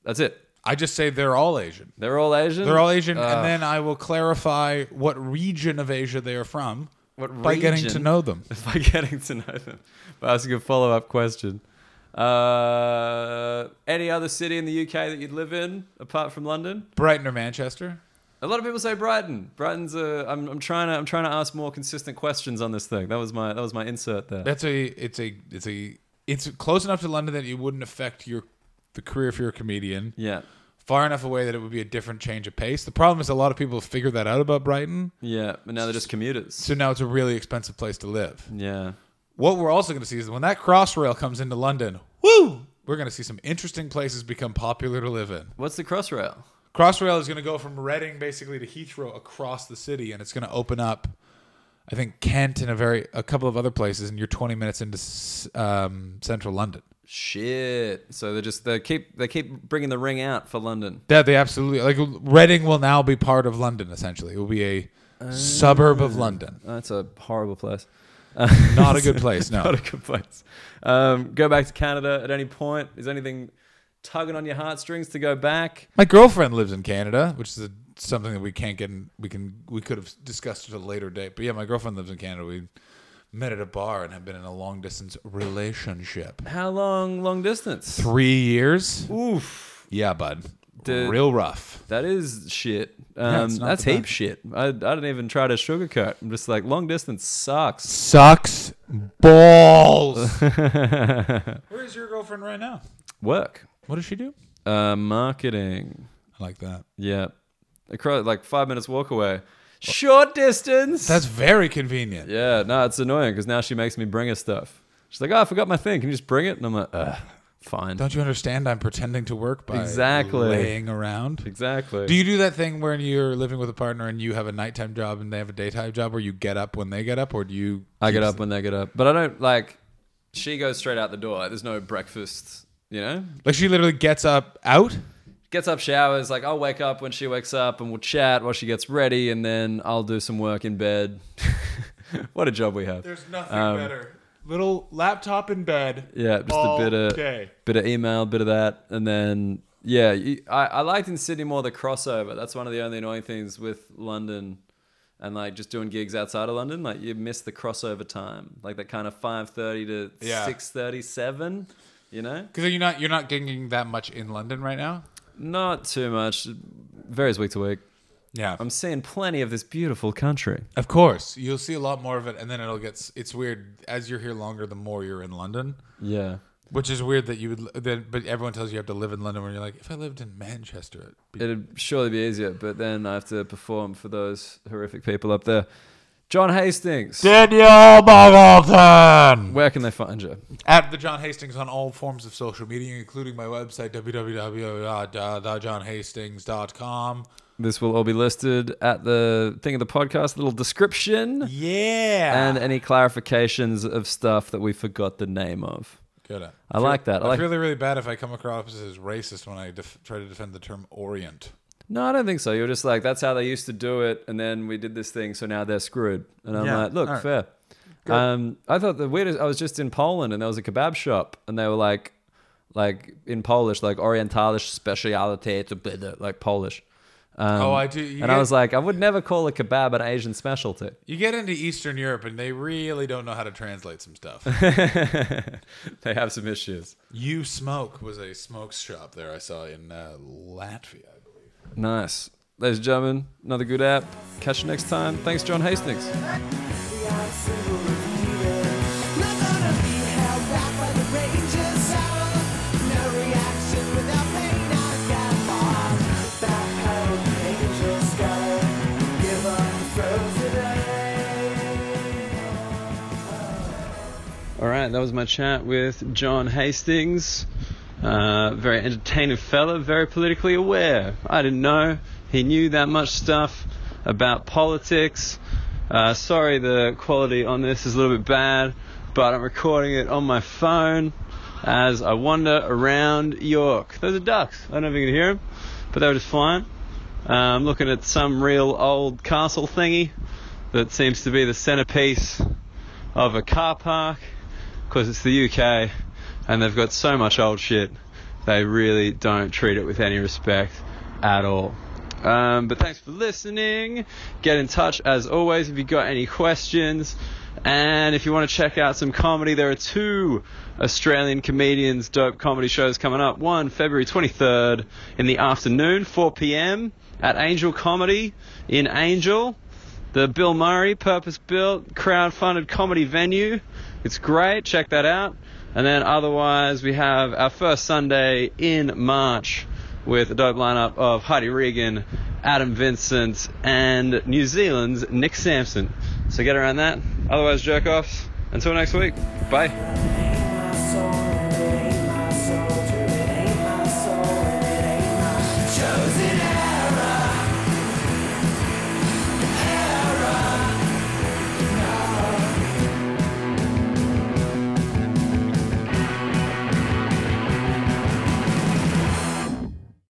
Speaker 1: That's it.
Speaker 2: I just say they're all Asian.
Speaker 1: They're all Asian.
Speaker 2: They're all Asian,
Speaker 1: Uh,
Speaker 2: and then I will clarify what region of Asia they are from
Speaker 1: What
Speaker 2: by getting to
Speaker 1: region?
Speaker 2: know them.
Speaker 1: by getting to know them. But that's a good follow up question. Uh, any other city in the UK that you'd live in apart from London?
Speaker 2: Brighton or Manchester?
Speaker 1: A lot of people say Brighton. Brighton's a. I'm, I'm trying to. I'm trying to ask more consistent questions on this thing. That was my. That was my insert there.
Speaker 2: That's a it's a it's a it's close enough to London that it wouldn't affect your the career if you're a comedian.
Speaker 1: Yeah.
Speaker 2: far enough away that it would be a different change of pace. The problem is a lot of people have figured that out about Brighton,
Speaker 1: Yeah, but now they're just commuters.
Speaker 2: so now it's a really expensive place to live.
Speaker 1: Yeah.
Speaker 2: What we're also going to see is when that Crossrail comes into London, woo, we're going to see some interesting places become popular to live in.
Speaker 1: What's the Crossrail?
Speaker 2: Crossrail is going to go from Reading basically to Heathrow across the city, and it's going to open up, I think, Kent and a very a couple of other places, and you're 20 minutes into s- um, central London.
Speaker 1: Shit. So they just they keep they keep bringing the ring out for London.
Speaker 2: Yeah, they absolutely like Reading will now be part of London. Essentially, it will be a suburb of London.
Speaker 1: Oh, That's a horrible place.
Speaker 2: Not a good place. No,
Speaker 1: Not a good place. Um, go back to Canada at any point. Is anything tugging on your heartstrings to go back?
Speaker 2: my girlfriend lives in Canada, which is a, something that we can't get. In, we can we could have discussed at a later date, but yeah, my girlfriend lives in Canada. We met at a bar and have been in a long distance relationship.
Speaker 1: How long? Long distance.
Speaker 2: Three years.
Speaker 1: Oof.
Speaker 2: Yeah, bud.
Speaker 1: Dude.
Speaker 2: Real rough.
Speaker 1: That is shit.
Speaker 2: Yeah,
Speaker 1: Um,
Speaker 2: it's not
Speaker 1: that's
Speaker 2: the
Speaker 1: heap
Speaker 2: best.
Speaker 1: shit. I, I didn't even try to sugarcoat. I'm just like long distance sucks.
Speaker 2: Sucks balls. Where is your girlfriend right now?
Speaker 1: Work,
Speaker 2: What does she do?
Speaker 1: uh, marketing.
Speaker 2: I like that.
Speaker 1: Yeah, across like five minutes walk away. Short distance.
Speaker 2: That's very convenient.
Speaker 1: yeah. No, it's annoying because now she makes me bring her stuff. She's like, oh, I forgot my thing. Can you just bring it? And I'm like, Ugh, fine.
Speaker 2: Don't you understand? I'm pretending to work by
Speaker 1: Exactly.
Speaker 2: laying around.
Speaker 1: exactly.
Speaker 2: Do you do that thing when you're living with a partner and you have a nighttime job and they have a daytime job, where you get up when they get up, or do you?
Speaker 1: I get up when they get up, but I don't like. She goes straight out the door. Like, there's no breakfast. You know,
Speaker 2: Like she literally gets up out.
Speaker 1: gets up, showers. Like I'll wake up when she wakes up, and we'll chat while she gets ready, and then I'll do some work in bed. what a job we have!
Speaker 2: nothing better. Little laptop in bed.
Speaker 1: Um, yeah, just a bit of bit of email, bit of that, and then yeah, you, I, I liked in Sydney more the crossover. That's one of the only annoying things with London, and like just doing gigs outside of London. Like you miss the crossover time, like that kind of five thirty to
Speaker 2: Yeah.
Speaker 1: six thirty seven. You know,
Speaker 2: Because you're not you're not gigging that much in London right now.
Speaker 1: not too much. Varies week to week.
Speaker 2: Yeah,
Speaker 1: I'm seeing plenty of this beautiful country.
Speaker 2: Of course, you'll see a lot more of it, and then it'll get. It's weird as you're here longer, the more you're in London,
Speaker 1: Yeah.
Speaker 2: which is weird that you would. Then, but everyone tells you you have to live in London. When you're like, if I lived in Manchester, it'd be,
Speaker 1: It'd surely be easier, but then I have to perform for those horrific people up there. John Hastings,
Speaker 2: Daniel Buggleton
Speaker 1: where can they find you?
Speaker 2: at the John Hastings on all forms of social media, including my website www.thejohnhastings.com.
Speaker 1: This will all be listed at the thing of the podcast, little description,
Speaker 2: Yeah,
Speaker 1: and any clarifications of stuff that we forgot the name of.
Speaker 2: good. I
Speaker 1: I like that. I
Speaker 2: I
Speaker 1: like.
Speaker 2: feel really, really bad if I come across as racist when I def- try to defend the term Orient.
Speaker 1: No, I don't think so. You're just like that's how they used to do it, and then we did this thing, so now they're screwed. And I'm
Speaker 2: Yeah,
Speaker 1: like, look,
Speaker 2: all right.
Speaker 1: fair. Um, I thought the weirdest. I was just in Poland, and there was a kebab shop, and they were like, like in Polish, like Orientalish speciality to be the- like Polish. Um,
Speaker 2: Oh, I do- you
Speaker 1: and I
Speaker 2: get-
Speaker 1: was like, I would never call a kebab an Asian specialty.
Speaker 2: You get into Eastern Europe and they really don't know how to translate some stuff.
Speaker 1: they have some issues.
Speaker 2: you Smoke was a smoke shop there I saw in uh, Latvia. I believe.
Speaker 1: Nice, ladies and gentlemen, another good app. Catch you next time. Thanks, John Hastings.
Speaker 4: Not gonna be held back by the raging sound. No reaction without pain. I got on that pedal, angels gotta give up the
Speaker 1: All right, that was my chat with John Hastings. Uh, very entertaining fella, very politically aware. I didn't know he knew that much stuff about politics. Uh, sorry, the quality on this is a little bit bad, but I'm recording it on my phone as I wander around York. Those are ducks. I don't know if you can hear them, but they were just flying. Uh, I'm looking at some real old castle thingy that seems to be the centerpiece of a car park because it's the UK and they've got so much old shit. They really don't treat it with any respect at all. Um, but thanks for listening. Get in touch as always if you've got any questions. And if you want to check out some comedy, there are two Australian comedians' dope comedy shows coming up. One, February 23rd in the afternoon, 4 p.m. at Angel Comedy in Angel the Bill Murray purpose built crowd funded comedy venue. It's great, check that out. And then otherwise, we have our first Sunday in March with a dope lineup of Heidi Regan, Adam Vincent, and New Zealand's Nick Sampson. So get around that. Otherwise, jerk offs. Until next week. Bye.